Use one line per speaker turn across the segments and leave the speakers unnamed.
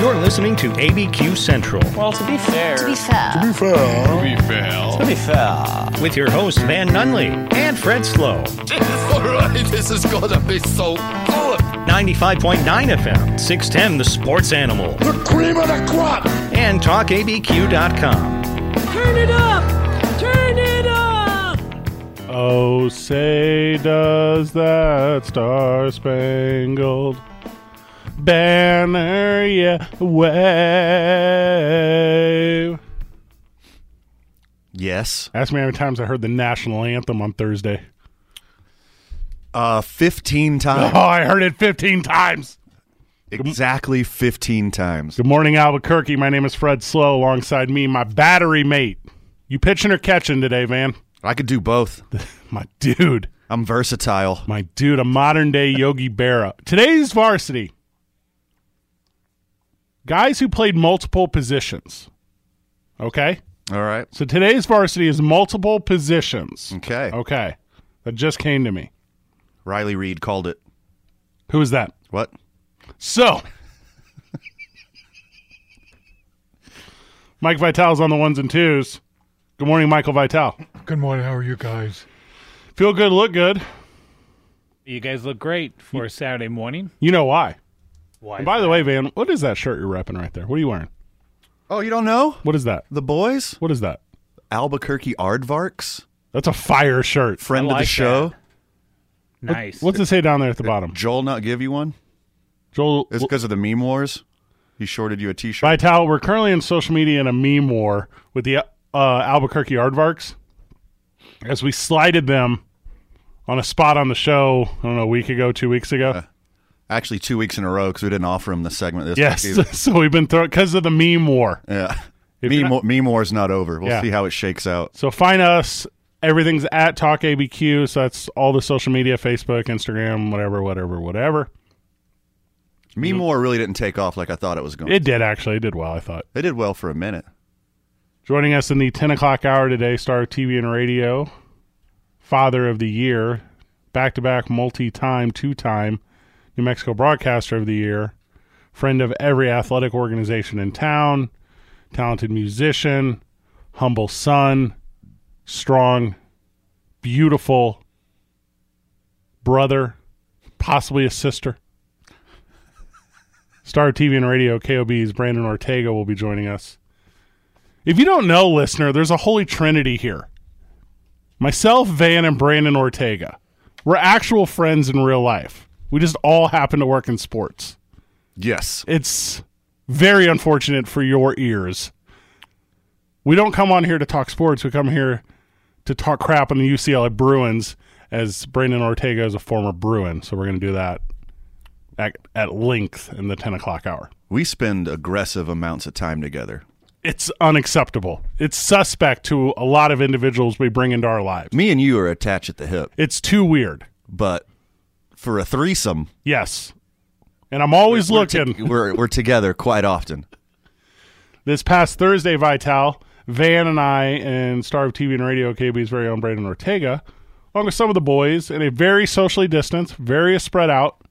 You're listening to ABQ Central
Well, to be fair,
To be fair.
to be fair,
with your hosts Van Nunley and Fred Slow.
Alright, this is gonna be so good.
95.9 FM, 610 The Sports Animal. The cream of the crop! And TalkABQ.com.
Turn it up! Turn it up!
Oh, say does that star spangled banner yeah wave.
Yes.
Ask me how many times I heard the national anthem on Thursday.
Uh, 15
Oh,
times.
I heard it 15 times.
exactly 15 times.
Good morning, Albuquerque. My name is Fred Slow. Alongside me, my battery mate. You pitching or catching today, man?
I could do both.
My dude.
I'm versatile.
My dude, a modern day Yogi Berra. Today's varsity. Guys who played multiple positions. Okay?
All right.
So today's varsity is multiple positions.
Okay.
Okay. That just came to me.
Riley Reed called it.
Who is that?
What?
So Mike Vitale's on the ones and twos. Good morning, Michael Vitale.
Good morning. How are you guys?
Feel good, look good.
you guys look great for a Saturday morning.
You know why.
Why?
And by the way, Van, what is that shirt you're repping right there? What are you wearing?
Oh, you don't know?
What is that?
The boys?
What is that?
Albuquerque Aardvarks?
That's a fire shirt.
I
Friend of the
like
show?
nice.
What's it say down there at the bottom?
Joel not give you one?
Joel
It's because of the meme wars. He shorted you a t shirt.
Vital, we're currently in social media in a meme war with the uh, Albuquerque Aardvarks as we slided them on a spot on the show, I don't know, a week ago, two weeks ago.
Actually, two weeks in a row because we didn't offer him the segment this
yes.
week. either.
so we've been throwing, because of the meme war.
Yeah.
If
Meme,
you're
wa- meme war's not over. We'll
Yeah.
see how it shakes out.
So find us. Everything's at Talk ABQ. So that's all the social media Facebook, Instagram, whatever, whatever, whatever.
Meme war really didn't take off like I thought it was going to.
It did actually. It did well, I thought.
They did well for a minute.
Joining us in the 10 o'clock hour today, star of TV and radio, father of the year, back to back, multi time, two time New Mexico broadcaster of the year, friend of every athletic organization in town, talented musician, humble son, strong, beautiful brother, possibly a sister. Star of TV and radio, KOB's Brandon Ortega will be joining us. If you don't know, listener, there's a holy trinity here. Myself, Van, and Brandon Ortega. We're actual friends in real life. We just all happen to work in sports.
Yes.
It's very unfortunate for your ears. We don't come on here to talk sports. We come here to talk crap on the UCLA Bruins, as Brandon Ortega is a former Bruin. So we're going to do that at, at length in the 10 o'clock hour.
We spend aggressive amounts of time together.
It's unacceptable. It's suspect to a lot of individuals we bring into our lives.
Me and you are attached at the hip,
It's too weird.
but for a threesome,
Yes. And I'm always
we're to-
looking.
we're we're together quite often.
this past Thursday, Vital, Van, and I, and star of TV and radio, KB's very own Brandon Ortega, along with some of the boys, in a very socially distanced, very spread out.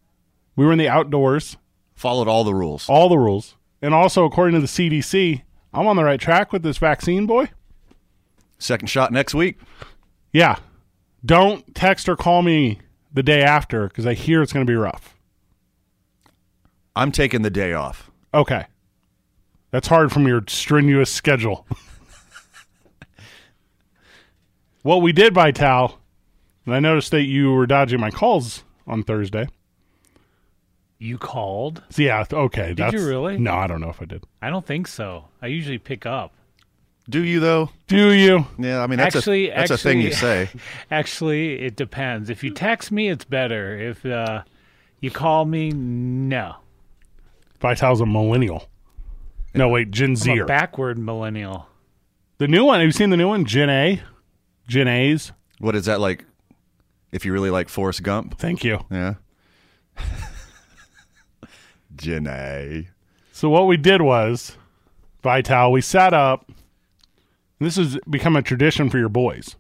We were in the outdoors,
Followed all the rules.
all the rules. And also, according to the CDC, I'm on the right track with this vaccine, boy.
Second shot next week.
Yeah. Don't text or call me the day after because I hear it's going to be rough.
I'm taking the day off.
Okay. That's hard from your strenuous schedule. what we did, Vital, and I noticed that you were dodging my calls on Thursday.
you called?
So yeah, th- okay. Did
really?
No, I don't know if I did.
I don't think so. I usually pick up.
Do you though?
Do you?
Yeah, I mean that's
Actually-
a that's a thing you
actually-
say.
Actually, it depends. If you text me, it's better. If uh, you call me, no.
Vital's a millennial. No, wait, Gen
I'm
Zer.
a backward millennial.
the new one. Have you seen the new one? Gen A? Gen A's?
What is that like? If you really like Forrest Gump,
Thank you.
yeah. Janae,
So what we did was, Vital, we sat up. This has become a tradition for your boys.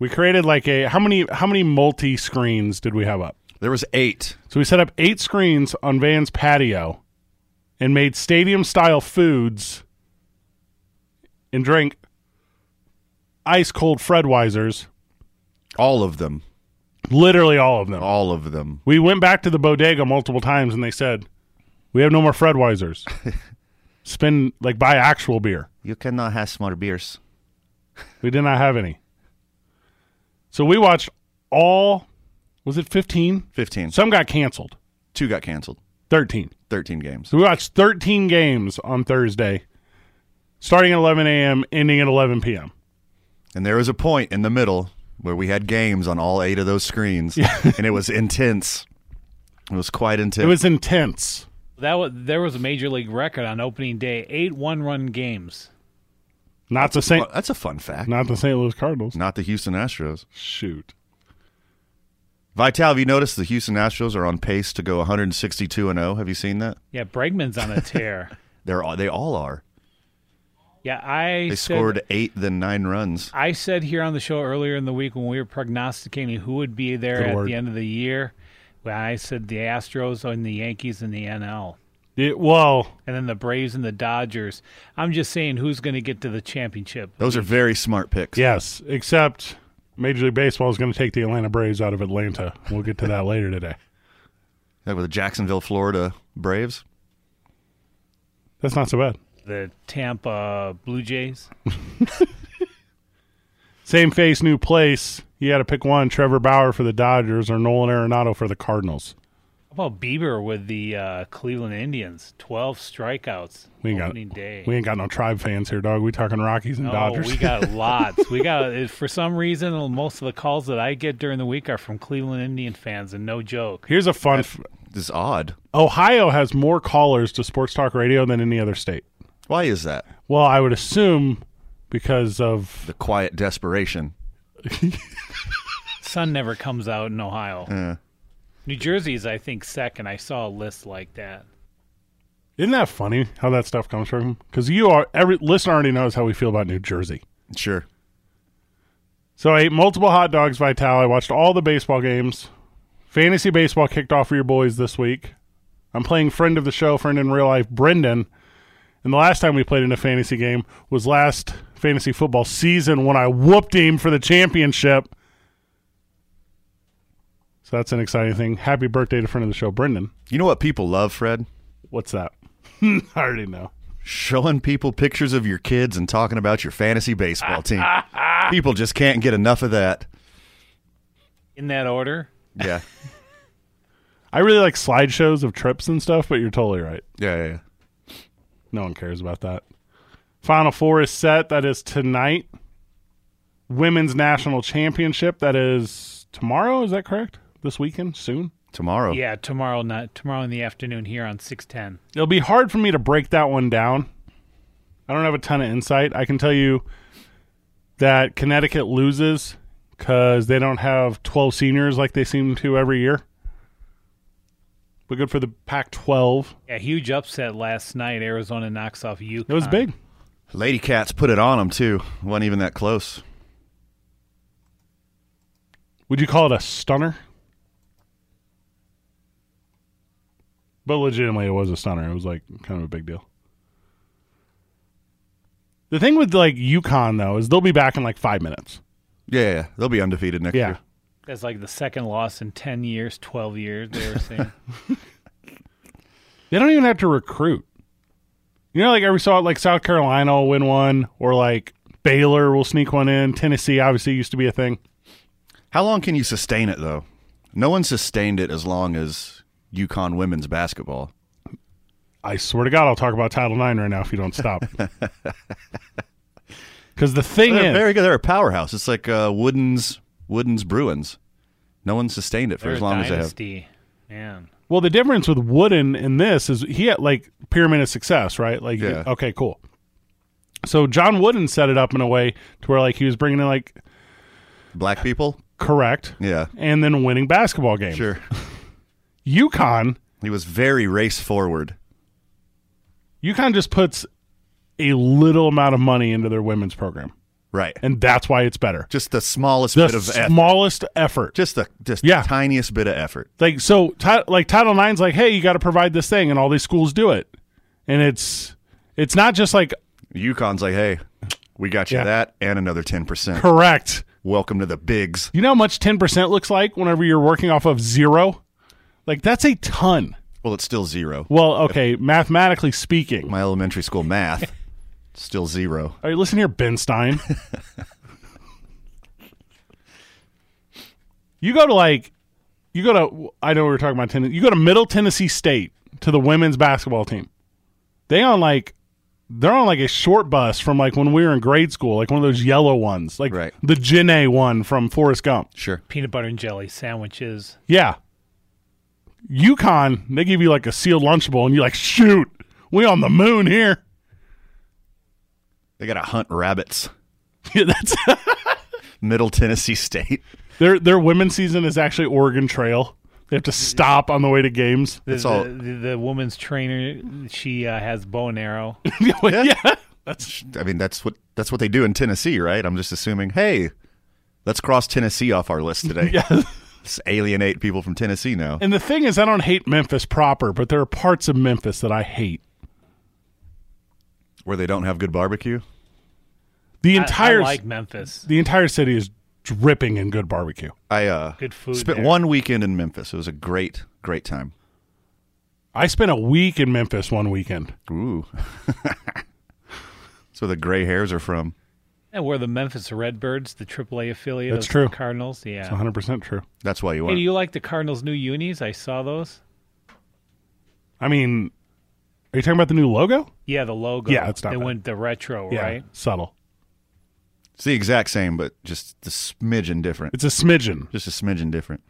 We created like a how many how many multi screens did we have up?
there was eight.
So we set up eight screens on Van's patio, and made stadium style foods and drank ice cold Fredweisers,
All of them.
literally all of them.
All of them.
We went back to the bodega multiple times and they said, We have no more Fredweisers. Spend, like, buy actual beer.
You cannot have small beers.
We did not have any. So we watched all, was it 15?
15.
Some got canceled.
Two got canceled.
13.
13 games.
So we watched 13 games on Thursday, starting at 11 a.m., ending at 11 p.m.
And there was a point in the middle where we had games on all eight of those screens. and it was intense. It was quite intense.
It was intense.
That was there was a major league record on opening day: eight one-run games.
Not the St.
Well, that's a fun fact.
Not the St. Louis Cardinals.
Not the Houston Astros.
Shoot.
Vital, have you noticed the Houston Astros are on pace to go 162 and 0? Have you seen that?
Yeah, Bregman's on a tear.
They're all, they all are.
yeah, I
They
said-
scored eight, then nine runs.
I said here on the show earlier in the week when we were prognosticating who would be there
Good
at
word.
the end of the year, when I said the Astros and the Yankees and the NL,
It, well,
and then the Braves and the Dodgers. I'm just saying who's going to get to the championship.
Those are very smart picks.
yes, except Major League Baseball is going to take the Atlanta Braves out of Atlanta. We'll get to that later today.
Like with the Jacksonville, Florida Braves.
That's not so bad.
The Tampa Blue Jays.
Same face, new place. You had to pick one Trevor Bauer for the Dodgers or Nolan Arenado for the Cardinals.
How about Bieber with the uh, Cleveland Indians? Twelve strikeouts
We ain't got,
opening day.
we ain't got no tribe fans here, dog. We talking Rockies and
No,
Dodgers.
we got lots. We got it- for some reason most of the calls that I get during the week are from Cleveland Indian fans, and no joke.
Here's a fun. F-
This is odd.
Ohio has more callers to sports talk radio than any other state.
Why is that?
Well, I would assume because of
The quiet desperation.
Sun never comes out in Ohio. New Jersey's, I think, second. I saw a list like that.
isn't that funny how that stuff comes from? Because you are every listener already knows how we feel about New Jersey.
Sure.
So I ate multiple hot dogs, Vital. I watched all the baseball games. Fantasy baseball kicked off for your boys this week. I'm playing friend of the show, friend in real life, Brendan. And the last time we played in a fantasy game was last fantasy football season when I whooped him for the championship. So that's an exciting thing. Happy birthday to friend of the show, Brendan.
You know what people love, Fred?
What's that? I already know.
Showing people pictures of your kids and talking about your fantasy baseball team. people just can't get enough of that.
In that order,
Yeah.
I really like slideshows of trips and stuff, but you're totally right.
Yeah, yeah, yeah.
No one cares about that. Final four is set. That is tonight. Women's national championship. That is tomorrow. Is that correct? This weekend, soon.
Tomorrow.
yeah, tomorrow night, tomorrow in the afternoon here on six ten.
It'll be hard for me to break that one down. I don't have a ton of insight. I can tell you that Connecticut loses because they don't have 12 seniors like they seem to every year. But good for the Pac 12.
Yeah, huge upset last night. Arizona knocks off UConn.
It was big.
Lady Cats put it on them, too. Wasn't even that close.
Would you call it a stunner? But legitimately, it was a stunner. It was like kind of a big deal. The thing with like UConn though is they'll be back in like five minutes.
Yeah, yeah, yeah. They'll be undefeated next
Yeah,
year.
That's like the second loss in ten years, twelve years. They were saying.
they don't even have to recruit. You know, like I saw it like South Carolina will win one, or like Baylor will sneak one in. Tennessee obviously used to be a thing.
How long can you sustain it, though? No one sustained it as long as UConn women's basketball.
I swear to God, I'll talk about Title IX right now if you don't stop. Because the thing
They're
is,
very good. They're a powerhouse. It's like uh, Wooden's Wooden's Bruins. No one sustained it for
They're
as long
a
as they have.
dynasty. Man,
Well, the difference with Wooden and this is he had like pyramid of success, right? Like,
Yeah.
okay, cool. So John Wooden set it up in a way to where like he was bringing in like
Black people.
correct
Yeah,
and then winning basketball games.
sure.
UConn,
He was very race forward.
UConn just puts a little amount of money into their women's program,
Right. And
and that's why it's better.
just the smallest
The
bit of effort.
smallest effort.
Just the just
Yeah.
the tiniest bit of effort.
like so ti- like title nine's like hey you got to provide this thing and all these schools do it and it's it's not just like
UConn's like, hey, we got you
Yeah.
that and another 10%.
correct.
Welcome to the bigs.
You know how much ten percent looks like whenever you're working off of zero? Like that's a ton.
Well, it's still zero.
Well, okay, mathematically speaking.
My elementary school math, still zero.
All right, listen here, Ben Stein. you go to like, you go to, I know we were talking about Tennessee. You go to Middle Tennessee State to the women's basketball team. They on like, they're on like a short bus from like when we were in grade school, like one of those yellow ones, like
Right.
the Gen A one from Forrest Gump.
Sure.
Peanut butter and jelly sandwiches.
Yeah. Yukon, they give you like a sealed lunchable and you're like, shoot, we on the moon here.
They got to hunt rabbits.
Yeah, that's
Middle Tennessee State.
Their their women's season is actually Oregon Trail. They have to stop on the way to games.
The,
That's all-
the, the, the woman's trainer, she uh, has bow and arrow.
yeah.
I mean, that's what that's what they do in Tennessee, right? I'm just assuming. Hey, let's cross Tennessee off our list today. Let's alienate people from Tennessee now.
And the thing is, I don't hate Memphis proper, but there are parts of Memphis that I hate.
Where they don't have good barbecue.
The
I-
entire
I, like Memphis.
the entire city is dripping in good barbecue.
I uh,
Good food
spent
there.
one weekend in Memphis. It was a great, great time.
I spent a week in Memphis one weekend.
Ooh. That's where the gray hairs are from.
And where the Memphis Redbirds, the AAA affiliate
That's
of
true.
the Cardinals. Yeah.
100% true.
That's why you
Hey,
went.
do you like the Cardinals' new unis? I saw those.
I mean, are you talking about the new logo?
Yeah, the logo.
Yeah, it's not
They
bad.
went the retro, right?
Subtle.
it's the exact same, but just the smidgen different.
It's a smidgen.
Just a smidgen different.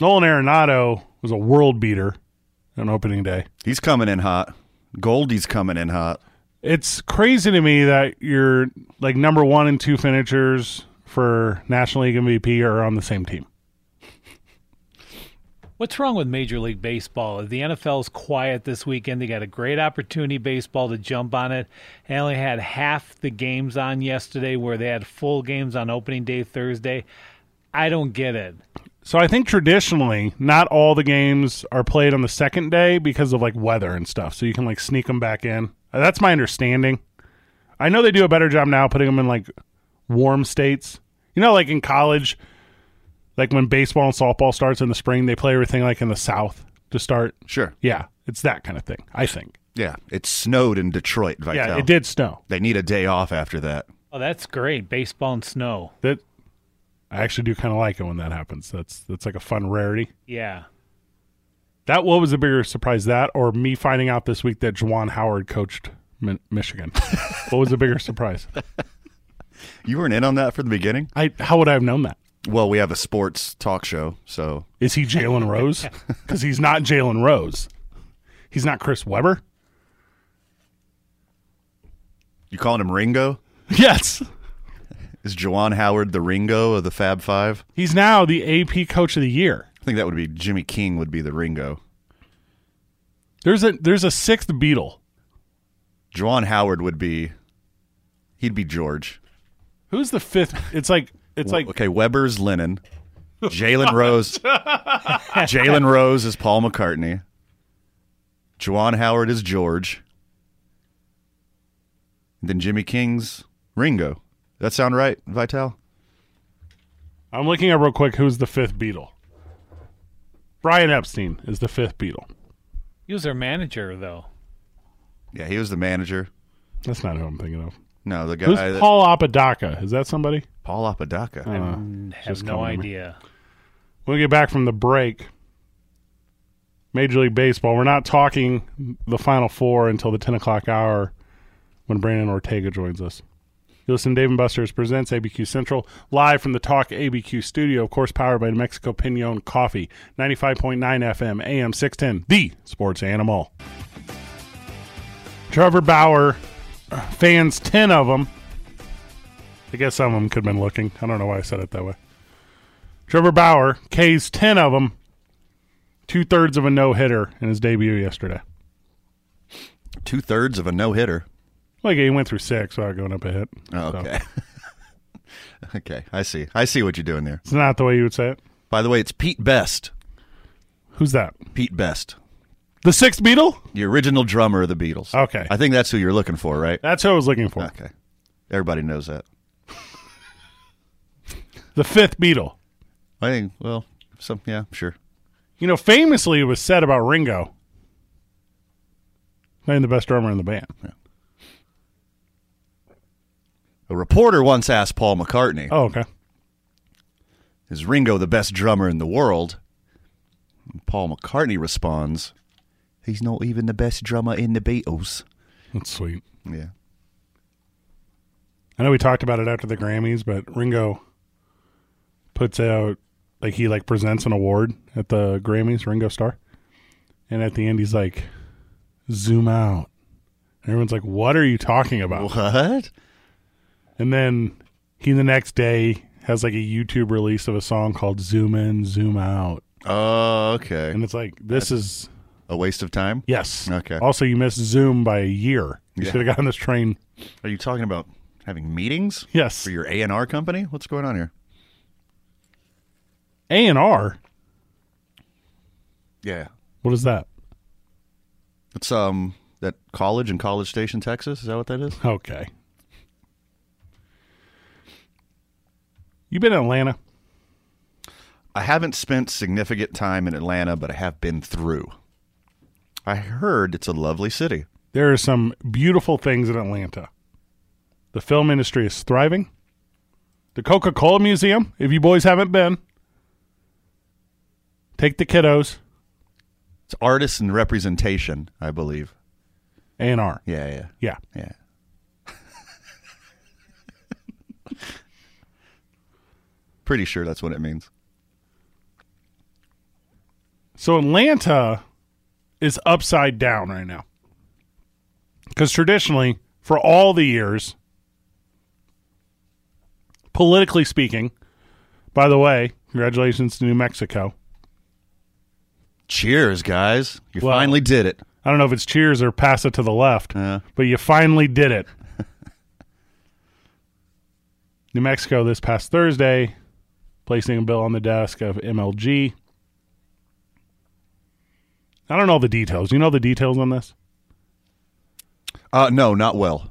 Nolan Arenado was a world beater on opening day.
He's coming in hot. Goldie's coming in hot.
it's crazy to me that your like number one and two finishers for National League MVP are on the same team.
What's wrong with Major League Baseball? The NFL's quiet this weekend. They got a great opportunity baseball to jump on it. They only had half the games on yesterday where they had full games on opening day Thursday. I don't get it.
So I think traditionally, not all the games are played on the second day because of like weather and stuff. So you can like sneak them back in. Uh, That's my understanding. I know they do a better job now putting them in like warm states. You know, like in college, like when baseball and softball starts in the spring, they play everything like in the south to start.
Sure.
Yeah, it's that kind of thing. I think.
Yeah. It snowed in Detroit, Vital.
Yeah, it did snow.
They need a day off after that.
Oh, that's great. Baseball and snow.
That I actually do kind of like it when that happens. That's that's like a fun rarity.
Yeah.
That what was the bigger surprise, that or me finding out this week that Juwan Howard coached Mi- Michigan? what was the bigger surprise?
You weren't in on that from the beginning?
I how would I have known that?
Well, we have a sports talk show, so
Is he Jalen Rose? Because he's not Jalen Rose. He's not Chris Webber.
you calling him Ringo?
Yes,
Is Jawan Howard the Ringo of the Fab Five?
he's now the AP Coach of the Year.
I think that would be Jimmy King would be the Ringo.
There's a there's a sixth Beetle.
Jawan Howard would be he'd be George.
Who's the fifth? It's like it's like
okay, Weber's Lennon. Jalen Rose Jalen Rose is Paul McCartney. Juwan Howard is George. And then Jimmy King's Ringo. That sound right, Vital?
I'm looking up real quick. Who's the fifth Beetle? Brian Epstein is the fifth Beetle.
He was their manager, though.
Yeah, he was the manager.
That's not who I'm thinking of.
No, the guy
Who's
that-
Paul Apodaca? Is that somebody?
Paul Apodaca.
I have no
coming to me.
idea.
When we get back from the break, Major League Baseball, we're not talking the Final Four until the 10 o'clock hour when Brandon Ortega joins us. You listen to Dave and Buster's Presents ABQ Central, live from the Talk ABQ studio, of course, powered by New Mexico Pinon Coffee, 95.9 FM, AM 610, the sports animal. Trevor Bauer, fans, 10 of them. I guess some of them could have been looking. I don't know why I said it that way. Trevor Bauer, K's 10 of them, two thirds of a no hitter in his debut yesterday.
Two thirds of a no hitter.
Like he went through six without going up a hit.
Oh,
So,
okay. okay, I see. I see what you're doing there.
it's not the way you would say it.
By the way, it's Pete Best.
Who's that?
Pete Best.
The sixth Beatle?
The original drummer of the Beatles.
Okay.
I think that's who you're looking for, right?
That's who I was looking for.
Okay. Everybody knows that.
The fifth Beatle.
I think, well, some, yeah, sure.
You know, famously, it was said about Ringo playing the best drummer in the band.
A reporter once asked Paul McCartney,
Oh, okay.
Is Ringo the best drummer in the world? And Paul McCartney responds, He's not even the best drummer in the Beatles.
That's sweet.
Yeah.
I know we talked about it after the Grammys, but Ringo puts out like he like presents an award at the Grammys, Ringo Star, and at the end he's like, "Zoom out." And everyone's like, "What are you talking about?"
What?
And then he the next day has like a YouTube release of a song called "Zoom In, Zoom Out,"
Oh, okay.
and it's like this is
A waste of time?
yes.
Okay.
Also, you missed Zoom by a year. You
Yeah.
should have gotten this train.
Are you talking about having meetings
Yes.
for your A&R company? What's going on here?
A and R.
Yeah.
What is that?
It's um that college in College Station, Texas. Is that what that is?
Okay. You been in Atlanta?
I haven't spent significant time in Atlanta, but I have been through. I heard it's a lovely city.
There are some beautiful things in Atlanta. The film industry is thriving. The Coca Cola Museum, if you boys haven't been, take the kiddos.
It's artists and representation, I believe.
A and R.
Yeah, yeah,
Yeah.
yeah. Pretty sure that's what it means.
So Atlanta is upside down right now. Because traditionally, for all the years, politically speaking, by the way, congratulations to New Mexico.
Cheers, guys. You
Well-
finally did it.
I don't know if it's cheers or pass it to the left,
Yeah.
but you finally did it. New Mexico this past Thursday, placing a bill on the desk of MLG. I don't know the details. You know the details on this?
Uh, no, not well.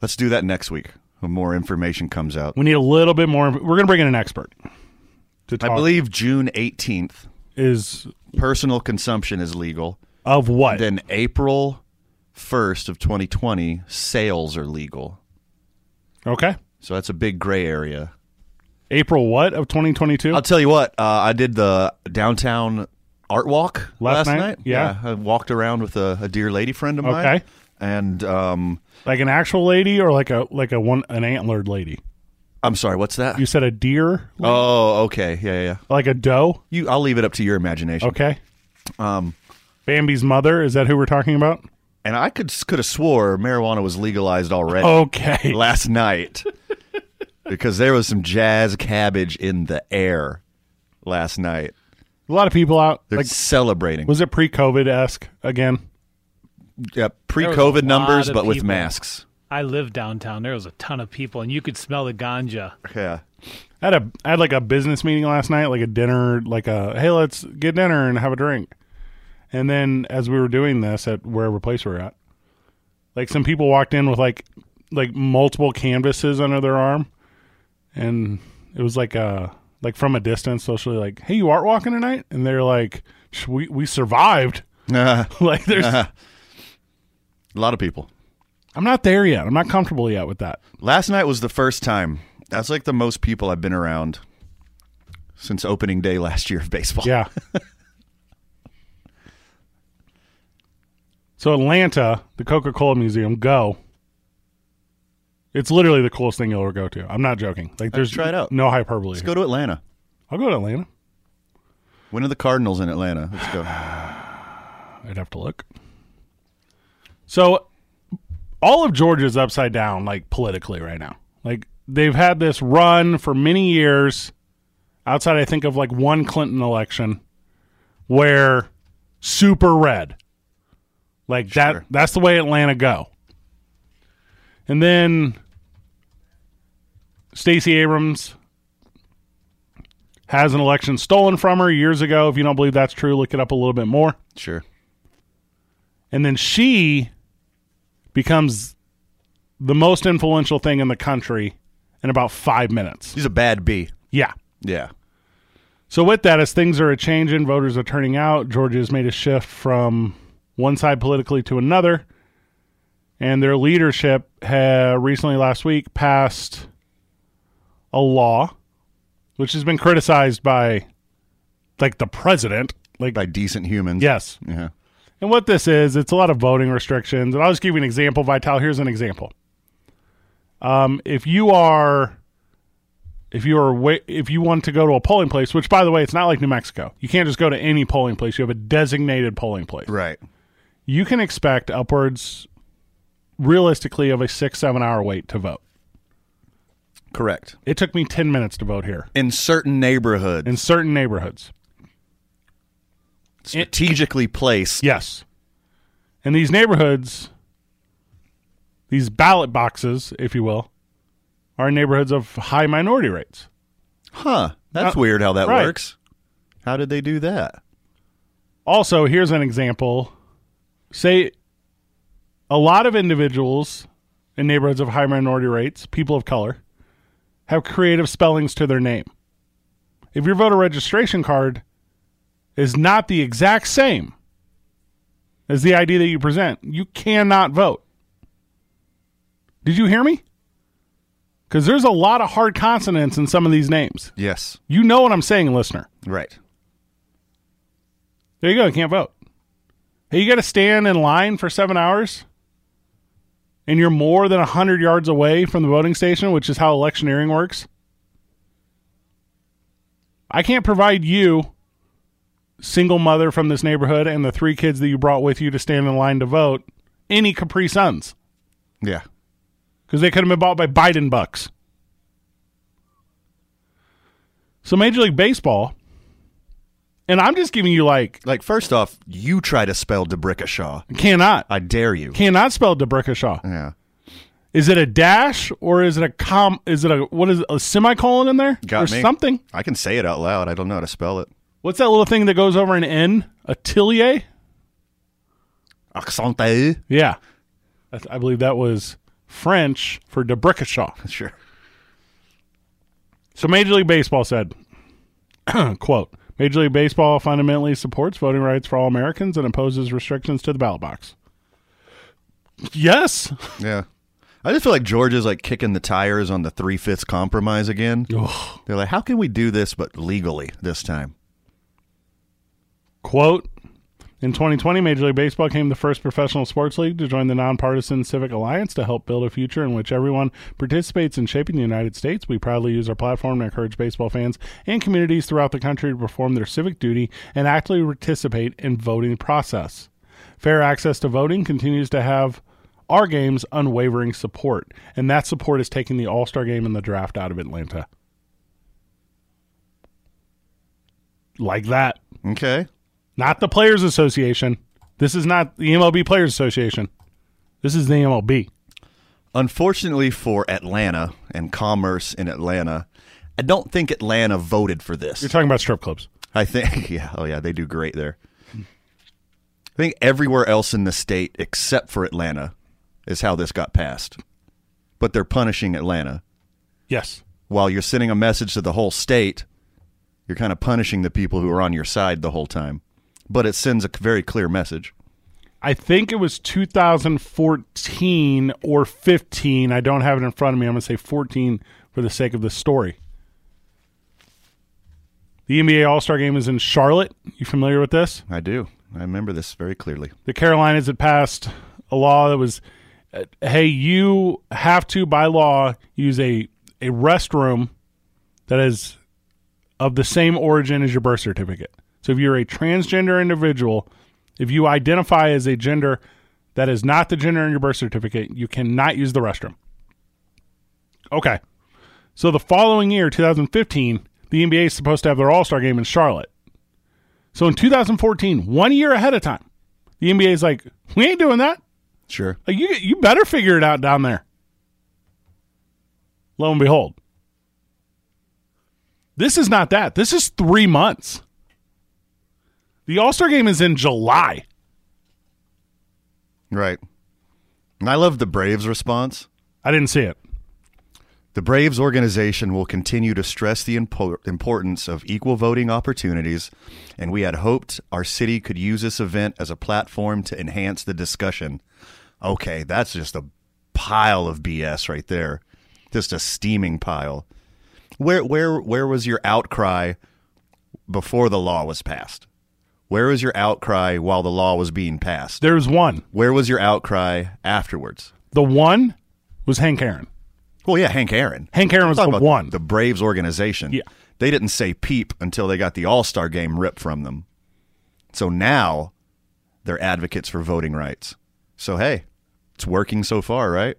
Let's do that next week when more information comes out.
We need a little bit more. We're going to bring in an expert. To talk
I believe June 18th,
is
personal consumption is legal.
of what?
Then April 1st of 2020, sales are legal.
Okay.
So that's a big gray area.
April what of 2022?
I'll tell you what, uh, I did the downtown art walk last,
Last night?
night.
Yeah.
I walked around with a, a dear lady friend of mine.
Okay.
And um,
Like an actual lady or like a like a one an antlered lady?
I'm sorry, what's that?
You said a deer?
oh, okay. Yeah, yeah, yeah.
Like a doe?
You, I'll leave it up to your imagination.
Okay.
Um,
Bambi's mother, is that who we're talking about?
and I could could have swore marijuana was legalized already
Oh, Okay.
last night because there was some jazz cabbage in the air last night.
A lot of people out.
They're
Like,
celebrating.
was it pre COVID esque again?
yeah,
There was a lot
pre-COVID numbers,
of
but with
people.
masks.
I lived downtown. There was a ton of people, and you could smell the ganja.
Yeah.
I had, a, I had like a business meeting last night, like a dinner, like a, hey, let's get dinner and have a drink. And then as we were doing this at wherever place we are at, like some people walked in with like like multiple canvases under their arm. And it was like uh like from a distance socially like, hey, you art walking tonight? And they're like, "Sh- we, we survived. like there's
a lot of people.
I'm not there yet. I'm not comfortable yet with that.
Last night was the first time. That's like the most people I've been around since opening day last year of baseball.
Yeah. so Atlanta, the Coca Cola Museum, go. It's literally the coolest thing you'll ever go to. I'm not joking. Like there's
try it out.
no hyperbole.
Let's
here.
go to Atlanta.
I'll go to Atlanta.
When are the Cardinals in Atlanta? Let's go.
I'd have to look. So all of Georgia's upside down, like politically right now. Like they've had this run for many years, outside I think of like one Clinton election, where super red. Like that
Sure.
that's the way Atlanta go. And then Stacey Abrams has an election stolen from her years ago. If you don't believe that's true, look it up a little bit more
Sure.
And then she becomes the most influential thing in the country in about five minutes.
She's a bad bee.
Yeah.
Yeah.
So with that, as things are a changing, voters are turning out. Georgia's made a shift from one side politically to another, and their leadership ha recently last week passed a law, which has been criticized by, like the president. Like
By decent humans.
yes,
Yeah.
and what this is, it's a lot of voting restrictions. And I'll just give you an example, Vital. Here's an example. Um, if you are, if you are, wa- if you want to go to a polling place, which by the way, it's not like New Mexico. You can't just go to any polling place. You have a designated polling place.
Right.
You can expect upwards, realistically, of a six seven hour wait to vote.
Correct.
It took me ten minutes to vote here
In certain neighborhoods,
in certain neighborhoods.
strategically placed.
Yes. And these neighborhoods, these ballot boxes, if you will, are neighborhoods of high minority rates.
Huh. That's
Uh,
weird how that
right.
works. How did they do that?
Also, here's an example. Say a lot of individuals in neighborhoods of high minority rates, people of color, have creative spellings to their name. If your voter registration card is not the exact same as the ID that you present, you cannot vote. Did you hear me? Because there's a lot of hard consonants in some of these names.
Yes.
You know what I'm saying, listener.
Right.
There you go. You can't vote. Hey, you got to stand in line for seven hours, and you're more than 100 yards away from the voting station, which is how electioneering works. I can't provide you, single mother from this neighborhood, and the three kids that you brought with you to stand in line to vote, any Capri Suns
Yeah.
because they could have been bought by Biden bucks. So, Major League Baseball, and I'm just giving you like,
Like, first off, you try to spell Debrickashaw.
cannot.
I dare you.
cannot spell Debrickashaw.
Yeah.
Is it a dash or is it a com? Is it a what is it, a semicolon in there
Got
or
me.
something?
I can say it out loud. I don't know how to spell it.
What's that little thing that goes over an N? A tilde?
Accent aigu?
Yeah, I, I believe that was French for Debrickashaw.
Sure.
So Major League Baseball said, quote, Major League Baseball fundamentally supports voting rights for all Americans and opposes restrictions to the ballot box. Yes.
Yeah. I just feel like Georgia's like kicking the tires on the three fifths compromise again. They're like, how can we do this but legally this time?
Quote In 2020, Major League Baseball became the first professional sports league to join the nonpartisan Civic Alliance to help build a future in which everyone participates in shaping the United States. We proudly use our platform to encourage baseball fans and communities throughout the country to perform their civic duty and actively participate in voting process. Fair access to voting continues to have our game's unwavering support, and that support is taking the All Star game and the draft out of Atlanta. Like that.
Okay.
Not the Players Association. This is not the MLB Players Association. This is the MLB.
Unfortunately for Atlanta and commerce in Atlanta, I don't think Atlanta voted for this.
You're talking about strip clubs.
I think, yeah, oh yeah, they do great there. I think everywhere else in the state except for Atlanta is how this got passed. But they're punishing Atlanta.
Yes.
While you're sending a message to the whole state, you're kind of punishing the people who are on your side the whole time. But it sends a very clear message.
I think it was 2014 or 15. I don't have it in front of me. I'm going to say 14 for the sake of the story. The NBA All Star game is in Charlotte. You familiar with this?
I do. I remember this very clearly.
the Carolinas had passed a law that was, uh, hey, you have to by law use a a restroom that is of the same origin as your birth certificate. So if you're a transgender individual, if you identify as a gender that is not the gender in your birth certificate, you cannot use the restroom. Okay. So the following year, 2015, the NBA is supposed to have their All Star game in Charlotte. So in 2014, one year ahead of time, the NBA is like, we ain't doing that.
Sure.
Like, you you better figure it out down there. Lo and behold, this is not that. This is three months. The All Star game is in July.
Right. And I love the Braves' response.
I didn't see it.
The Braves organization will continue to stress the impo- importance of equal voting opportunities, and we had hoped our city could use this event as a platform to enhance the discussion. Okay, that's just a pile of BS right there. Just a steaming pile. Where where where was your outcry before the law was passed? Where was your outcry while the law was being passed?
There's one.
Where was your outcry afterwards?
The one was Hank Aaron.
Well, yeah, Hank Aaron.
Hank Aaron was
Talk
the
about
one.
The Braves organization.
Yeah.
They didn't say peep until they got the All Star game ripped from them. So now they're advocates for voting rights. So, hey, it's working so far, right?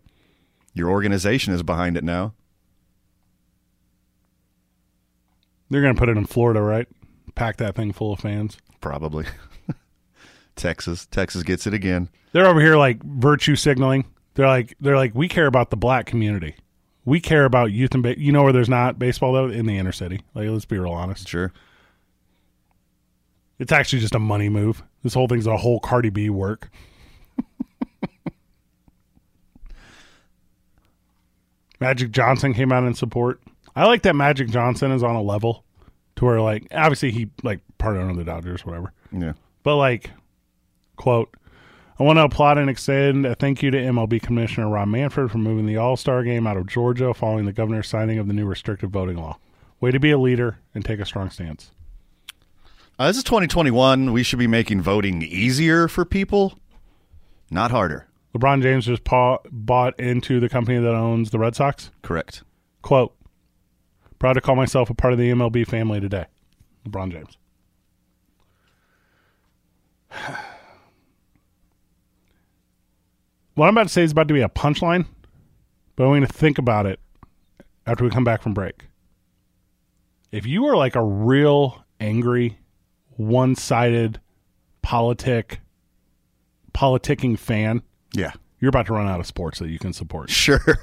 Your organization is behind it now.
They're going to put it in Florida, right? Pack that thing full of fans.
Probably. Texas. Texas gets it again.
They're over here like virtue signaling. They're like they're like we care about the black community. We care about youth and ba- you know where there's not baseball though in the inner city. Like let's be real honest.
Sure.
It's actually just a money move. This whole thing's a whole Cardi B work. Magic Johnson came out in support. I like that Magic Johnson is on a level to where like obviously he like part owner of the Dodgers whatever.
Yeah.
But like, quote, I want to applaud and extend a thank you to MLB Commissioner Rob Manfred for moving the All Star Game out of Georgia following the governor's signing of the new restrictive voting law. Way to be a leader and take a strong stance.
Uh, this is 2021. We should be making voting easier for people, not harder.
LeBron James just paw- bought into the company that owns the Red Sox.
Correct.
Quote, proud to call myself a part of the MLB family today. LeBron James. What I'm about to say is about to be a punchline, but I'm going to think about it after we come back from break. If you are like a real angry, one sided politic, politicking fan,
Yeah.
you're about to run out of sports that you can support.
Sure.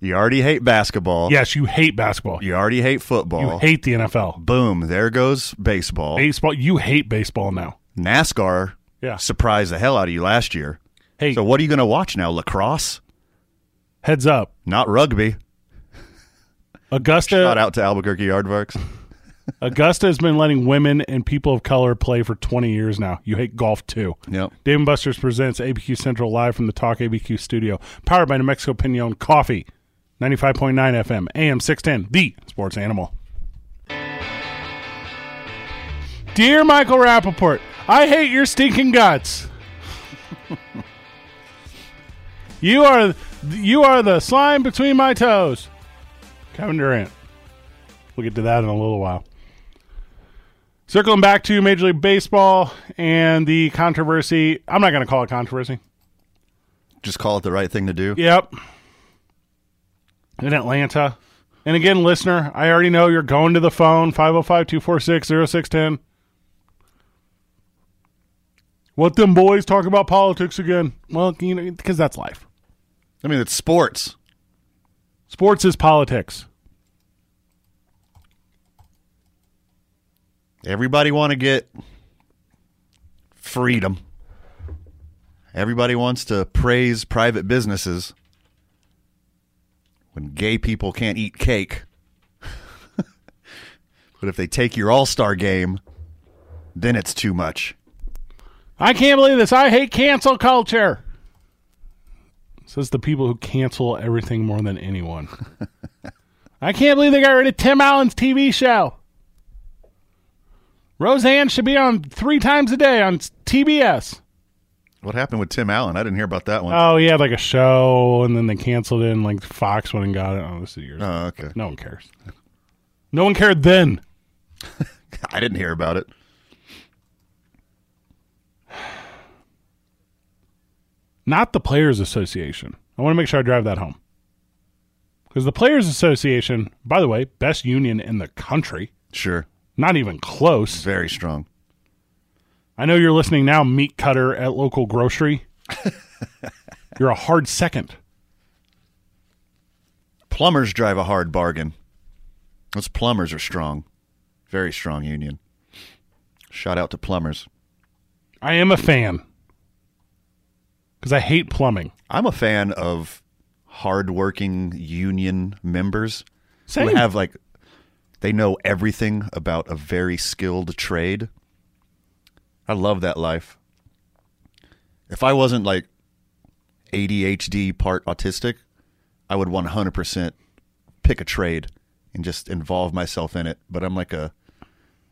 you already hate basketball.
Yes, you hate basketball.
You already hate football.
You hate the NFL.
Boom, there goes baseball.
Baseball, you hate baseball now.
NASCAR
Yeah.
surprised the hell out of you last year.
Hey,
So what are you going to watch now? Lacrosse?
heads up.
Not rugby. Shout
Augusta
out to Albuquerque Yardvarks.
Augusta has been letting women and people of color play for 20 years now. You hate golf too.
Yep.
Dave and Buster's presents ABQ Central live from the Talk ABQ studio, powered by New Mexico Pinon Coffee, 95.9 FM, AM 610, the sports animal. Dear Michael Rappaport, I hate your stinking guts. you are you are the slime between my toes. Kevin Durant. We'll get to that in a little while. Circling back to Major League Baseball and the controversy. I'm not going to call it controversy.
Just call it the right thing to do.
Yep. In Atlanta. And again, listener, I already know you're going to the phone 505 246 0610. What them boys talk about politics again? Well, you know, because that's life.
I mean, it's sports.
Sports is politics.
Everybody want to get freedom. Everybody wants to praise private businesses when gay people can't eat cake. but if they take your all-star game, then it's too much.
I can't believe this. I hate cancel culture. Says the people who cancel everything more than anyone. I can't believe they got rid of Tim Allen's TV show. Roseanne should be on three times a day on TBS.
What happened with Tim Allen? I didn't hear about that one.
Oh, he had like a show, and then they canceled it, and like Fox went and got it. Oh, this is years.
oh, okay.
No one cares. No one cared then.
I didn't hear about it.
not the Players Association. I want to make sure I drive that home. Because the Players Association, by the way, best union in the country,
Sure.
not even close.
Very strong.
I know you're listening now, meat cutter at local grocery. you're a hard second.
Plumbers drive a hard bargain. Those plumbers are strong. Very strong union. Shout out to plumbers.
I am a fan. because I hate plumbing.
I'm a fan of hardworking union members
Same.
who have like they know everything about a very skilled trade. I love that life. If I wasn't like ADHD part autistic, I would 100% pick a trade and just involve myself in it, but I'm like a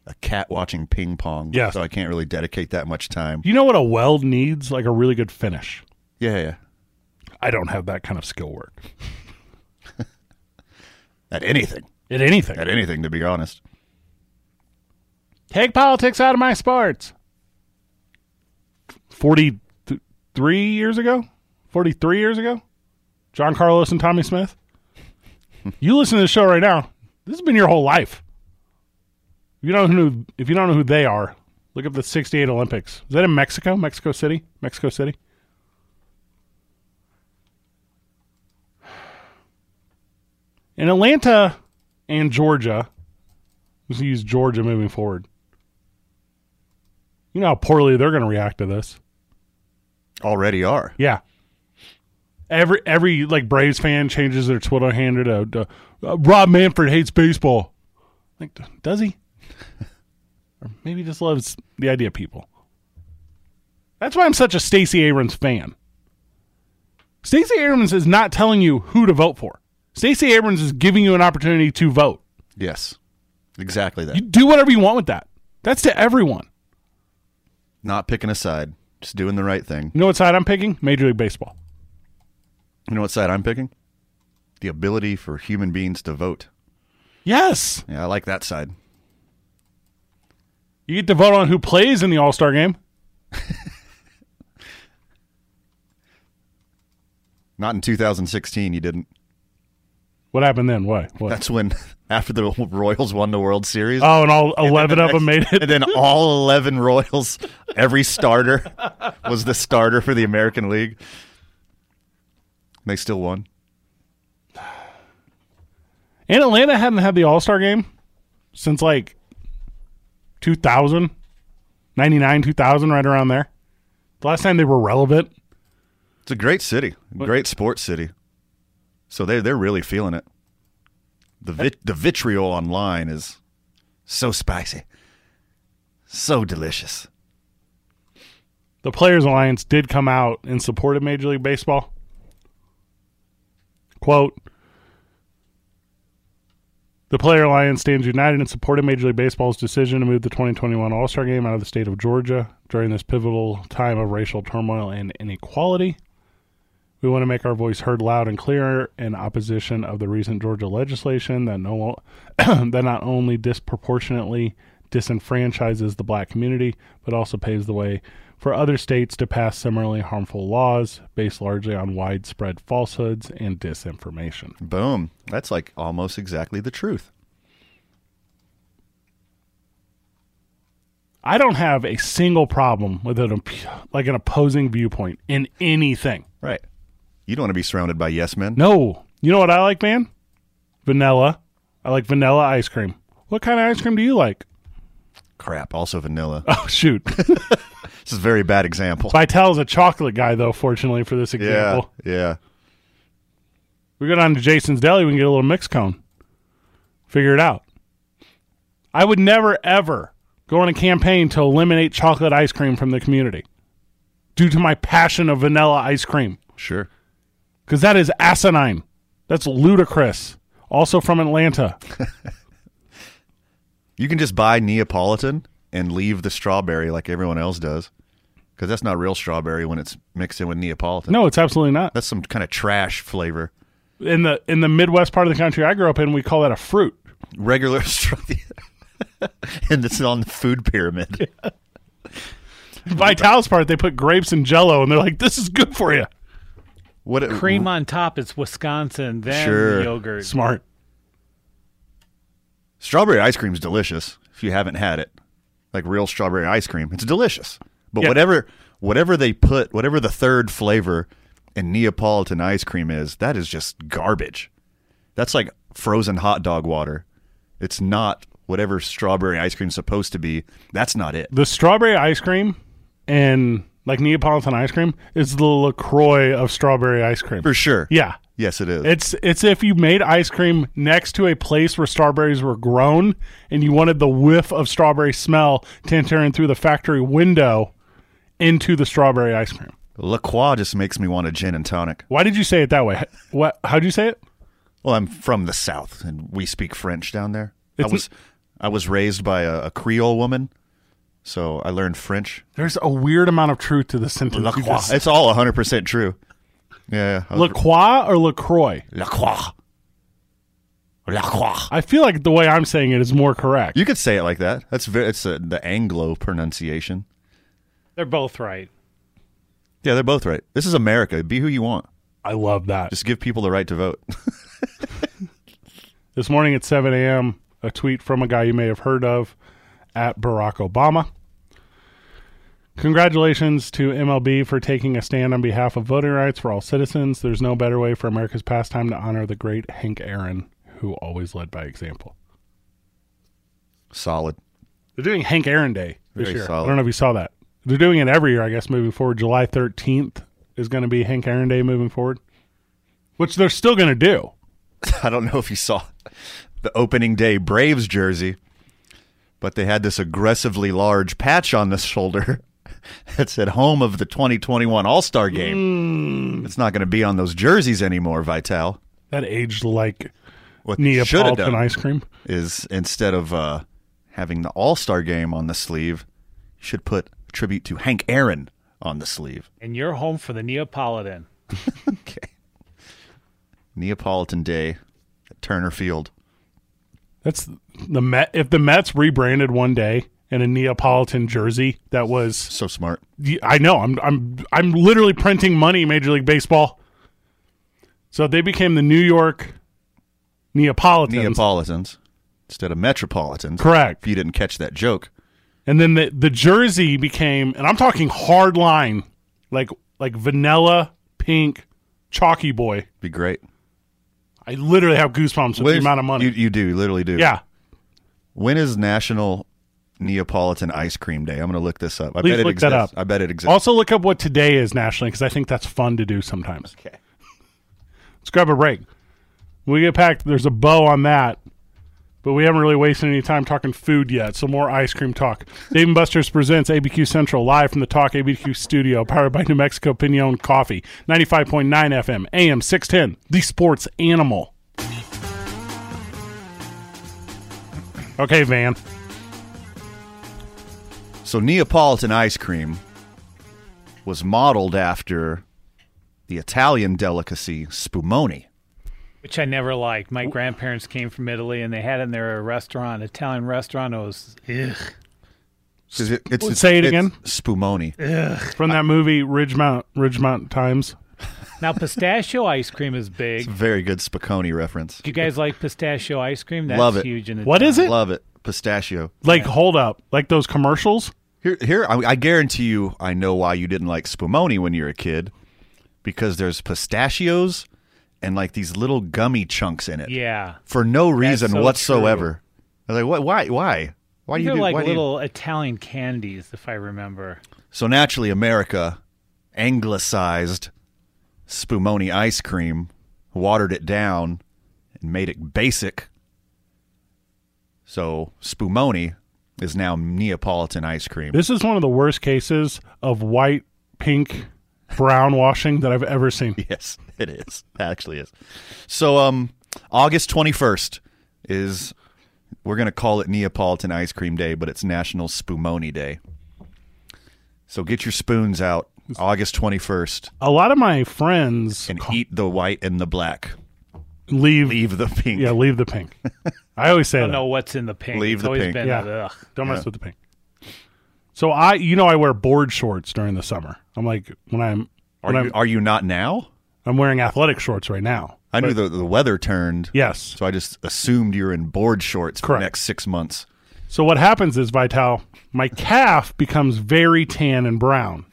a cat watching ping pong,
Yes.
so I can't really dedicate that much time.
You know what a weld needs? Like a really good finish.
Yeah, yeah.
I don't have that kind of skill work
At anything.
at anything.
At anything to be honest.
Take politics out of my sports. 43 years ago? 43 years ago? John Carlos and Tommy Smith? you listen to the show right now. This has been your whole life. If you don't know who, if you don't know who they are, look up the 68 Olympics. Is that in Mexico? Mexico City? Mexico City? In Atlanta and Georgia, Let's use Georgia moving forward. You know how poorly they're going to react to this.
Already are.
Yeah. Every every like Braves fan changes their Twitter handle to, to uh, Rob Manfred hates baseball. Like, d- does he? or maybe he just loves the idea of people. That's why I'm such a Stacey Abrams fan. Stacey Abrams is not telling you who to vote for. Stacey Abrams is giving you an opportunity to vote.
Yes. Exactly that.
You do whatever you want with that. That's to everyone.
Not picking a side, just doing the right thing.
You know what side I'm picking? Major League Baseball.
You know what side I'm picking? The ability for human beings to vote.
Yes.
Yeah, I like that side.
You get to vote on who plays in the All Star game.
Not in 2016, you didn't.
What happened then? What? What?
That's when, after the Royals won the World Series,
oh, and all 11 of them made
and
it.
then all 11 Royals, every starter was the starter for the American League. And They still won.
And Atlanta hadn't had the All Star game since like 2000, 99, 2000, right around there. The last time they were relevant.
It's a great city, great sports city. So they they're really feeling it. The vit- the vitriol online is so spicy, so delicious.
The Players Alliance did come out in support of Major League Baseball. Quote The Player Alliance stands united in support of Major League Baseball's decision to move the 2021 All Star Game out of the state of Georgia during this pivotal time of racial turmoil and inequality. We want to make our voice heard loud and clear in opposition of the recent Georgia legislation that no that not only disproportionately disenfranchises the black community, but also paves the way for other states to pass similarly harmful laws based largely on widespread falsehoods and disinformation.
Boom. That's like almost exactly the truth.
I don't have a single problem with an op- like an opposing viewpoint in anything.
Right. You don't want to be surrounded by yes men.
No. You know what I like, man? Vanilla. I like vanilla ice cream. What kind of ice cream do you like?
Crap. Also vanilla.
Oh shoot.
this is a very bad example.
Vitale's a chocolate guy though, fortunately for this
yeah.
example.
Yeah.
We go down to Jason's Deli, we can get a little mix cone. Figure it out. I would never, ever go on a campaign to eliminate chocolate ice cream from the community due to my passion of vanilla ice cream
Sure.
because that is asinine. That's ludicrous. Also from Atlanta.
You can just buy Neapolitan and leave the strawberry like everyone else does. Because that's not real strawberry when it's mixed in with Neapolitan.
No, it's absolutely not.
That's some kind of trash flavor.
In the in the Midwest part of the country I grew up in, we call that a fruit.
regular strawberry, and it's on the food pyramid.
Vitale's part, they put grapes and jello and they're like, This is good for you.
What it-
Cream on top, it's Wisconsin, then
Mm-hmm. Sure.
yogurt.
Smart.
Strawberry ice cream's delicious if you haven't had it. Like real strawberry ice cream, it's delicious. But
Yeah.
whatever whatever they put, whatever the third flavor in Neapolitan ice cream is, that is just garbage. That's like frozen hot dog water. It's not whatever strawberry ice cream's supposed to be. That's not it.
the strawberry ice cream in like Neapolitan ice cream is the LaCroix of strawberry ice cream.
for sure.
Yeah.
Yes, it is.
It's it's if you made ice cream next to a place where strawberries were grown and you wanted the whiff of strawberry smell to enter in through the factory window into the strawberry ice cream.
La Croix just makes me want a gin and tonic.
Why did you say it that way? What how'd you say it?
Well, I'm from the South, and we speak French down there. I
It's-
was I was raised by a, a Creole woman, so I learned French.
There's a weird amount of truth to the sentence. you just-
It's all 100 percent true. Yeah. I was-
La Croix or LaCroix?
La Croix. La Croix.
I feel like the way I'm saying it is more correct.
You could say it like that. That's very, it's uh the Anglo pronunciation.
They're both right.
Yeah, they're both right. This is America. Be who you want.
I love that.
Just give people the right to vote.
This morning at 7 a.m., a tweet from a guy you may have heard of at Barack Obama. Congratulations to MLB for taking a stand on behalf of voting rights for all citizens. There's no better way for America's pastime to honor the great Hank Aaron, who always led by example.
Solid.
They're doing Hank Aaron Day this
Very
year.
solid.
I don't know if you saw that. They're doing it every year, I guess, moving forward. July 13th is going to be Hank Aaron Day moving forward, which they're still going to do.
I don't know if you saw the opening day Braves jersey, but they had this aggressively large patch on the shoulder that said home of the 2021 All Star game. It's not going to be on those jerseys anymore, Vital.
That aged like
What they should have
Neapolitan
done
ice cream.
is instead of uh, having the All Star game on the sleeve, you should put tribute to Hank Aaron on the sleeve.
And you're home for the Neapolitan.
Okay. Neapolitan Day at Turner Field.
That's the Met. If the Mets rebranded one day in a Neapolitan jersey, that was
So smart.
I know I'm I'm I'm literally printing money, Major League Baseball. So they became the New York Neapolitans,
Neapolitans instead of Metropolitans.
correct?
If you didn't catch that joke,
And then the the jersey became, and I'm talking hard line, like like vanilla pink, chalky boy.
be great.
I literally have goosebumps with the amount of money.
You, you do, you literally do.
yeah,
When is National Neapolitan Ice Cream Day? I'm going to look this up. I
Please
bet it
look
exists.
that up.
I bet it exists.
Also, look up what today is nationally because I think that's fun to do sometimes. Okay. Let's grab a break. When we get back, there's a bow on that, but we haven't really wasted any time talking food yet, so more ice cream talk. Dave and Buster's presents ABQ Central live from the Talk ABQ studio, powered by New Mexico Pinon Coffee, 95.9 FM, AM 610, the sports animal. Okay, Van.
so Neapolitan ice cream was modeled after the Italian delicacy spumoni.
Which I never liked. My grandparents came from Italy and they had it in their restaurant, Italian restaurant. It was ugh.
'Cause it- it's-
Say it
it's
again.
Spumoni.
From that movie, Ridgemount, Ridgemount Times.
Now pistachio ice cream is big. Do
Very good Spicone reference.
you guys like pistachio ice cream? That's
Love it.
huge in
What is it?
Love it. Pistachio.
Like, hold up. Like those commercials?
Here, here I, I guarantee you, I know why you didn't like spumoni when you were a kid, because there's pistachios and like these little gummy chunks in it
Yeah.
for no reason
so
whatsoever. I was like, what? Why? Why? Why do you
They're
do?
like
why do you-
little Italian candies, if I remember.
So naturally, America anglicized spumoni ice cream, watered it down, and made it basic. So spumoni is now Neapolitan ice cream.
This is one of the worst cases of white, pink, brown washing that I've ever seen.
Yes, it is. It actually is. So um August 21st is we're going to call it Neapolitan Ice Cream Day, but it's National Spumoni Day. So get your spoons out August 21st
A lot of my friends
and eat the white and the black.
leave,
Leave the pink.
Yeah, leave the pink. I always say
I don't
that.
know what's in the pink.
Leave
it's
the
always
pink.
been
Yeah.
ugh.
Don't mess with the pink. So I, you know, I wear board shorts during the summer. I'm like when I'm when
Are
I'm,
you, are you not now?
I'm wearing athletic shorts right now.
I knew the, the weather turned.
Yes.
So I just assumed you're in board shorts for
Correct.
the next six months.
So what happens is Vital, my calf becomes very tan and brown,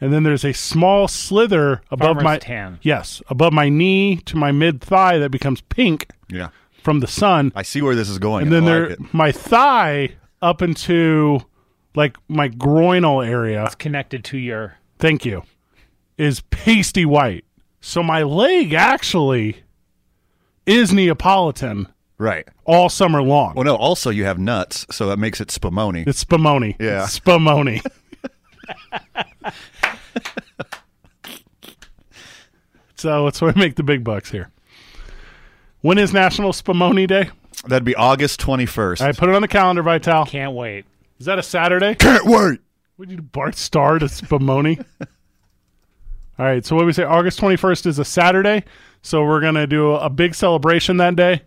and then there's a small slither above
Farmer's
my
tan.
Yes, above my knee to my mid thigh that becomes pink
Yeah.
from the sun,
I see where this is going.
and then
I
there
like it.
my thigh up into like my groinal area.
Connected to your
Thank you. Is pasty white. So my leg actually is Neapolitan
Right.
all summer long.
Well, no. Also, you have nuts, so that makes it spumoni.
It's Spumoni.
Yeah.
It's Spumoni. so that's why we make the big bucks here. When is National Spumoni Day?
That'd be August twenty first.
I put it on the calendar, Vital.
Can't wait.
Is that a Saturday?
can't wait.
Would you do Bart Starr to Spumoni? All right, so what we say August 21st is a Saturday, so we're going to do a big celebration that day.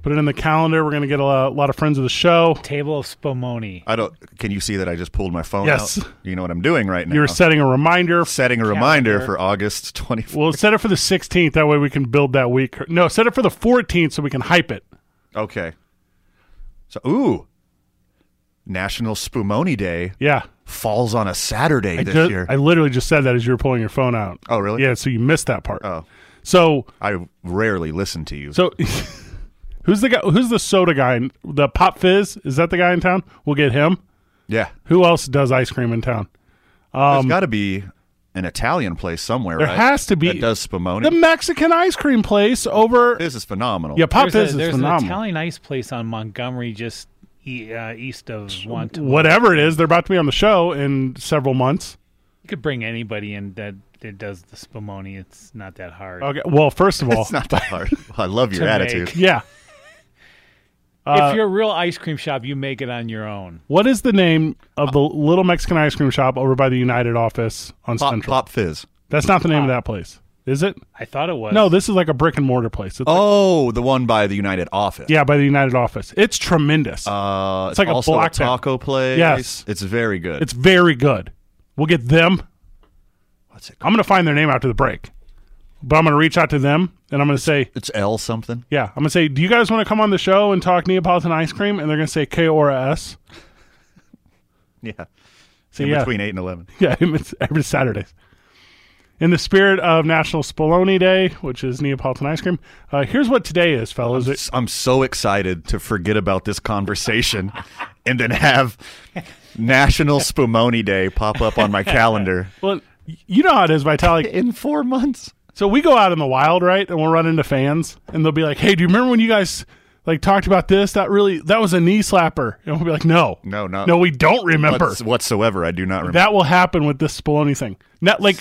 Put it in the calendar. We're going to get a lot, lot of friends of the show.
Table of Spumoni.
I don't. Can you see that I just pulled my phone
Yes.
out? You know what I'm doing right now.
You're setting a reminder.
setting a reminder
Calendar.
for August 24th.
Well, set it for the 16th. That way we can build that week. No, set it for the 14th so we can hype it.
Okay. So, ooh, National Spumoni Day
Yeah.
falls on a Saturday
I,
this
ju-
year.
I literally just said that as you were pulling your phone out.
oh, really?
Yeah, so you missed that part.
Oh.
So
I rarely listen to you.
So who's the guy? Who's the soda guy? in- The Pop Fizz is that the guy in town? We'll get him.
yeah.
Who else does ice cream in town?
There's got to be an Italian place somewhere,
um, There
right?
has to be.
That does Spumoni.
The Mexican ice cream place over.
this is phenomenal.
yeah, Pop
There's, a,
Fizz is
there's an
phenomenal.
Italian ice place on Montgomery, just e- uh, east of Wanton.
Whatever it is, they're about to be on the show in several months.
You could bring anybody in that that does the Spumoni. It's not that hard.
Okay. Well, first of all,
It's not that hard. I love your
To
attitude.
make.
yeah. uh,
if you're a real ice cream shop, you make it on your own.
What is the name of the little Mexican ice cream shop over by the United office on
Pop,
Central?
pop fizz.
That's not the name of that place, is it?
I thought it was.
No, this is like a brick and mortar place. It's like-
Oh, the one by the United Office.
yeah, by the United office. It's tremendous.
Oh. Uh, it's
like a
also
block down.
taco place.
Yes.
It's very good.
It's very good. We'll get them.
What's it
I'm going to find their name after the break, but I'm going to reach out to them and I'm going to say,
It's L something.
yeah, I'm going to say, do you guys want to come on the show and talk Neapolitan ice cream? And they're going to say K or S.
Yeah.
So
In
yeah,
between 8 and 11.
yeah, it's every Saturdays. In the spirit of National Spoloni Day, which is Neapolitan ice cream, uh, here's what today is, fellas. It-
I'm so excited to forget about this conversation and then have National Spumoni Day pop up on my calendar
well, you know how it is, Vitalik.
in four months.
So we go out in the wild, right? And we'll run into fans, and they'll be like, "Hey, do you remember when you guys like talked about this? That really that was a knee slapper." And we'll be like, "No,
No, not-
no, we don't remember."
What's- whatsoever, I do not remember.
That will happen with this Spoloni thing. Not like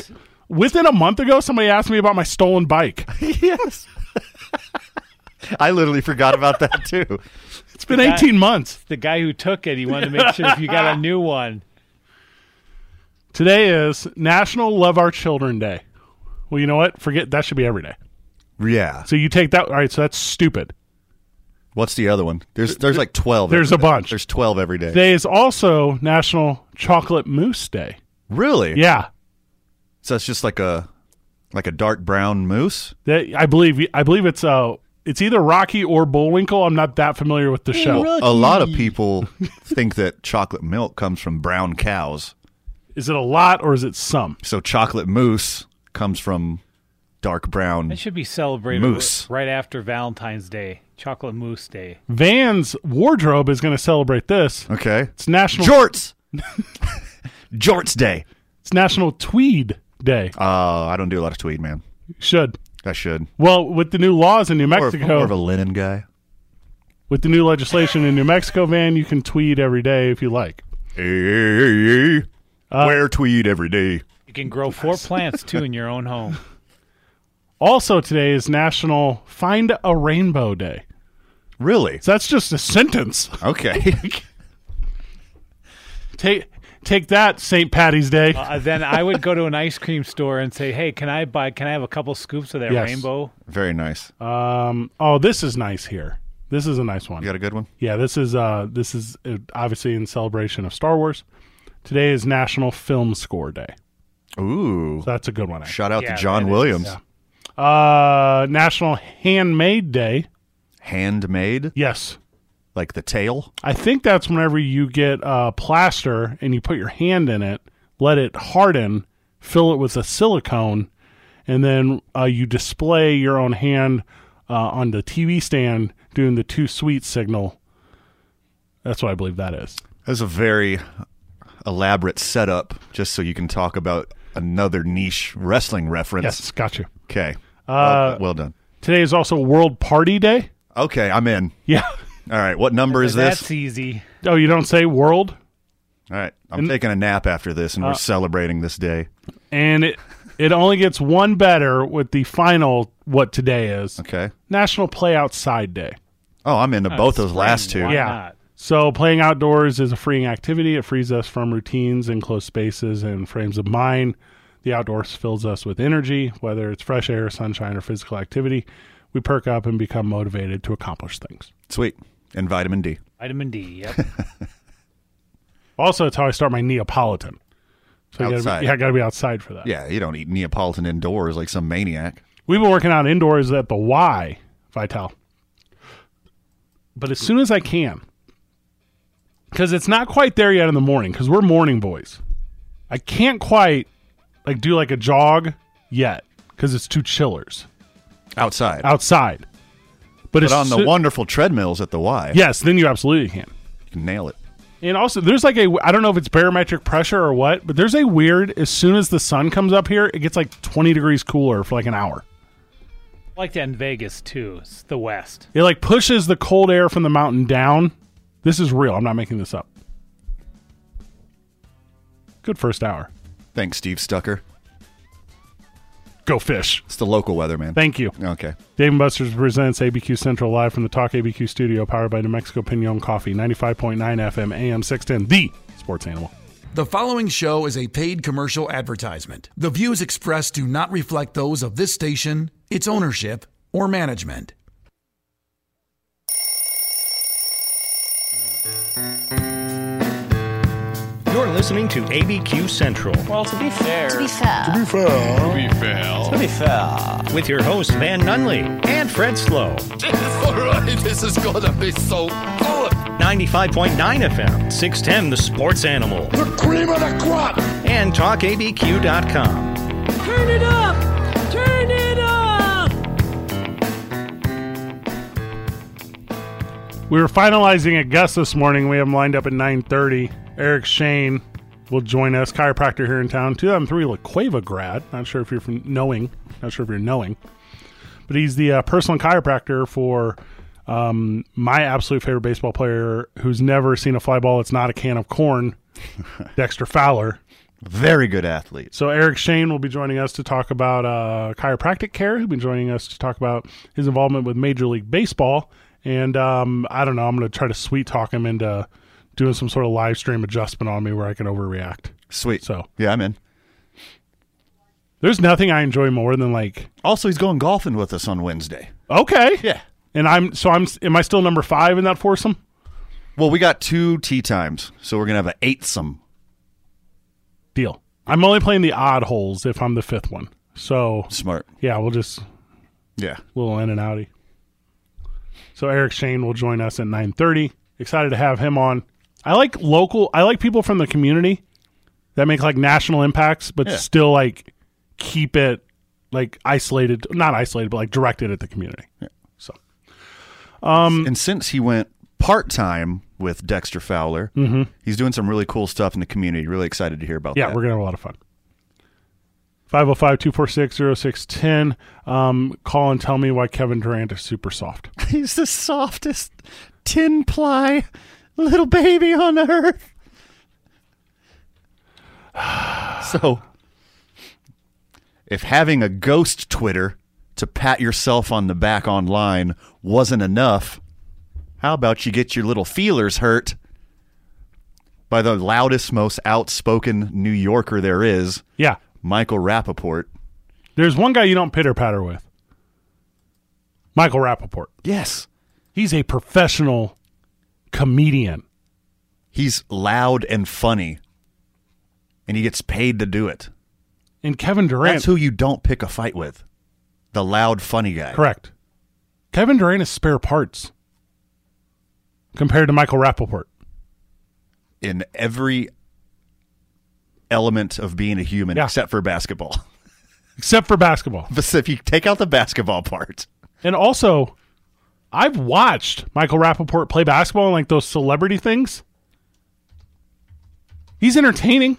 within a month ago, somebody asked me about my stolen bike.
yes. I literally forgot about that too.
It's been eighteen months.
the guy who took it, he wanted to make sure if you got a new one.
Today is National Love Our Children Day. Well, you know what? Forget that should be every day.
Yeah.
So you take that. All right, so that's stupid.
What's the other one? There's there's like 12.
There's
every
a
day.
bunch.
There's 12 every day.
Today is also National Chocolate Mousse Day.
really?
Yeah,
So it's just like a like a dark brown moose.
That I believe I believe it's uh it's either Rocky or Bullwinkle. I'm not that familiar with the show.
A lot of people think that chocolate milk comes from brown cows.
Is it a lot or is it some?
So chocolate mousse comes from dark brown.
That should be celebrated
Moose.
right after Valentine's Day, Chocolate Moose Day.
Van's wardrobe is going to celebrate this.
Okay.
It's National
Jorts. Jorts Day.
it's National Tweed Day.
Uh, I don't do a lot of tweed, man.
Should
I should.
well with the new laws in New
More, of- more
Mexico,
of a linen guy.
with the new legislation in New Mexico, Van, you can tweed every day if you like.
Hey, Wear tweed every day.
You can grow four plants too in your own home.
Also today is National Find a Rainbow Day.
Really?
So that's just a sentence.
Okay.
Take take that St. Patty's Day.
Uh, then I would go to an ice cream store and say, "Hey, can I buy? Can I have a couple scoops of that
Yes.
rainbow?"
Very nice.
Um, oh, this is nice here. This is a nice one.
You got a good one?
Yeah, this is uh, this is uh, obviously in celebration of Star Wars. Today is National Film Score Day.
Ooh.
So that's a good one. actually.
Shout out
Yeah,
to John
that is-
Williams.
Uh, National Handmade Day.
Handmade,
Yes,
like the tail.
I think that's whenever you get uh, plaster and you put your hand in it, let it harden, fill it with a silicone, and then uh, you display your own hand uh, on the TV stand doing the two sweet signal. That's what I believe that is.
That's a very elaborate setup just so you can talk about another niche wrestling reference.
Yes, gotcha.
Okay. well, well done.
Today is also World Party Day.
Okay, I'm in.
Yeah.
All right, what number is
That's
this?
easy.
Oh, you don't say world?
All right, I'm taking a nap after this, and we're celebrating this day.
And it it only gets one better with the final what today is.
Okay.
National Play Outside Day.
Oh, I'm into both those last two.
Why
Yeah.
not?
So playing outdoors is a freeing activity. It frees us from routines, enclosed spaces, and frames of mind. The outdoors fills us with energy, whether it's fresh air, sunshine, or physical activity. We perk up and become motivated to accomplish things.
Sweet. And vitamin D.
Vitamin D. Yep.
Also, it's how I start my Neapolitan. So you gotta
Outside.
be, yeah, I got to be outside for that.
Yeah, you don't eat Neapolitan indoors like some maniac.
We've been working out indoors at the Y, Vital. But as soon as I can, because it's not quite there yet in the morning, because we're morning boys. I can't quite like do like a jog yet because it's two chillers
Outside.
Uh, outside. But,
but
it's
on the wonderful treadmills at the Y,
yes, then you absolutely can.
you can nail it.
And also, there's like a I don't know if it's barometric pressure or what, but there's a weird. As soon as the sun comes up here, it gets like 20 degrees cooler for like an hour.
like that in Vegas too. It's the West.
It like pushes the cold air from the mountain down. This is real. I'm not making this up. Good first hour.
Thanks, Steve Stucker.
Go fish.
It's the local weatherman.
Thank you.
Okay.
Dave and Buster's presents ABQ Central live from the Talk ABQ studio, powered by New Mexico Pinon Coffee, 95.9 FM, AM 610, the sports animal.
The following show is a paid commercial advertisement. The views expressed do not reflect those of this station, its ownership, or management.
You're listening to ABQ Central
Well, to be fair, to be
with your host Van Nunley and Fred Slow.
Alright, this is gonna be so good.
95.9 FM, 610 The Sports Animal. The cream of the crop. And talkabq.com.
turn it up, turn it up.
We were finalizing a guest this morning. We have him lined up at 9.30. Eric Shane will join us, chiropractor here in town, 2003 La Cueva grad. Not sure if you're from knowing. Not sure if you're knowing. But he's the uh, personal chiropractor for um, my absolute favorite baseball player who's never seen a fly ball. It's not a can of corn, Dexter Fowler.
Very good athletes.
So Eric Shane will be joining us to talk about uh, chiropractic care. He'll be joining us to talk about his involvement with Major League Baseball, and um, I don't know. I'm going to try to sweet talk him into doing some sort of live stream adjustment on me where I can overreact.
Sweet.
So-
yeah, I'm in.
There's nothing I enjoy more than like
Also, he's going golfing with us on Wednesday.
okay,
Yeah.
And I'm so I'm am I still number five in that foursome?
Well, we got two tea times, so we're gonna have an eightsome.
Deal. I'm only playing the odd holes if I'm the fifth one. So
Smart.
yeah, we'll just
Yeah.
little in and outy. So Eric Shane will join us at nine thirty. Excited to have him on. I like local. I like people from the community that make like national impacts, but
Yeah.
still like keep it like isolated, not isolated, but like directed at the community. So
and since he went part time with Dexter Fowler, he's doing some really cool stuff in the community. Really excited to hear about
yeah,
that.
we're gonna have a lot of fun. 505-246-0610. Um, call and tell me why Kevin Durant is super soft.
he's the softest tin ply little baby on earth. so, if having a ghost Twitter to pat yourself on the back online wasn't enough, how about you get your little feelers hurt by the loudest, most outspoken New Yorker there is,
Yeah.
Michael Rappaport?
There's one guy you don't pitter patter with. Michael Rappaport.
Yes.
He's a professional comedian.
He's loud and funny, and he gets paid to do it.
And Kevin Durant.
That's who you don't pick a fight with. The loud, funny guy.
correct. Kevin Durant is spare parts compared to Michael Rappaport.
In every element of being a human
Yeah.
except for basketball.
Except for basketball.
But if you take out the basketball part,
And also, I've watched Michael Rappaport play basketball and like those celebrity things. He's entertaining.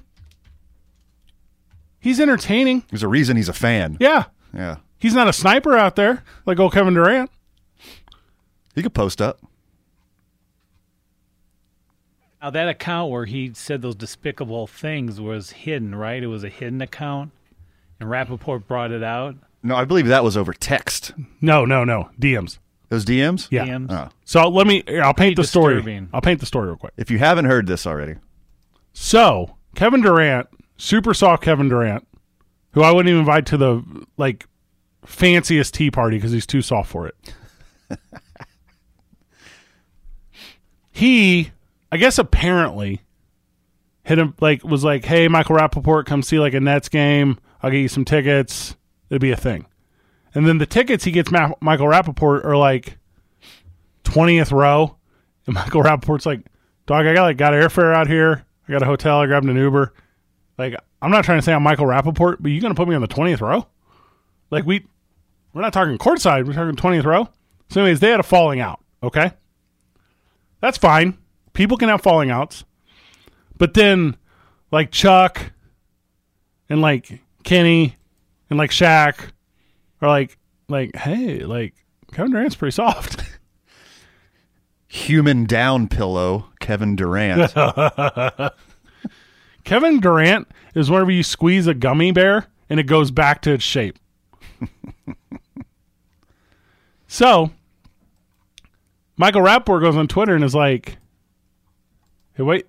He's entertaining.
There's a reason he's a fan.
Yeah.
Yeah.
He's not a sniper out there like old Kevin Durant.
He could post up.
Now that account where he said those despicable things was hidden, right? It was a hidden account, and Rappaport brought it out.
No, I believe that was over text.
No, no, no. DMs.
Those DMs?
Yeah. uh-huh.
DMs.
Oh.
So let me. here, I'll paint the story.
disturbing.
I'll paint the story real quick.
If you haven't heard this already,
So Kevin Durant, super saw Kevin Durant, who I wouldn't even invite to the like fanciest tea party because he's too soft for it. he, I guess, apparently hit him like was like, "Hey, Michael Rappaport, come see like a Nets game. I'll get you some tickets. It'll be a thing." And then the tickets he gets Ma- Michael Rappaport are like twentieth row, and Michael Rappaport's like, "Dog, I got like got airfare out here. I got a hotel. I grabbed an Uber. Like, I'm not trying to say I'm Michael Rappaport, but you gonna put me on the twentieth row? Like, we we're not talking courtside. We're talking twentieth row. So, anyways, they had a falling out. Okay, that's fine. People can have falling outs, but then like Chuck and like Kenny and like Shaq are like like hey like Kevin Durant's pretty soft.
human down pillow, Kevin Durant.
Kevin Durant is whenever you squeeze a gummy bear and it goes back to its shape. so, Michael Rapport goes on Twitter and is like, hey, wait,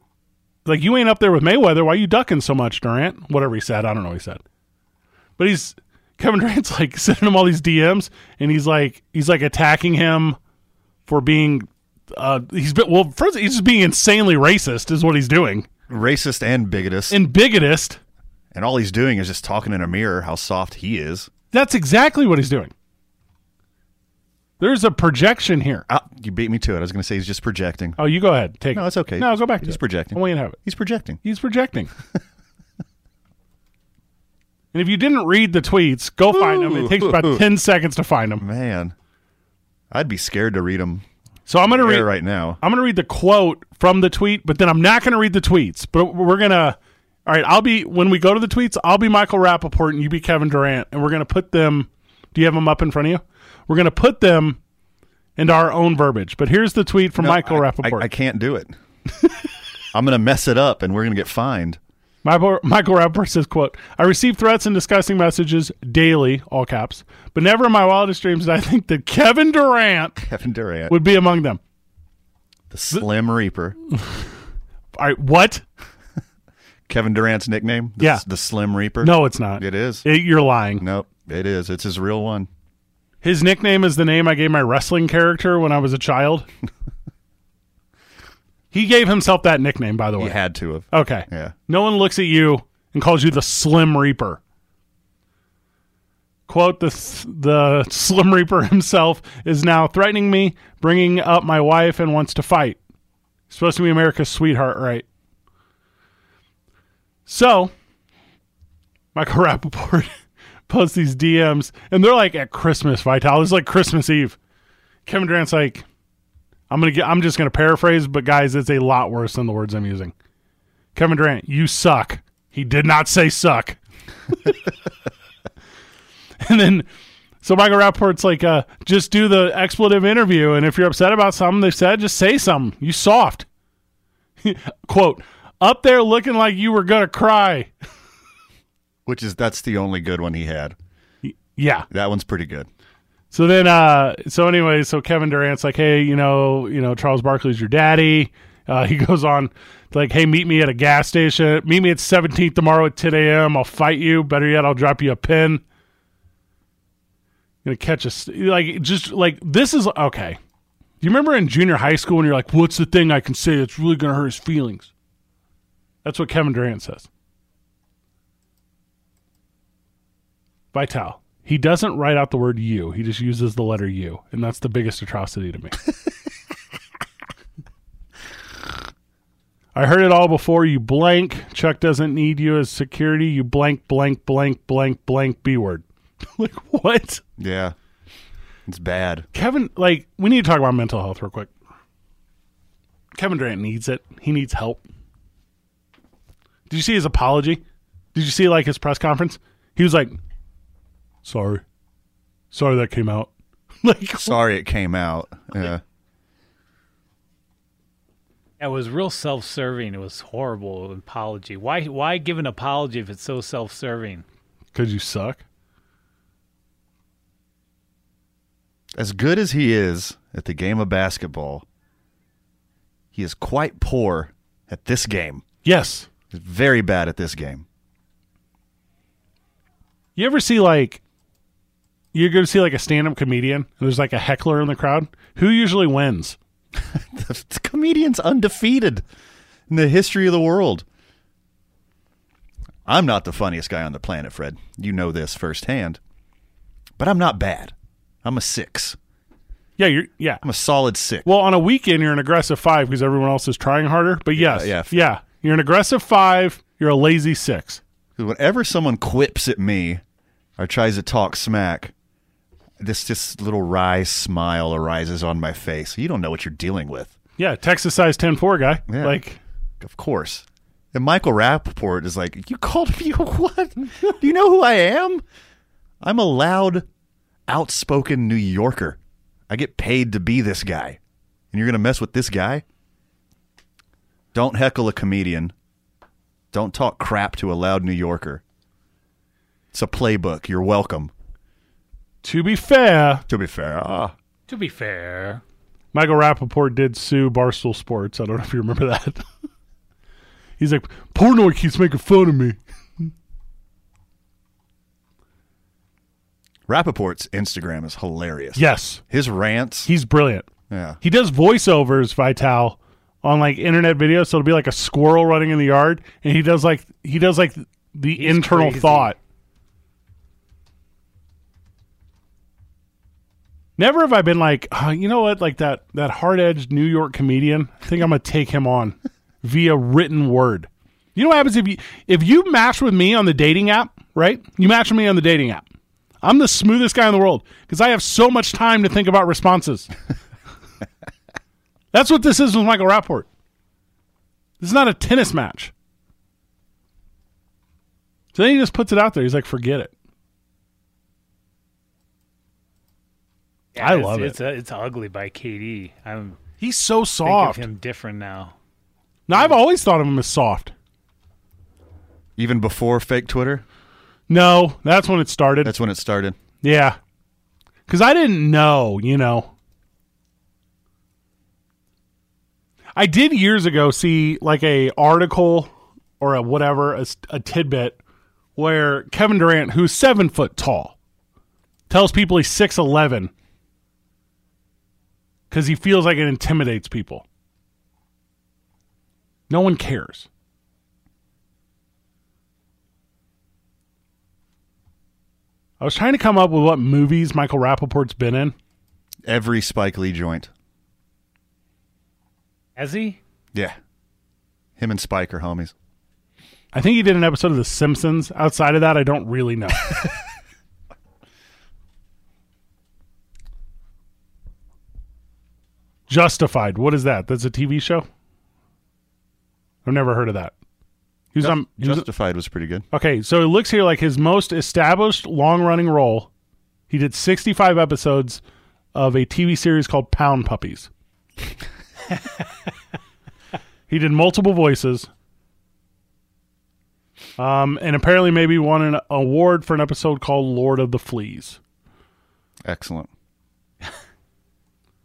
like you ain't up there with Mayweather. Why you ducking so much, Durant? Whatever he said. I don't know what he said. But he's, Kevin Durant's like sending him all these DMs and he's like, he's like attacking him for being, uh, he's been, well, first, he's just being insanely racist is what he's doing
Racist and bigotist.
and bigotist.
and all he's doing is just talking in a mirror how soft he is.
That's exactly what he's doing. There's a projection here.
Ah, you beat me to it. I was going to say he's just projecting.
Oh, you go ahead. Take
No,
it.
it's okay.
No, go back to
He's
it.
projecting.
I want you to have it.
He's projecting.
He's projecting. and if you didn't read the tweets, go find them. It takes about 10 seconds to find them.
Man, I'd be scared to read him
So I'm going to read
here right now.
I'm gonna read the quote from the tweet, but then I'm not gonna read the tweets. But we're gonna, all right. I'll be when we go to the tweets. I'll be Michael Rappaport and you be Kevin Durant, and we're gonna put them. Do you have them up in front of you? We're gonna put them into our own verbiage. But here's the tweet from
No,
Michael
I,
Rappaport.
I, I can't do it. I'm going to mess it up and we're going to get fined.
Michael, Michael Rappaport says, quote, I receive threats and disgusting messages daily, all caps, but never in my wildest dreams did I think that Kevin Durant
Kevin Durant,
would be among them.
the Slim Reaper.
All right, what?
Kevin Durant's nickname? The,
Yeah.
The Slim Reaper?
No, it's not.
It is.
It- you're lying.
Nope, it is. It's his real one.
His nickname is the name I gave my wrestling character when I was a child. he gave himself that nickname, by the
He
way.
had to have.
Okay.
Yeah.
No one looks at you and calls you the Slim Reaper. Quote the the Slim Reaper himself is now threatening me, bringing up my wife, and wants to fight. He's supposed to be America's sweetheart, right? So, Michael Rappaport posts these DMs, and they're like at Christmas, Vital. It's like Christmas Eve. Kevin Durant's like, I'm gonna get, I'm just gonna paraphrase, but guys, it's a lot worse than the words I'm using. Kevin Durant, you suck. He did not say suck. and then, so Michael Rapport's like, uh, just do the expletive interview. And if you're upset about something they said, just say something. You soft. Quote, up there looking like you were going to cry.
Which is, that's the only good one he had.
Yeah.
That one's pretty good.
So then, uh, so anyway, so Kevin Durant's like, hey, you know, you know, Charles Barkley's your daddy. Uh, he goes on to like, hey, meet me at a gas station. Meet me at 17th tomorrow at 10 a.m. I'll fight you. Better yet, I'll drop you a pin. Gonna catch us like just like this is okay. Do you remember in junior high school when you're like, what's the thing I can say that's really gonna hurt his feelings? That's what Kevin Durant says. Vital. He doesn't write out the word you. He just uses the letter U, and that's the biggest atrocity to me. I heard it all before. You blank. Chuck doesn't need you as security. You blank, blank, blank, blank, blank B word. like, what?
Yeah. It's bad.
Kevin, like, we need to talk about mental health real quick. Kevin Durant needs it. He needs help. Did you see his apology? Did you see like his press conference? He was like, "Sorry, sorry that came out." Like,
Sorry it came out. Yeah.
It was real self-serving. It was horrible apology. Why? Why give an apology if it's so self-serving?
cause you suck.
As good as he is at the game of basketball, he is quite poor at this game.
Yes.
He's very bad at this game.
You ever see like you're going to see like a stand-up comedian and there's like a heckler in the crowd? Who usually wins?
The, the comedian's undefeated in the history of the world. I'm not the funniest guy on the planet, Fred. You know this firsthand. But I'm not bad. I'm a six.
Yeah, you're yeah.
I'm a solid six.
Well, on a weekend you're an aggressive 5 because everyone else is trying harder, but yes.
yeah.
yeah. You're an aggressive 5, you're a lazy 6.
'Cause whenever someone quips at me or tries to talk smack, this this little wry smile arises on my face. You don't know what you're dealing with.
Yeah, Texas size 10-4 guy.
Yeah.
Like
Of course. And Michael Rappaport is like, You called me what? Do you know who I am? I'm a loud, outspoken New Yorker. I get paid to be this guy. And you're going to mess with this guy? Don't heckle a comedian. Don't talk crap to a loud New Yorker. It's a playbook. You're welcome.
to be fair,
To be fair, ah.
To be fair,
Michael Rappaport did sue Barstool Sports. I don't know if you remember that. He's like, Pornoy keeps making fun of me.
Rappaport's Instagram is hilarious.
Yes,
His rants.
he's brilliant.
yeah.
He does voiceovers, Vital, on like internet videos. So it'll be like a squirrel running in the yard, and he does like he does like the internal
crazy.
thought. Never have I been like, "Ah, you know what, like that that hard edged New York comedian. I think I'm gonna take him on via written word. You know what happens if you if you match with me on the dating app, right? You match with me on the dating app. I'm the smoothest guy in the world because I have so much time to think about responses. That's what this is with Michael Rapport. This is not a tennis match. So then he just puts it out there. He's like, forget it. I
it's-
love it.
It's uh it's ugly by KD. I'm
He's so
think of
soft.
him different now.
Now, I've always thought of him as soft.
Even before fake Twitter,
No, that's when it started.
that's when it started.
yeah. Because I didn't know, you know. I did years ago see like a article or a whatever, a, s- a tidbit where Kevin Durant, who's seven foot tall, tells people he's 6'11 because he feels like it intimidates people. No one cares. I was trying to come up with what movies Michael Rappaport's been in.
Every Spike Lee joint.
Has he?
Yeah. Him and Spike are homies.
I think he did an episode of The Simpsons. Outside of that, I don't really know. Justified. What is that? That's a TV show? I've never heard of that. He was on, he was-
Justified was pretty good.
okay, so it looks here like his most established long running role. He did 65 episodes of a TV series called Pound Puppies. he did multiple voices. Um, and apparently, maybe won an award for an episode called Lord of the Fleas.
Excellent.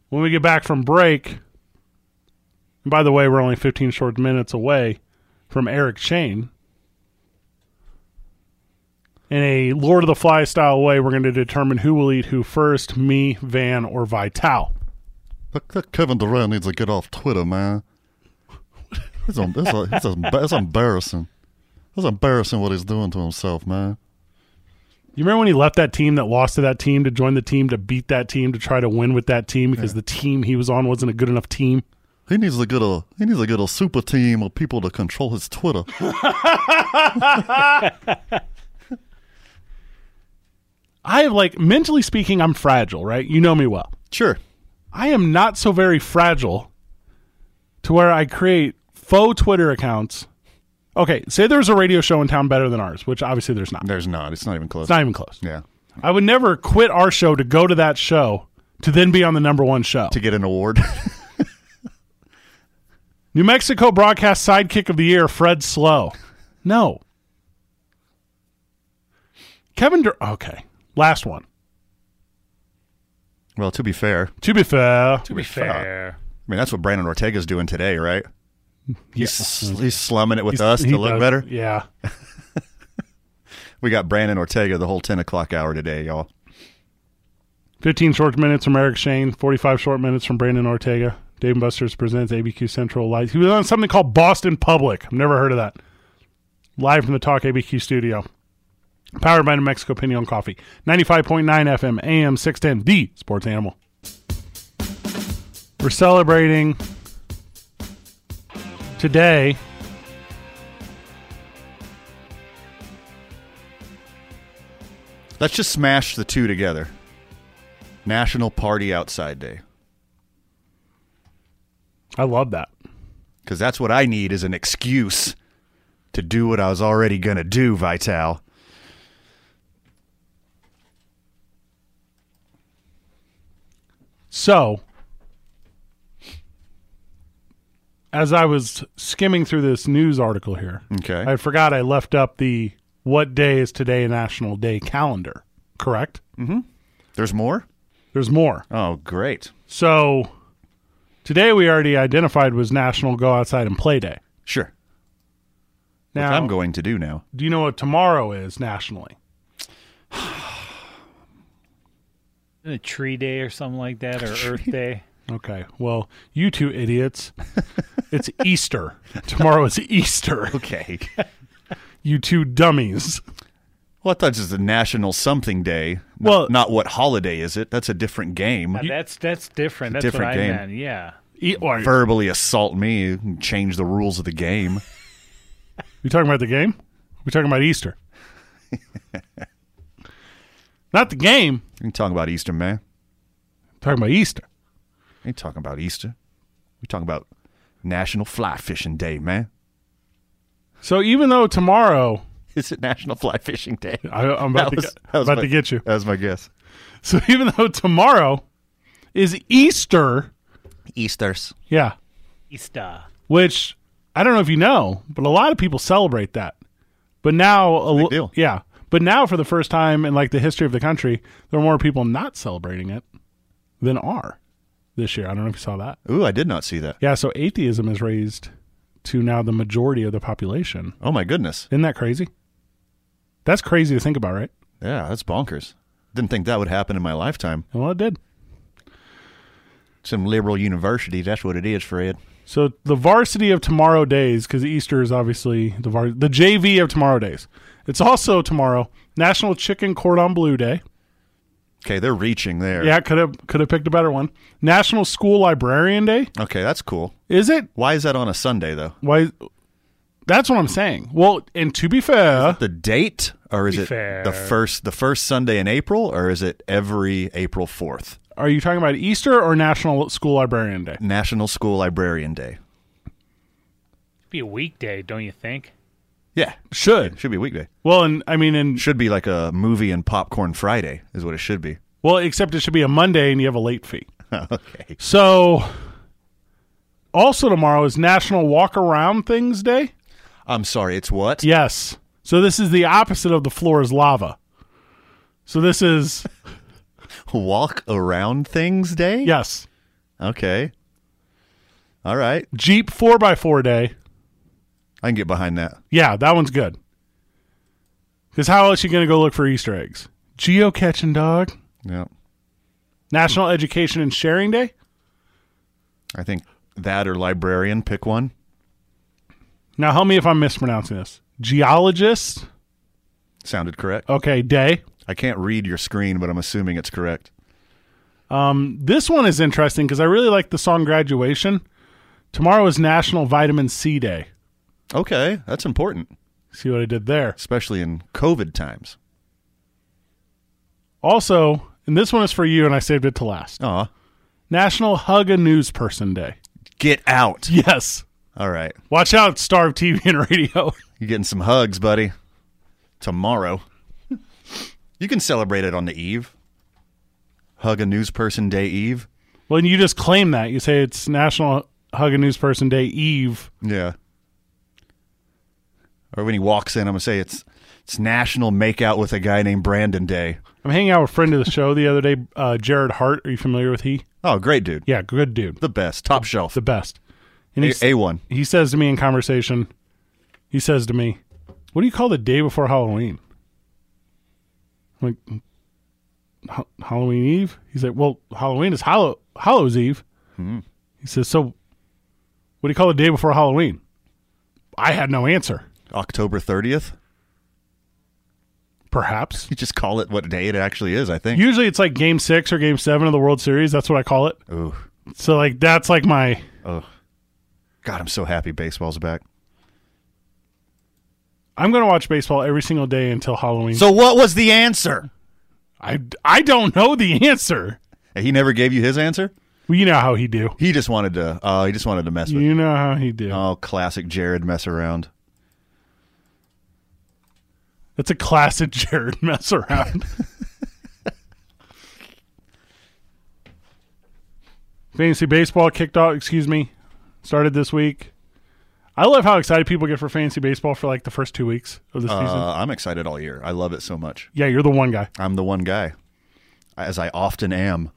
When we get back from break, and by the way, we're only 15 short minutes away from Eric Shane. In a Lord of the Fly style way, we're going to determine who will eat who first me, Van, or Vital.
Look, that Kevin Durant needs to get off Twitter, man. It's, um, it's, a, it's, a, it's embarrassing. It's embarrassing what he's doing to himself, man.
You remember when he left that team that lost to that team to join the team to beat that team to try to win with that team because the team he was on wasn't a good enough team?
He needs to get a he needs to get a super team of people to control his Twitter.
I have, like, mentally speaking, I'm fragile, right? You know me well.
Sure.
I am not so very fragile to where I create faux Twitter accounts. Okay, say there's a radio show in town better than ours, which obviously there's not.
There's not. It's not even close.
It's not even close.
yeah.
I would never quit our show to go to that show to then be on the number one show.
To get an award.
New Mexico broadcast sidekick of the year, Fred Slow. No. Kevin Dur- Okay, last one.
well, to be fair,
To be fair,
To be fair.
I mean, that's what Brandon Ortega's doing today, right? He's, sl- he's slumming it with
He's-
us to
he
look
does-
better.
Yeah.
We got Brandon Ortega the whole 10 o'clock hour today, y'all.
15 short minutes from Eric Shane, 45 short minutes from Brandon Ortega. Dave and Buster's presents ABQ Central Live. He was on something called Boston Public. I've never heard of that. Live from the Talk ABQ studio. Powered by New Mexico Pinion Coffee. 95.9 FM, AM 610, the sports animal. We're celebrating today.
Let's just smash the two together. National Party Outside Day.
I love that.
Because that's what I need is an excuse to do what I was already going to do, Vital.
So, as I was skimming through this news article here,
Okay.
I forgot I left up the what day is today National Day calendar, correct?
There's more?
There's more.
Oh, great.
So, today we already identified was National Go Outside and Play Day.
Sure.
Now,
Which I'm going to do now.
do you know what tomorrow is nationally?
Isn't it Tree Day or something like that, or Earth Day?
Okay. Well, you two idiots. it's Easter. Tomorrow is Easter.
Okay.
You two dummies.
well, I thought this is the National Something Day. Not-
Well-
not what holiday is it? That's a different game.
Now, that's that's different. That's
different
what I
game.
meant. Yeah.
E- or-
verbally assault me and change the rules of the game.
We talking about the game? We talking about Easter? Not the game.
You ain't talking about Easter, man.
talking about Easter.
We ain't talking about Easter. We talking about National Fly Fishing Day, man.
So even though tomorrow,
Is it National Fly Fishing Day?
I, I'm about, to, get,
that was
about
my-
to get you.
That was my guess.
So even though tomorrow is Easter,
Easter's.
yeah,
Easter.
which I don't know if you know, but a lot of people celebrate that. But now, a li-
deal.
yeah, but now for the first time in like the history of the country, there are more people not celebrating it than are this year. I don't know if you saw that.
Ooh, I did not see that.
Yeah, so atheism is raised to now the majority of the population.
Oh my goodness.
Isn't that crazy? That's crazy to think about, right?
Yeah, that's bonkers. Didn't think that would happen in my lifetime.
Well, it did.
Some liberal university, that's what it is, Fred.
So the varsity of tomorrow days, because Easter is obviously the var- the JV of tomorrow days. It's also tomorrow National Chicken Cordon Bleu Day.
Okay, they're reaching there.
Yeah, could have could have picked a better one. National School Librarian Day.
Okay, that's cool.
Is it?
Why is that on a Sunday though?
Why? That's what I'm saying. Well, and to be fair,
The date or is
Be
it
fair.
the first the first Sunday in April or is it every April 4th?
are you talking about Easter or National School Librarian Day?
National School Librarian Day.
It'd be a weekday, don't you think?
Yeah.
Should.
Should be a weekday.
Well, and I mean, and
Should be like a movie and popcorn Friday is what it should be.
Well, except it should be a Monday and you have a late fee.
okay.
So, also tomorrow is National Walk Around Things Day.
I'm sorry, it's what?
Yes. So, this is the opposite of the floor is lava. So, this is,
Walk around things day?
yes,
Okay. All right.
Jeep 4x4 Day.
I can get behind that.
Yeah, that one's good. Because how else you going to go look for Easter eggs? Geo catching dog.
Yeah.
National Education and Sharing Day.
I think that or librarian, pick one.
Now, help me if I'm mispronouncing this. Geologist.
Sounded correct.
Okay, day.
I can't read your screen, but I'm assuming it's correct.
This one is interesting because I really like the song Graduation. Tomorrow is National Vitamin C Day.
Okay, that's important,
See what I did there.
especially in COVID times.
Also, and this one is for you, and I saved it to last.
Aw.
National Hug a News Person Day.
Get out.
Yes.
All right.
Watch out, Starve TV and Radio.
You're getting some hugs, buddy. Tomorrow. You can celebrate it on the eve. Hug a news person day eve.
Well, and you just claim that. You say it's National Hug a News Person Day Eve.
Yeah. Or when he walks in, I'm gonna say it's it's National Make Out with a Guy Named Brandon Day.
I'm hanging out with a friend of the show the other day, uh, Jared Hart. Are you familiar with he?
Oh, great dude.
Yeah, good dude.
The best. Top shelf.
The best. And
A-
he's-
A1.
he says to me in conversation, he says to me, "What do you call the day before Halloween?" I'm like, "Ha- Halloween Eve. He's like, "Well, Halloween is Hallow Hallows Eve." He says, "So, what do you call the day before Halloween?" I had no answer.
October 30th.
Perhaps.
You just call it what day it actually is, I think.
Usually, it's like Game Six or Game Seven of the World Series. That's what I call it.
Ooh.
So, like, that's like my
God, I'm so happy baseball's back.
I'm going to watch baseball every single day until Halloween.
So what was the answer?
I I don't know the answer.
And He never gave you his answer?
Well, you know how he do.
He just wanted to uh he just wanted to mess with
You know how he do.
Oh, classic Jared mess around.
That's a classic Jared mess around. fantasy baseball kicked off, excuse me, started this week. I love how excited people get for fantasy baseball for like the first two weeks of the season.
Uh, I'm excited all year. I love it so much.
Yeah, you're the one guy.
I'm the one guy, as I often am.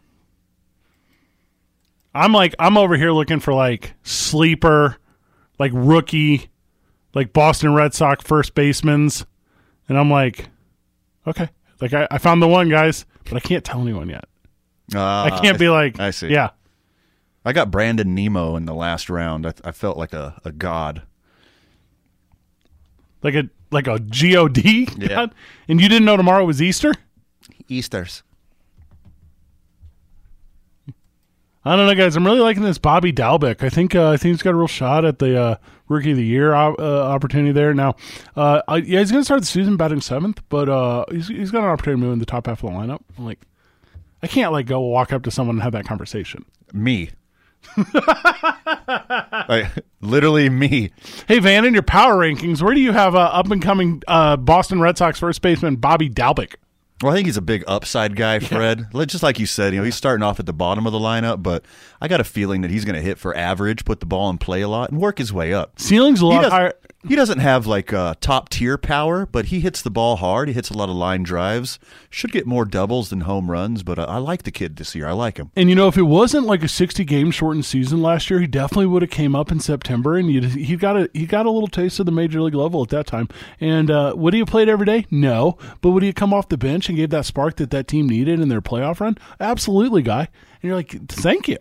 I'm like, I'm over here looking for like sleeper, like rookie, like Boston Red Sox first basemans. And I'm like, okay. Like, I, I found the one, guys, but I can't tell anyone yet.
Uh,
I can't be like,
I see.
Yeah.
I got Brandon Nemo in the last round. I, I felt like a, a god.
like a like a god
Yeah.
God? and you didn't know tomorrow was easter
Easter's.
i don't know guys i'm really liking this bobby dalbeck i think uh, i think he's got a real shot at the uh, rookie of the year op- uh, opportunity there now uh, I, yeah he's gonna start the season batting seventh but uh, he's, he's got an opportunity to move in the top half of the lineup I'm like i can't like go walk up to someone and have that conversation
Me. I- literally me.
hey van in your power rankings where do you have uh, up and coming uh, boston red sox first baseman bobby dalbeck
Well, I think he's a big upside guy, Fred. Like- Just like you said, you know, he's starting off at the bottom of the lineup, but I got a feeling that he's going to hit for average, put the ball in play a lot, and work his way up.
ceiling's a
He
lot higher
doesn't, he doesn't have like uh, top tier power, but he hits the ball hard. He hits a lot of line drives. Should get more doubles than home runs, but I, I like the kid this year. I like him.
And you know, if it wasn't like a sixty game shortened season last year, he definitely would have came up in September, and you'd, he got a he got a little taste of the major league level at that time. And uh, would he have played every day? No, but would he have come off the bench and gave that spark that that team needed in their playoff run? Absolutely, guy. And you're like, thank you.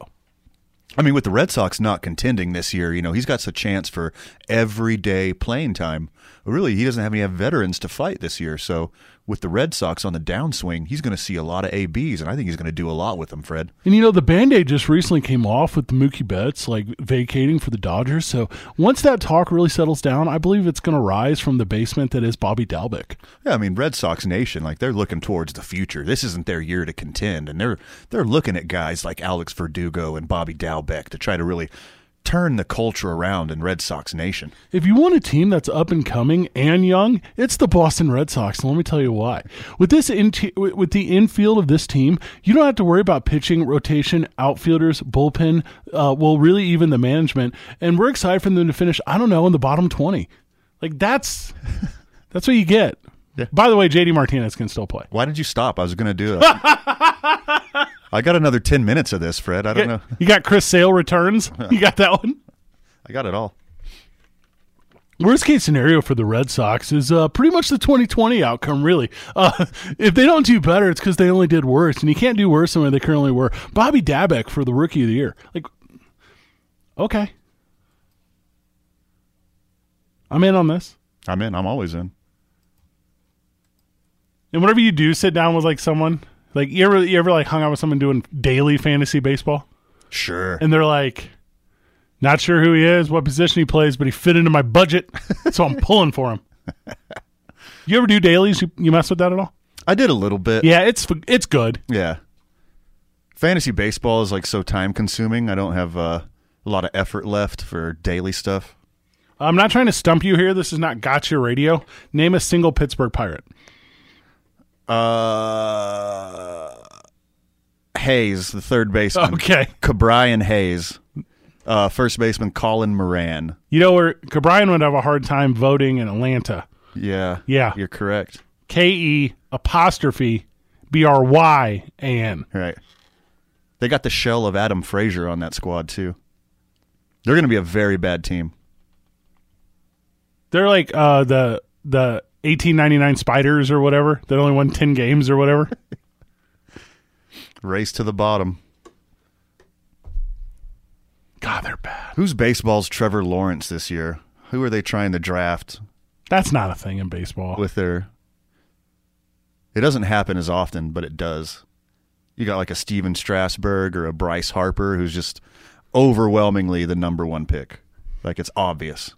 I mean, with the Red Sox not contending this year, you know, he's got a chance for everyday playing time. Really, he doesn't have any veterans to fight this year. So, with the Red Sox on the downswing, he's going to see a lot of ABs, and I think he's going to do a lot with them, Fred.
And you know, the band aid just recently came off with the Mookie Betts like vacating for the Dodgers. So once that talk really settles down, I believe it's going to rise from the basement that is Bobby Dalbec.
Yeah, I mean, Red Sox Nation, like they're looking towards the future. This isn't their year to contend, and they're they're looking at guys like Alex Verdugo and Bobby Dalbec to try to really turn the culture around in Red Sox Nation.
If you want a team that's up and coming and young, it's the Boston Red Sox. And let me tell you why. With this inte- with the infield of this team, you don't have to worry about pitching, rotation, outfielders, bullpen, uh, well, really even the management. And we're excited for them to finish. I don't know in the bottom twenty. Like that's that's what you get. By the way, JD Martinez can still play.
Why did you stop? I was going to do it. I got another ten minutes of this, Fred. I don't know.
You got Chris Sale returns. You got that one.
I got it all.
Worst case scenario for the Red Sox is uh, pretty much the 2020 outcome, really. Uh, if they don't do better, it's because they only did worse, and you can't do worse than where they currently were. Bobby Dabek for the Rookie of the Year. Like, okay. I'm in on this.
I'm in. I'm always in.
And whenever you do sit down with, like, someone, like, you ever, you ever, like, hung out with someone doing daily fantasy baseball?
Sure.
and they're like, not sure who he is, what position he plays, but he fit into my budget, so I'm pulling for him. You ever do dailies? You, you mess with that at all?
I did a little bit.
Yeah, it's it's good.
Yeah. Fantasy baseball is like so time consuming. I don't have uh, a lot of effort left for daily stuff.
I'm not trying to stump you here. This is not gotcha radio. Name a single Pittsburgh Pirate.
Uh, Hayes, the third baseman.
Okay.
Cabrian Hayes. Uh, first baseman Colin Moran.
You know where Cabrian would have a hard time voting in Atlanta.
Yeah.
Yeah.
You're correct.
K E apostrophe B R Y A N.
Right. They got the shell of Adam Frazier on that squad too. They're going to be a very bad team.
They're like uh, the the 1899 Spiders or whatever. That only won 10 games or whatever.
Race to the bottom.
God, they're bad.
Who's baseball's Trevor Lawrence this year? Who are they trying to draft
That's not a thing in baseball.
with their? It doesn't happen as often, but it does. You got like a Steven Strasburg or a Bryce Harper, who's just overwhelmingly the number one pick. Like it's obvious.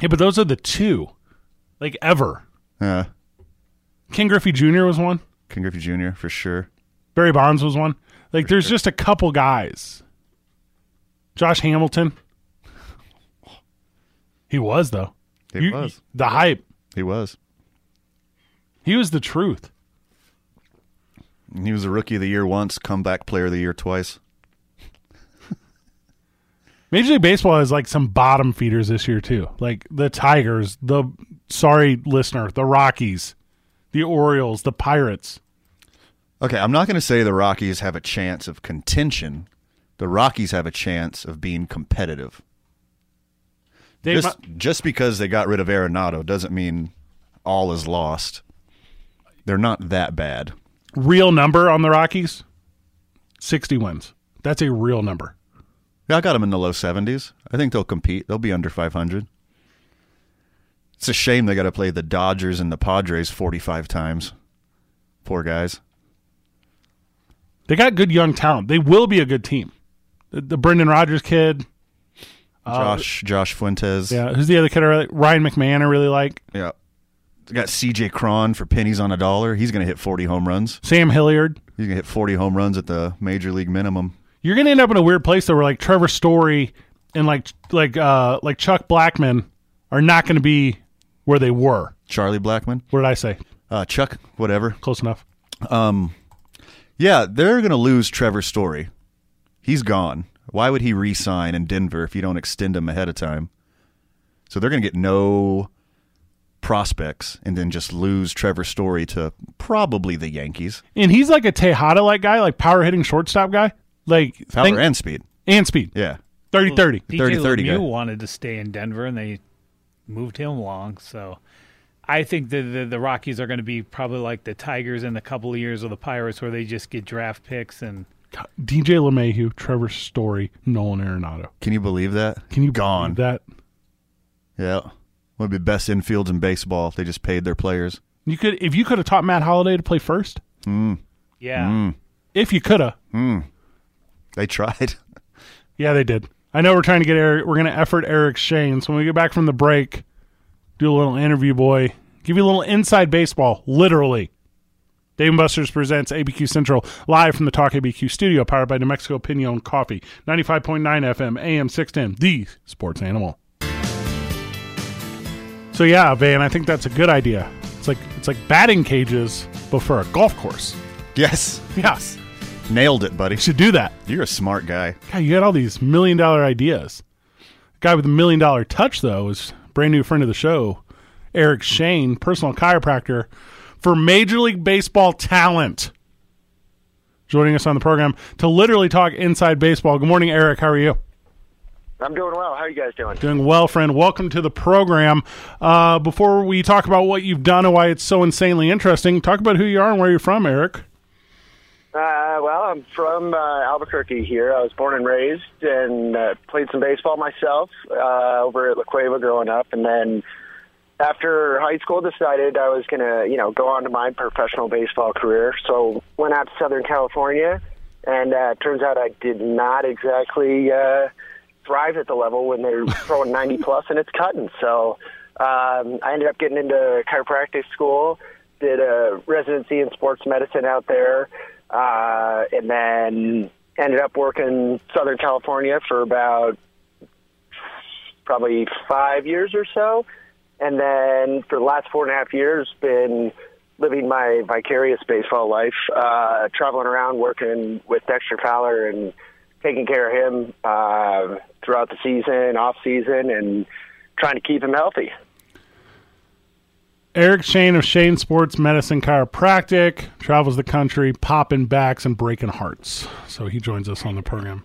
Yeah, but those are the two, like ever.
Uh,
Ken Griffey Jr. was one.
Ken Griffey Jr. for sure.
Barry Bonds was one. Like, there's just a couple guys. Josh Hamilton. He was though.
He was.
the hype.
He was.
He was the truth.
And He was a rookie of the year once, comeback player of the year twice.
Major League Baseball has like some bottom feeders this year too, like the Tigers, the sorry listener, the Rockies, the Orioles, the Pirates.
Okay, I'm not going to say the Rockies have a chance of contention. The Rockies have a chance of being competitive.
They
just, just because they got rid of Arenado doesn't mean all is lost. They're not that bad.
mi- real number on the Rockies, sixty wins. That's a real number.
Yeah, I got them in the low 70s. I think they'll compete. They'll be under 500. It's a shame they got to play the Dodgers and the Padres 45 times. Poor guys.
They got good young talent. They will be a good team. The, the Brendan Rodgers kid,
Josh Josh Fuentes.
Uh, yeah. Who's the other kid? I really, Ryan McMahon. I really like
Yeah. They got CJ Cron for pennies on a dollar. He's going to hit 40 home runs.
Sam Hilliard.
He's going to hit 40 home runs at the major league minimum.
You're gonna end up in a weird place though, where like Trevor Story and like like uh like Chuck Blackman are not gonna be where they were.
Charlie Blackman,
What did I say?
uh, Chuck, whatever.
Close enough.
Yeah, they're going to lose Trevor Story. He's gone. Why would he re sign in Denver if you don't extend him ahead of time? So they're going to get no prospects and then just lose Trevor Story to probably the Yankees.
And he's like a Tejada like guy, like power hitting shortstop guy. Like
Power
think-
and speed.
and speed.
Yeah.
30 30.
DJ
30-30 guy.
Lemieux wanted to stay in Denver, and they moved him along. So I think the the, the Rockies are going to be probably like the Tigers in a couple of years, or the Pirates, where they just get draft picks. And
DJ LeMahieu, Trevor Story, Nolan Arenado.
Can you believe that?
Can you
Gone.
believe that?
Yeah. One of the best infields in baseball if they just paid their players.
You could if you could have taught Matt Holiday to play first,
yeah,
if you could have.
They tried.
Yeah, they did. I know we're trying to get Eric. We're going to effort Eric Shane. So when we get back from the break, do a little interview, boy. Give you a little inside baseball, literally. Dave and Buster's presents ABQ Central live from the Talk ABQ studio, powered by New Mexico Pinon Coffee, ninety-five point nine FM, AM six ten, the Sports Animal. So yeah, Van, I think that's a good idea. It's like it's like batting cages, but for a golf course.
Yes.
Yes,
Nailed it, buddy.
we should do that.
You're a smart guy.
God, you got all these million dollar ideas. guy with the million dollar touch, though, is brand new friend of the show, Eric Shane, personal chiropractor for Major League Baseball talent. Joining us on the program to literally talk inside baseball. Good morning, Eric. How are you?
I'm doing well. How are you guys doing?
Doing well, friend. Welcome to the program. Uh, before we talk about what you've done and why it's so insanely interesting, talk about who you are and where you're from, Eric.
Uh, well, I'm from uh, Albuquerque here. I was born and raised and uh, played some baseball myself uh, over at La Cueva growing up. And then after high school, decided I was going to, you know, go on to my professional baseball career. So went out to Southern California, and uh, turns out I did not exactly uh, thrive at the level when they're throwing 90 plus and it's cutting. So um, I ended up getting into chiropractic school, did a residency in sports medicine out there, uh, and then ended up working Southern California for about
probably five years or so. And then for the last four and a half years, been living my vicarious baseball life, uh, traveling around, working with Dexter Fowler and taking care of him uh, throughout the season, off season, and trying to keep him healthy.
Eric Shane of Shane Sports Medicine Chiropractic travels the country popping backs and breaking hearts. So he joins us on the program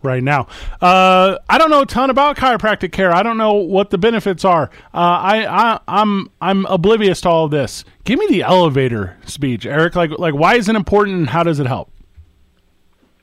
right now. Uh, I don't know a ton about chiropractic care. I don't know what the benefits are. Uh, I, I I'm I'm oblivious to all of this. Give me the elevator speech, Eric. Like like why is it important and how does it help?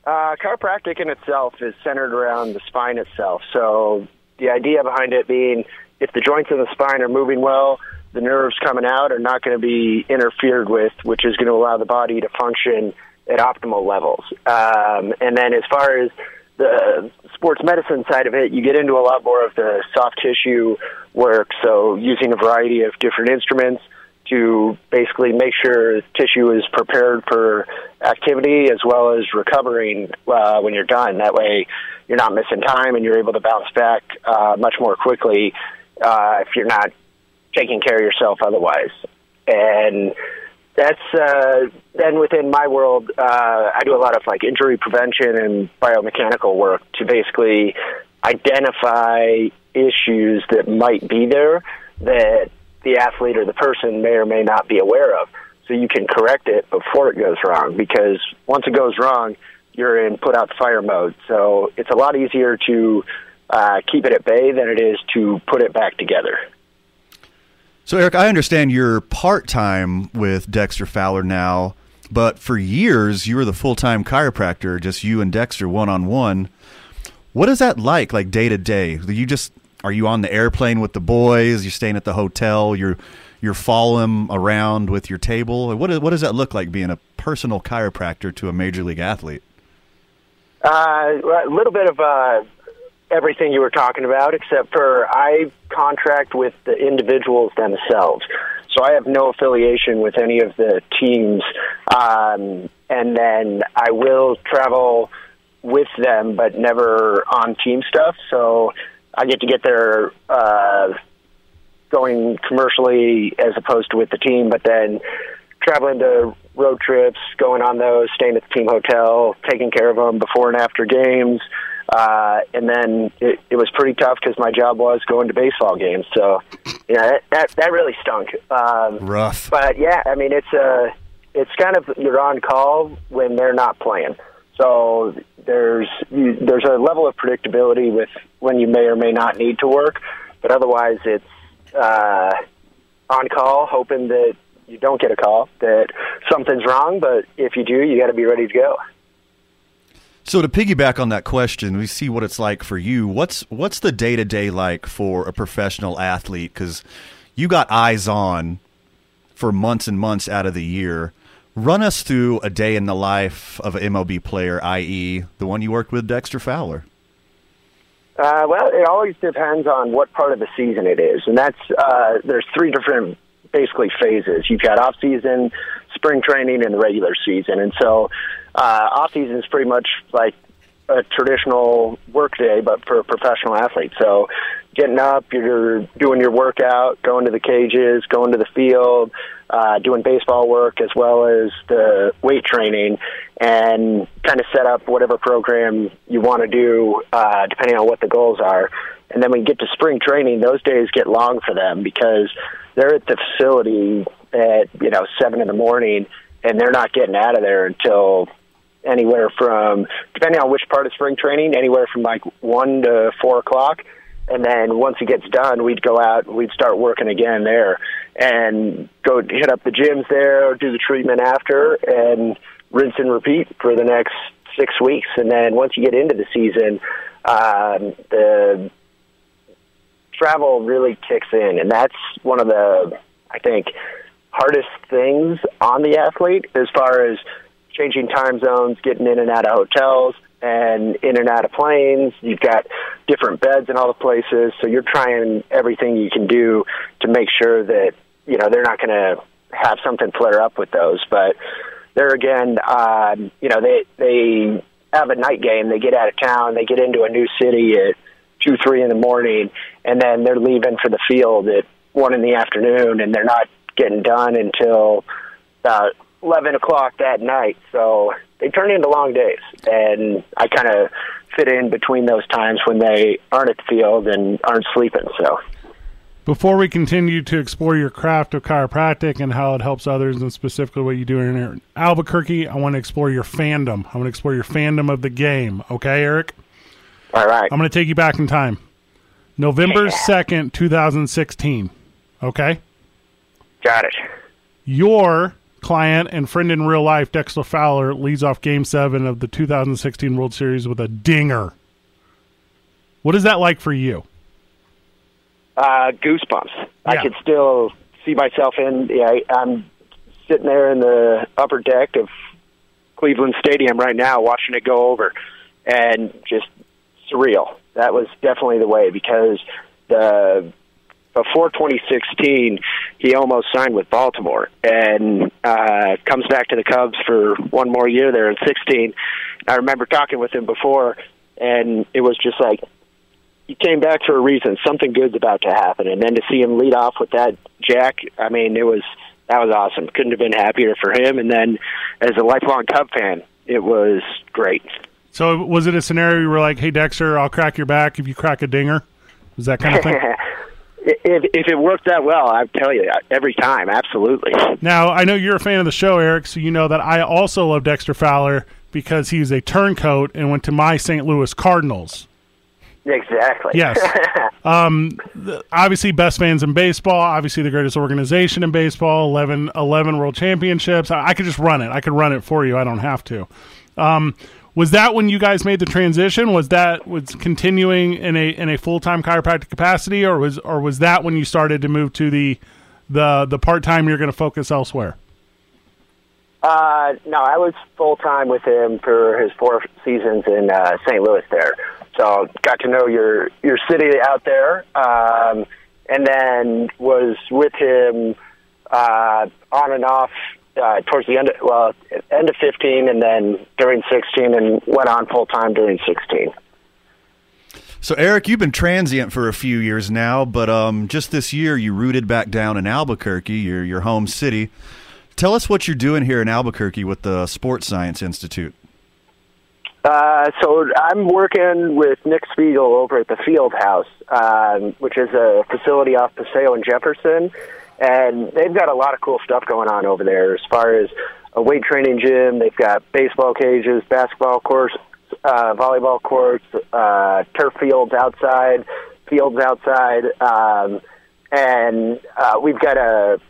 Uh, chiropractic in itself is centered around the spine itself. So the idea behind it being if the joints in the spine are moving well, the nerves coming out are not going to be interfered with, which is going to allow the body to function at optimal levels. Um, and then as far as the sports medicine side of it, you get into a lot more of the soft tissue work. So using a variety of different instruments to basically make sure tissue is prepared for activity as well as recovering uh, when you're done. That way, you're not missing time and you're able to bounce back uh, much more quickly uh, if you're not taking care of yourself otherwise. And that's uh, then within my world. Uh, I do a lot of like injury prevention and biomechanical work to basically identify issues that might be there that the athlete or the person may or may not be aware of. So you can correct it before it goes wrong because once it goes wrong, you're in put out the fire mode. So it's a lot easier to uh, keep it at bay than it is to put it back together.
So, Eric, I understand you're part time with Dexter Fowler now, but for years you were the full time chiropractor, just you and Dexter one on one. What is that like, like day to day? Do You just are you on the airplane with the boys? You're staying at the hotel. You're you're following around with your table. What is, what does that look like being a personal chiropractor to a major league athlete?
Uh, a little bit of uh, everything you were talking about, except for I contract with the individuals themselves. So I have no affiliation with any of the teams. Um, and then I will travel with them, but never on team stuff. So I get to get their. Uh, going commercially as opposed to with the team, but then traveling to road trips, going on those, staying at the team hotel, taking care of them before and after games. Uh, and then it, it was pretty tough because my job was going to baseball games. So, yeah, that, that, that really stunk. Um,
Rough.
but yeah, I mean it's a it's kind of you're on call when they're not playing. So there's you, there's a level of predictability with when you may or may not need to work, but otherwise it's uh, on call, hoping that you don't get a call that something's wrong. But if you do, you got to be ready to go.
So to piggyback on that question, we see what it's like for you. What's what's the day to day like for a professional athlete? Because you got eyes on for months and months out of the year. Run us through a day in the life of an MLB player, i.e., the one you worked with, Dexter Fowler.
Uh, well, it always depends on what part of the season it is, and that's uh, there's three different basically phases. You've got off season, spring training, and the regular season. And so, uh, off season is pretty much like a traditional work day, but for a professional athlete. So, getting up, you're doing your workout, going to the cages, going to the field, uh, doing baseball work as well as the weight training, and kind of set up whatever program you want to do uh, depending on what the goals are. And then when you get to spring training, those days get long for them because they're at the facility at you know seven in the morning, and they're not getting out of there until anywhere from depending on which part of spring training, anywhere from like one to four o'clock. And then once it gets done, we'd go out, and we'd start working again there, and go hit up the gyms there, do the treatment after, and rinse and repeat for the next six weeks. And then once you get into the season, um, the travel really kicks in, and that's one of the I think hardest things on the athlete as far as changing time zones, getting in and out of hotels, and in and out of planes. You've got different beds in all the places, so you're trying everything you can do to make sure that you know they're not going to have something flare up with those, but there again, um, you know, they they have a night game. They get out of town. They get into a new city at two, three in the morning, and then they're leaving for the field at one in the afternoon, and they're not getting done until about eleven o'clock that night. So they turn into long days, and I kind of fit in between those times when they aren't at the field and aren't sleeping. So.
Before we continue to explore your craft of chiropractic and how it helps others, and specifically what you do in here in Albuquerque, I want to explore your fandom. I want to explore your fandom of the game. Okay, Eric?
All right.
I'm going to take you back in time. November 2nd, 2016. Okay?
Got it.
Your client and friend in real life, Dexter Fowler, leads off game seven of the 2016 World Series with a dinger. What is that like for you?
Uh, goosebumps.
Yeah.
I could still see myself in. Yeah, I- I'm sitting there in the upper deck of Cleveland Stadium right now, watching it go over, and just surreal. That was definitely the way because the before 2016, he almost signed with Baltimore and uh, comes back to the Cubs for one more year there in 16. I remember talking with him before, and it was just like he came back for a reason. Something good's about to happen, and then to see him lead off with that jack, I mean, it was that was awesome. Couldn't have been happier for him. And then, as a lifelong Cub fan, it was great.
So, was it a scenario you were like, hey, Dexter, I'll crack your back if you crack a dinger? Was that kind of thing?
if if it worked that well, I tell you, every time, absolutely.
Now, I know you're a fan of the show, Eric, so you know that I also love Dexter Fowler because he's a turncoat and went to my St. Louis Cardinals.
Exactly.
Yes. Um, Obviously, best fans in baseball. Obviously, the greatest organization in baseball. 11, 11 world championships. I, I could just run it. I could run it for you. I don't have to. Um, was that when you guys made the transition? Was that was continuing in a in a full time chiropractic capacity, or was or was that when you started to move to the the the part time? You're going to focus elsewhere.
Uh, no, I was full time with him for his four seasons in uh, St. Louis there. So got to know your your city out there, um, and then was with him uh, on and off uh, towards the end. Of, well, end of fifteen, and then during sixteen, and went on full time during sixteen.
So, Eric, you've been transient for a few years now, but um, just this year you rooted back down in Albuquerque, your your home city. Tell us what you're doing here in Albuquerque with the Sports Science Institute.
Uh, so I'm working with Nick Spiegel over at the Field House, um, which is a facility off Paseo and Jefferson, and they've got a lot of cool stuff going on over there as far as a weight training gym. They've got baseball cages, basketball courts, uh, volleyball courts, uh, turf fields outside, fields outside, um, and uh, we've got a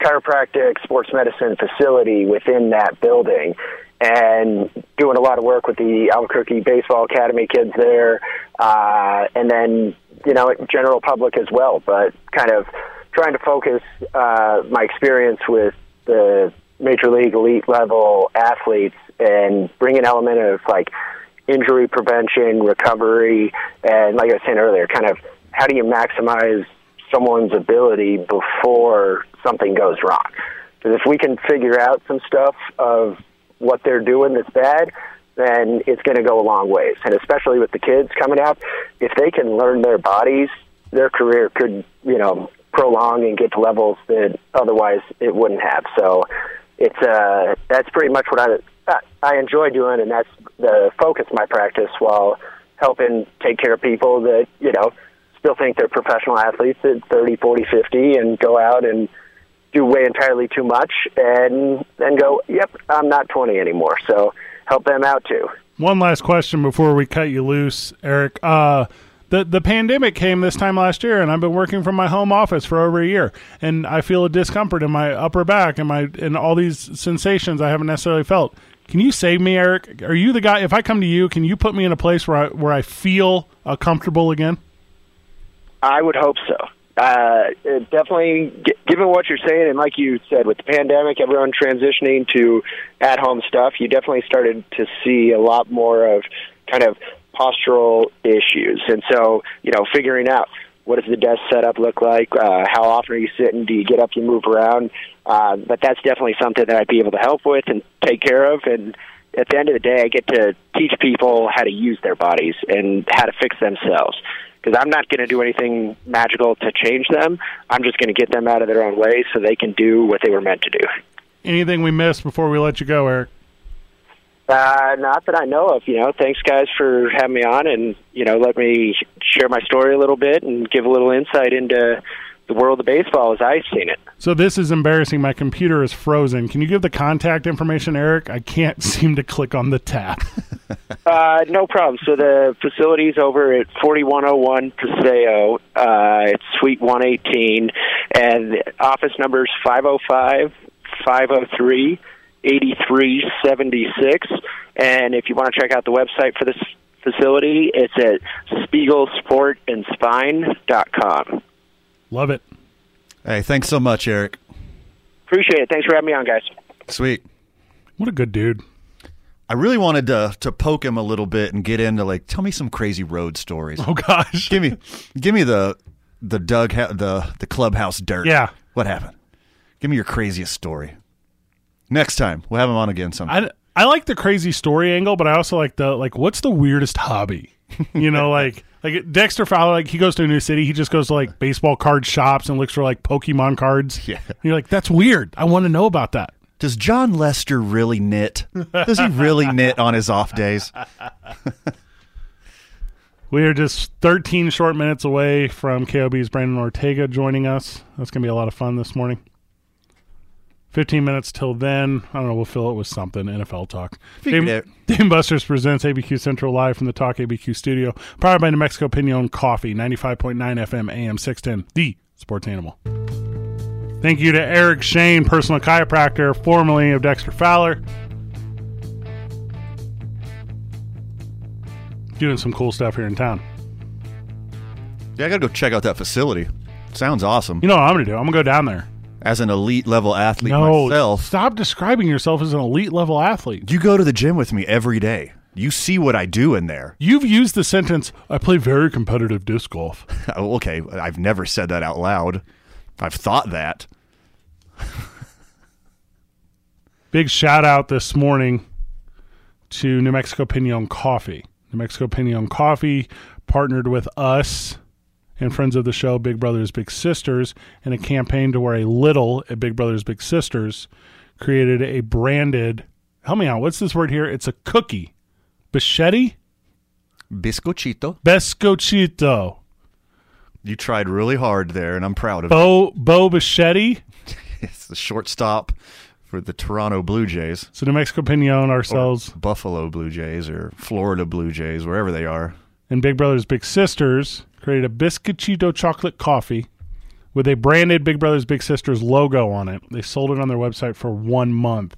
chiropractic sports medicine facility within that building and doing a lot of work with the Albuquerque Baseball Academy kids there uh, and then you know general public as well but kind of trying to focus uh, my experience with the major league elite level athletes and bring an element of like injury prevention recovery and like I was saying earlier kind of how do you maximize someone's ability before something goes wrong. Because if we can figure out some stuff of what they're doing that's bad, then it's going to go a long ways. And especially with the kids coming up, if they can learn their bodies, their career could, you know, prolong and get to levels that otherwise it wouldn't have. So it's uh that's pretty much what I I enjoy doing, and that's the focus of my practice while helping take care of people that you know still think they're professional athletes at 30, 40, 50 and go out and do way entirely too much and then go, yep, I'm not 20 anymore. So help them out too.
One last question before we cut you loose, Eric. Uh, the the pandemic came this time last year, and I've been working from my home office for over a year, and I feel a discomfort in my upper back and my and all these sensations I haven't necessarily felt. Can you save me, Eric? Are you the guy? If I come to you, can you put me in a place where I where I feel uh, comfortable again?
I would hope so. Uh, it definitely, g- given what you're saying, and like you said, with the pandemic, everyone transitioning to at-home stuff, you definitely started to see a lot more of kind of postural issues. And so, you know, figuring out what does the desk setup look like, uh, how often are you sitting, do you get up, you move around. Uh, but that's definitely something that I'd be able to help with and take care of, and at the end of the day, I get to teach people how to use their bodies and how to fix themselves. Because I'm not going to do anything magical to change them. I'm just going to get them out of their own way so they can do what they were meant to do.
Anything we missed before we let you go, Eric?
Uh, not that I know of. You know, thanks guys for having me on, and you know, let me share my story a little bit and give a little insight into the world of baseball as I've seen it.
So this is embarrassing. My computer is frozen. Can you give the contact information, Eric? I can't seem to click on the tab.
Uh, no problem. So the facility's over at 4101 Paseo. Uh, it's Suite 118, and the office number is 505 503 8376. And if you want to check out the website for this facility, it's at spiegelsportandspine.com.
Love it.
Hey, thanks so much, Eric.
Appreciate it. Thanks for having me on, guys.
Sweet.
What a good dude.
I really wanted to to poke him a little bit and get into like, tell me some crazy road stories.
Oh gosh.
give me, give me the the Doug ha- the the clubhouse dirt.
Yeah.
what happened? Give me your craziest story. Next time we'll have him on again sometime.
I, I like the crazy story angle, but I also like the like what's the weirdest hobby? You know, like like Dexter Fowler, like he goes to a new city, he just goes to like baseball card shops and looks for like Pokemon cards.
Yeah.
And you're like, that's weird. I want to know about that.
Does John Lester really knit? Does he really knit on his off days?
We are just 13 short minutes away from KOB's Brandon Ortega joining us. That's going to be a lot of fun this morning. 15 minutes till then. I don't know. We'll fill it with something NFL talk.
Figured
Dame, Dame Busters presents ABQ Central live from the Talk ABQ studio, powered by New Mexico Pinion Coffee, 95.9 FM, AM 610, the sports animal. Thank you to Eric Shane, personal chiropractor, formerly of Dexter Fowler. Doing some cool stuff here in town.
Yeah, I gotta go check out that facility. Sounds awesome.
You know what I'm going to do? I'm going to go down there.
As an elite level athlete myself,
stop describing yourself as an elite level athlete.
you go to the gym with me every day. You see what I do in there.
You've used the sentence, I play very competitive disc golf.
Oh, okay, I've never said that out loud. I've thought that.
Big shout out this morning to New Mexico Pinon Coffee. New Mexico Pinon Coffee partnered with us and friends of the show, Big Brothers Big Sisters, in a campaign to wear a little at Big Brothers Big Sisters, created a branded, help me out, what's this word here? It's a cookie. Bichetti?
Biscochito.
Bescochito.
You tried really hard there, and I'm proud of it.
Bo, Bo Bichetti?
It's the shortstop for the Toronto Blue Jays,
So New Mexico Pinon ourselves
Buffalo Blue Jays, or Florida Blue Jays, wherever they are.
and Big Brothers Big Sisters created a Biscochito chocolate coffee with a branded Big Brothers Big Sisters logo on it. They sold it on their website for one month.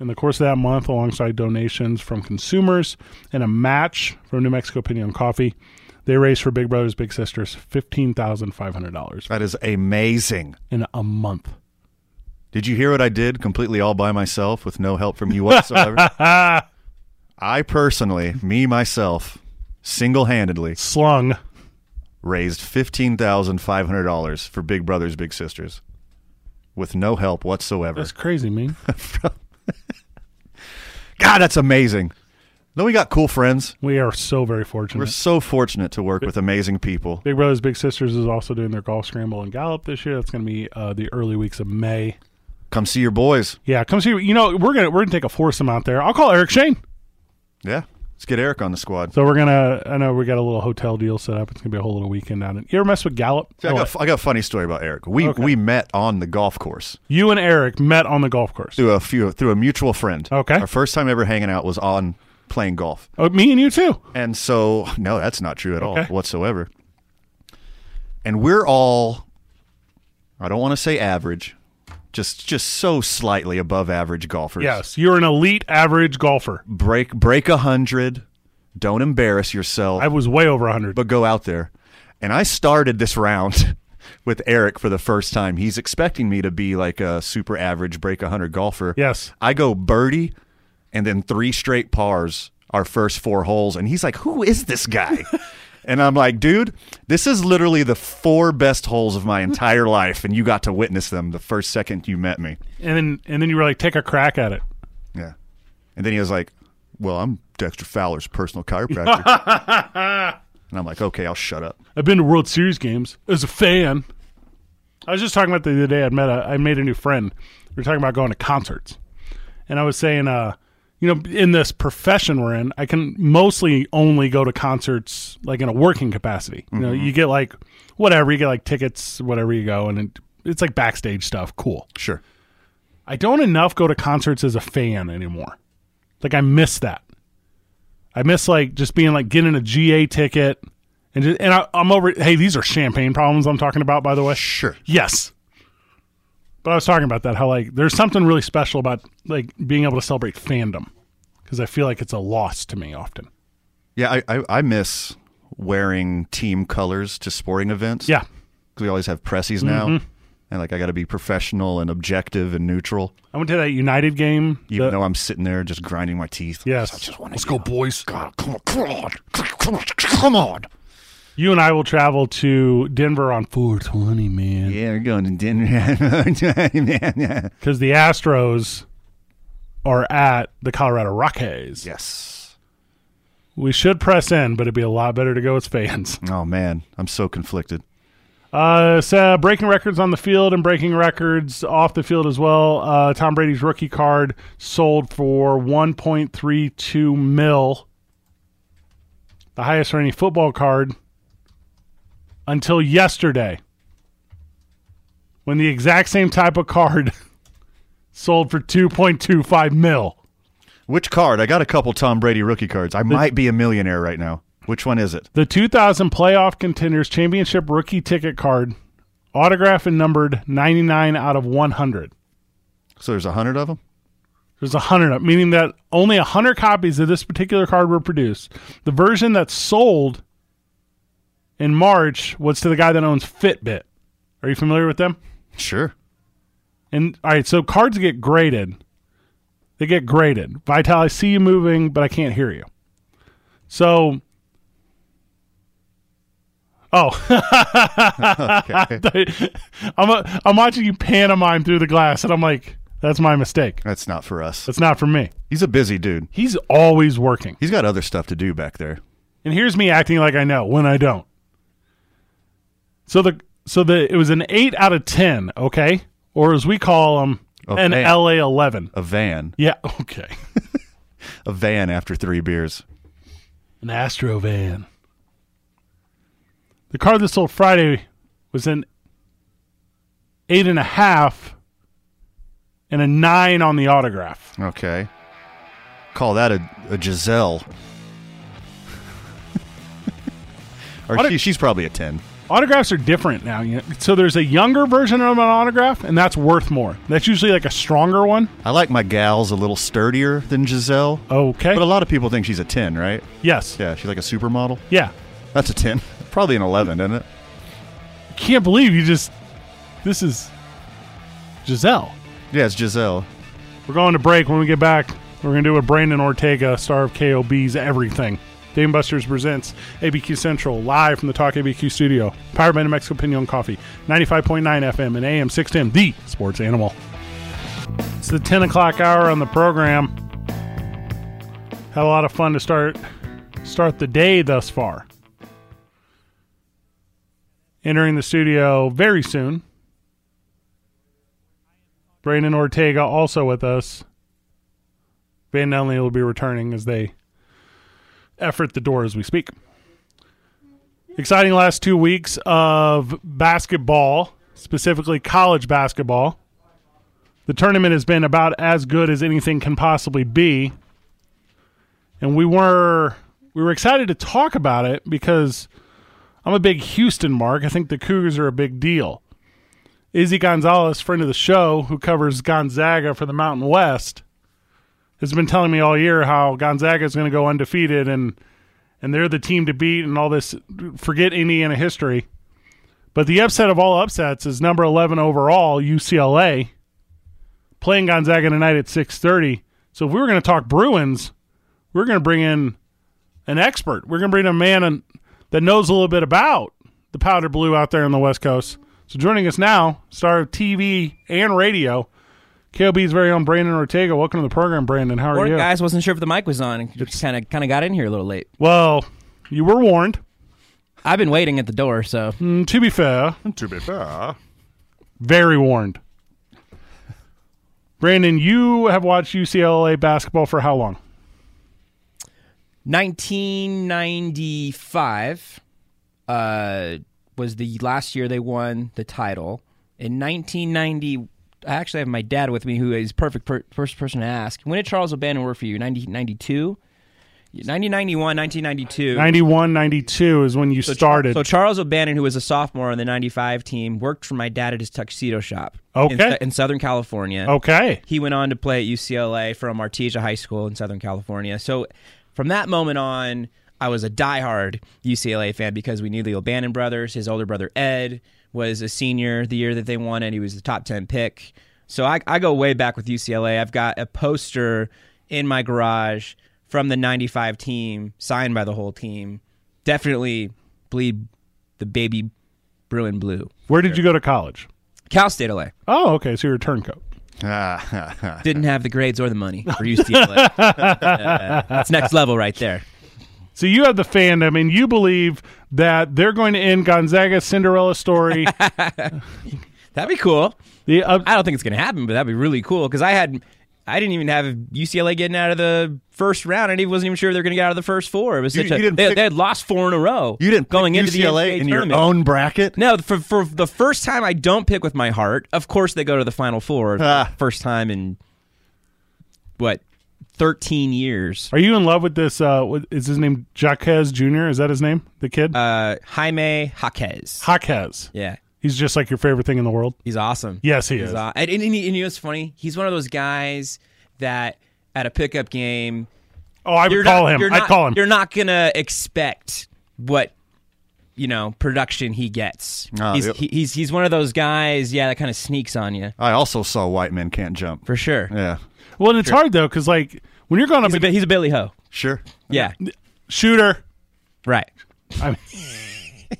In the course of that month, alongside donations from consumers and a match from New Mexico Pinon Coffee, they raised for Big Brothers Big Sisters fifteen thousand five hundred dollars
That is amazing.
in a month.
Did you hear what I did completely all by myself with no help from you whatsoever? I personally, me myself, single handedly
Slung.
raised $15,500 for Big Brothers Big Sisters with no help whatsoever.
That's crazy, man.
God, that's amazing. Then we got cool friends.
we are so very fortunate.
We're so fortunate to work with amazing people.
Big Brothers Big Sisters is also doing their golf scramble and gallop this year. That's going to be uh, the early weeks of May.
Come see your boys.
Yeah, come see. You know, we're gonna we're gonna take a foursome out there. I'll call Eric Shane.
Yeah. Let's get Eric on the squad.
So we're gonna. I know we got a little hotel deal set up. It's gonna be a whole little weekend out. in- You ever mess with Gallup? Oh,
See, I, got, I got a funny story about Eric. We
Okay.
we met on the golf course
you and Eric met on the golf course.
through a few through a mutual friend.
Okay.
Our first time ever hanging out was on playing golf.
Oh, me and you too.
And so, no, that's not true at all
Okay.
whatsoever. And we're all, I don't want to say average, just just so slightly above average golfers.
Yes, you're an elite average golfer.
break break a hundred. Don't embarrass yourself,
I was way over hundred.
but go out there. And I started this round with Eric for the first time. He's expecting me to be like a super average break a hundred golfer.
Yes.
I go birdie, and then three straight pars our first four holes, and he's like, "Who is this guy?" and I'm like, "Dude, this is literally the four best holes of my entire life, and you got to witness them the first second you met me."
and then and then you were like, take a crack at it.
Yeah. And then he was like, Well, I'm Dexter Fowler's personal chiropractor. and I'm like, Okay, I'll shut up.
I've been to World Series games as a fan. I was just talking about the other day. I met a, I made a new friend. We were talking about going to concerts, and I was saying, uh, you know, in this profession we're in, I can mostly only go to concerts like in a working capacity. You know, you get like whatever you get like tickets, whatever you go, and it, it's like backstage stuff. Cool.
Sure.
I don't enough go to concerts as a fan anymore. Like I miss that. I miss like just being like getting a GA ticket and just, and I, I'm over. Hey, these are champagne problems I'm talking about. By the way,
Sure.
yes. But I was talking about that how like there's something really special about like being able to celebrate fandom because I feel like it's a loss to me often.
Yeah, I, I, I miss wearing team colors to sporting events.
Yeah,
'Cause we always have pressies now. And like, I got to be professional and objective and neutral,
I went to that United game.
even
the-
though I'm sitting there just grinding my teeth.
Yes.
I just want to Let's go, boys. God, come on. Come on. Come on. Come on.
you and I will travel to Denver on 420, man.
Yeah, we're going to dinner.
because the Astros are at the Colorado Rockies.
yes.
We should press in, but it'd be a lot better to go as fans.
Oh, man. I'm so conflicted.
Uh, so breaking records on the field and breaking records off the field as well. Uh, Tom Brady's rookie card sold for 1.32 mil, the highest for any football card until yesterday, when the exact same type of card sold for 2.25 mil.
Which card? I got a couple Tom Brady rookie cards. I might be a millionaire right now. Which one is it?
The 2000 playoff contenders championship rookie ticket card, autograph and numbered 99 out of 100.
So there's a hundred of them.
There's 100, of- meaning that only 100 copies of this particular card were produced. The version that sold in March was to the guy that owns Fitbit. Are you familiar with them?
Sure.
And all right, so cards get graded. They get graded. Vital, I see you moving, but I can't hear you. So, oh, I'm a, I'm watching you pantomime through the glass, and I'm like, that's my mistake.
That's not for us.
That's not for me.
He's a busy dude.
He's always working.
He's got other stuff to do back there.
And here's me acting like I know when I don't. So the so the it was an eight out of ten, okay, or as we call them,
A
an
van.
LA eleven.
A van.
Yeah, okay,
A van after three beers.
an Astro van. The card that sold Friday was an eight and a half and a nine on the autograph.
Okay. Call that a, a Giselle. or
What
she,
a-
she's probably a 10.
Autographs are different now. you know. So there's a younger version of an autograph, and that's worth more. That's usually like a stronger one.
I like my gals a little sturdier than Giselle.
Okay.
But a lot of people think she's a 10, right?
yes.
Yeah, she's like a supermodel.
Yeah.
That's a 10. Probably an 11, isn't it?
Can't believe you just. This is Giselle.
Yeah, it's Giselle.
We're going to break. When we get back, we're going to do with Brandon Ortega, star of KOB's Everything. Dave and Buster's presents ABQ Central live from the Talk ABQ studio. Powered by New Mexico Pinion Coffee, 95.9 FM and AM 610, the sports animal. It's the 10 o'clock hour on the program. Had a lot of fun to start start the day thus far. Entering the studio very soon, Brandon Ortega also with us. Van Dunley will be returning as they effort the door as we speak. Exciting last two weeks of basketball, specifically college basketball. The tournament has been about as good as anything can possibly be. And we were we were excited to talk about it because I'm a big Houston mark. I think the Cougars are a big deal. Izzy Gonzalez, friend of the show, who covers Gonzaga for the Mountain West, has been telling me all year how Gonzaga is going to go undefeated and and they're the team to beat and all this. Forget Indiana history, but the upset of all upsets is number eleven overall UCLA playing Gonzaga tonight at six thirty. So if we were going to talk Bruins, we're going to bring in an expert. We're going to bring in a man on- that knows a little bit about the powder blue out there on the West Coast. So joining us now, star of TV and radio, KOB's very own Brandon Ortega. Welcome to the program, Brandon. How are
Or
you?
guys wasn't sure if the mic was on and just kind of kind of got in here a little late.
Well, you were warned.
I've been waiting at the door, so
Mm, to be fair,
To be fair.
very warned. Brandon, you have watched UCLA basketball for how long?
1995 uh, was the last year they won the title. In 1990, I actually have my dad with me, who is perfect per- first person to ask. When did Charles O'Bannon work for you? 1992, 1991, 1992.
91, 92 is when you
So Char-
started.
So Charles O'Bannon, who was a sophomore on the '95 team, worked for my dad at his tuxedo shop.
Okay.
In, Sou- in Southern California.
okay.
He went on to play at UCLA from Artesia High School in Southern California. So from that moment on, I was a diehard UCLA fan because we knew the O'Bannon brothers. His older brother Ed was a senior the year that they won it. He was the top 10 pick. So I, I go way back with UCLA. I've got a poster in my garage from the 95 team, signed by the whole team. Definitely bleed the baby Bruin blue.
Where did you go to college?
Cal State LA.
Oh, okay. So you're a turncoat.
Ah,
didn't have the grades or the money for UCLA. Uh, that's next level right there.
So you have the fandom, and you believe that they're going to end Gonzaga's Cinderella story.
That'd be cool.
the up-
I don't think it's gonna happen, but that'd be really cool because I had, I didn't even have UCLA getting out of the first round, and I wasn't even sure they were gonna get out of the first four. It was
You-
such
you
a,
didn't
they,
pick-
they had lost four in a row.
you didn't
going
pick
into
UCLA
the NCAA
in
tournament.
your own bracket.
No, for, for the first time, I don't pick with my heart. Of course, they go to the Final Four.
Ah.
First time in what, thirteen years?
are you in love with this? Uh, what, is his name Jaquez Jr.? Is that his name? The kid?
Uh, Jaime Jaquez.
Jaquez.
yeah,
He's just like your favorite thing in the world.
he's awesome.
Yes, he
He's
is.
aw- and, and, and you know what's funny? He's one of those guys that at a pickup game,
Oh, I would
you're
call
not-
him.
You're
I'd
not-
call him.
You're not gonna expect what you know production he gets.
Ah,
he's,
yep.
he, he's he's one of those guys. Yeah, that kind of sneaks on you
I also saw White Men Can't Jump.
for sure.
Yeah.
Well, and it's hard though, because like when you're going up
He's, a, bi- he's a Billy Ho.
Sure.
Yeah,
shooter,
right.
I mean,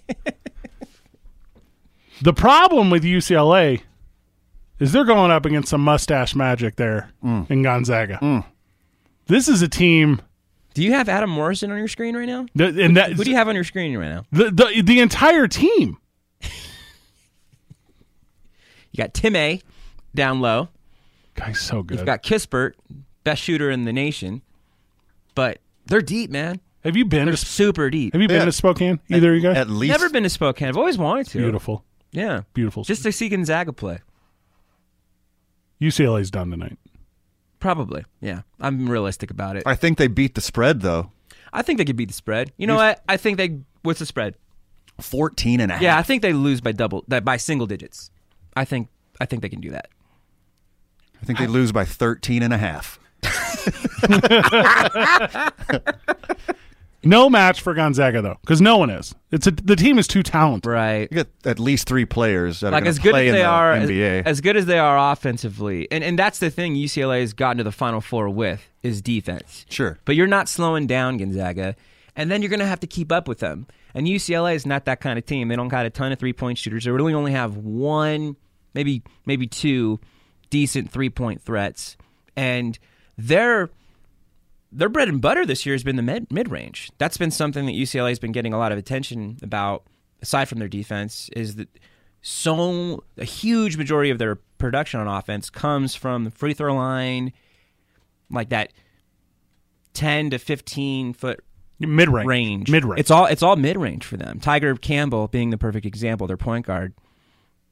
the problem with UCLA is they're going up against some mustache magic there
Mm.
in Gonzaga. This is a team,
Do you have Adam Morrison on your screen right now?
th- and that
Who do you have on your screen right now?
the, the the entire team.
You got Tim A. down low.
Guy's so good.
You've got Kispert, best shooter in the nation. But they're deep, man.
have you been?
They're
To,
super deep.
have you been
Yeah.
to Spokane? Either of you guys?
At least
Never been to Spokane. I've always wanted to.
Beautiful,
Yeah.
beautiful.
Just to see Gonzaga play.
UCLA's done tonight.
Probably. Yeah. I'm realistic about it.
I think they beat the spread though.
I think they could beat the spread. You know what? I think they what's the spread?
14 and a half.
Yeah, I think they lose by double that by single digits. I think I think they can do that.
I think they lose by 13 and a half.
No match for Gonzaga though, because no one is. It's a, the team is too talented.
Right.
You got at least three players that
Like
are
as
going to
good
play
as
in
they
the
are as,
NBA.
as good as they are offensively. And and that's the thing UCLA has gotten to the final four with is defense.
sure.
But you're not slowing down Gonzaga, and then you're going to have to keep up with them. And UCLA is not that kind of team. They don't got a ton of three point shooters. They really only have one, maybe maybe two, decent three point threats. And their their bread and butter this year has been the mid mid range. That's been something that UCLA has been getting a lot of attention about. Aside from their defense, is that so a huge majority of their production on offense comes from the free throw line, like that 10 to 15 foot
Mid range.
range.
Mid range.
It's all it's all mid range for them. Tiger Campbell being the perfect example, their point guard.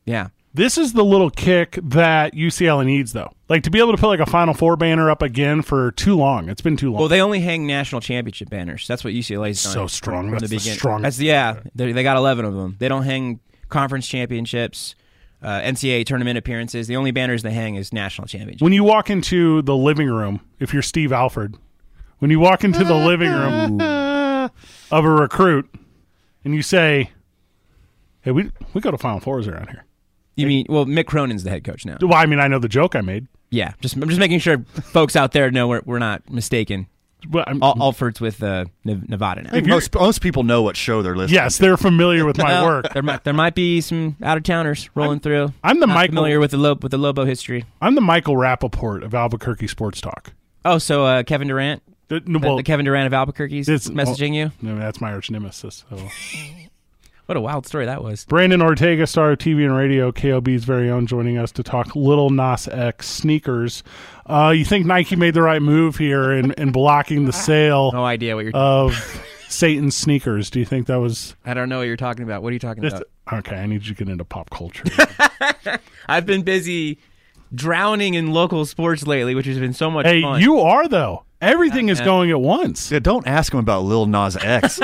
Yeah.
This is the little kick that UCLA E needs, though. Like to be able to put like a Final Four banner up again for too long. It's been too long.
Well, they only hang national championship banners. That's what UCLA's done.
so strong.
from
That's
the
the,
beginning.
strong.
That's yeah. They, they got eleven of them. They don't hang conference championships, uh, NCAA tournament appearances. The only banners they hang is national championship.
when you walk into the living room, if you're Steve Alford, when you walk into the living room of a recruit, and you say, "Hey, we we go to Final Fours around here."
You mean well, Mick Cronin's the head coach now.
Well, I mean, I know the joke I made.
Yeah, just I'm just making sure folks out there know we're we're not mistaken.
Well, I'm,
Al- Alford's with uh, Nev- Nevada now.
I think most, most people know what show they're listening.
yes, they're familiar with my
Well,
work.
There might there might be some out of towners rolling through.
I'm the
Not
Michael-
familiar with the Lobo with the Lobo history.
I'm the Michael Rappaport of Albuquerque Sports Talk.
Oh, so uh, Kevin Durant,
The,
the, the Kevin Durant of Albuquerque's
it's- oh,
messaging you.
No, that's my arch nemesis. So.
What a wild story that was.
Brandon Ortega, star of TV and radio, KOB's very own, joining us to talk Little Nas X sneakers. Uh, you think Nike made the right move here in, in blocking the sale
No idea what you're.
of Satan's sneakers? Do you think that was
I don't know what you're talking about. What are you talking
It's-
about?
okay? I need you to get into pop culture.
I've been busy drowning in local sports lately, which has been so much
hey,
fun.
you are though. Everything is
Yeah.
going at once.
Yeah, don't ask him about Lil Nas X.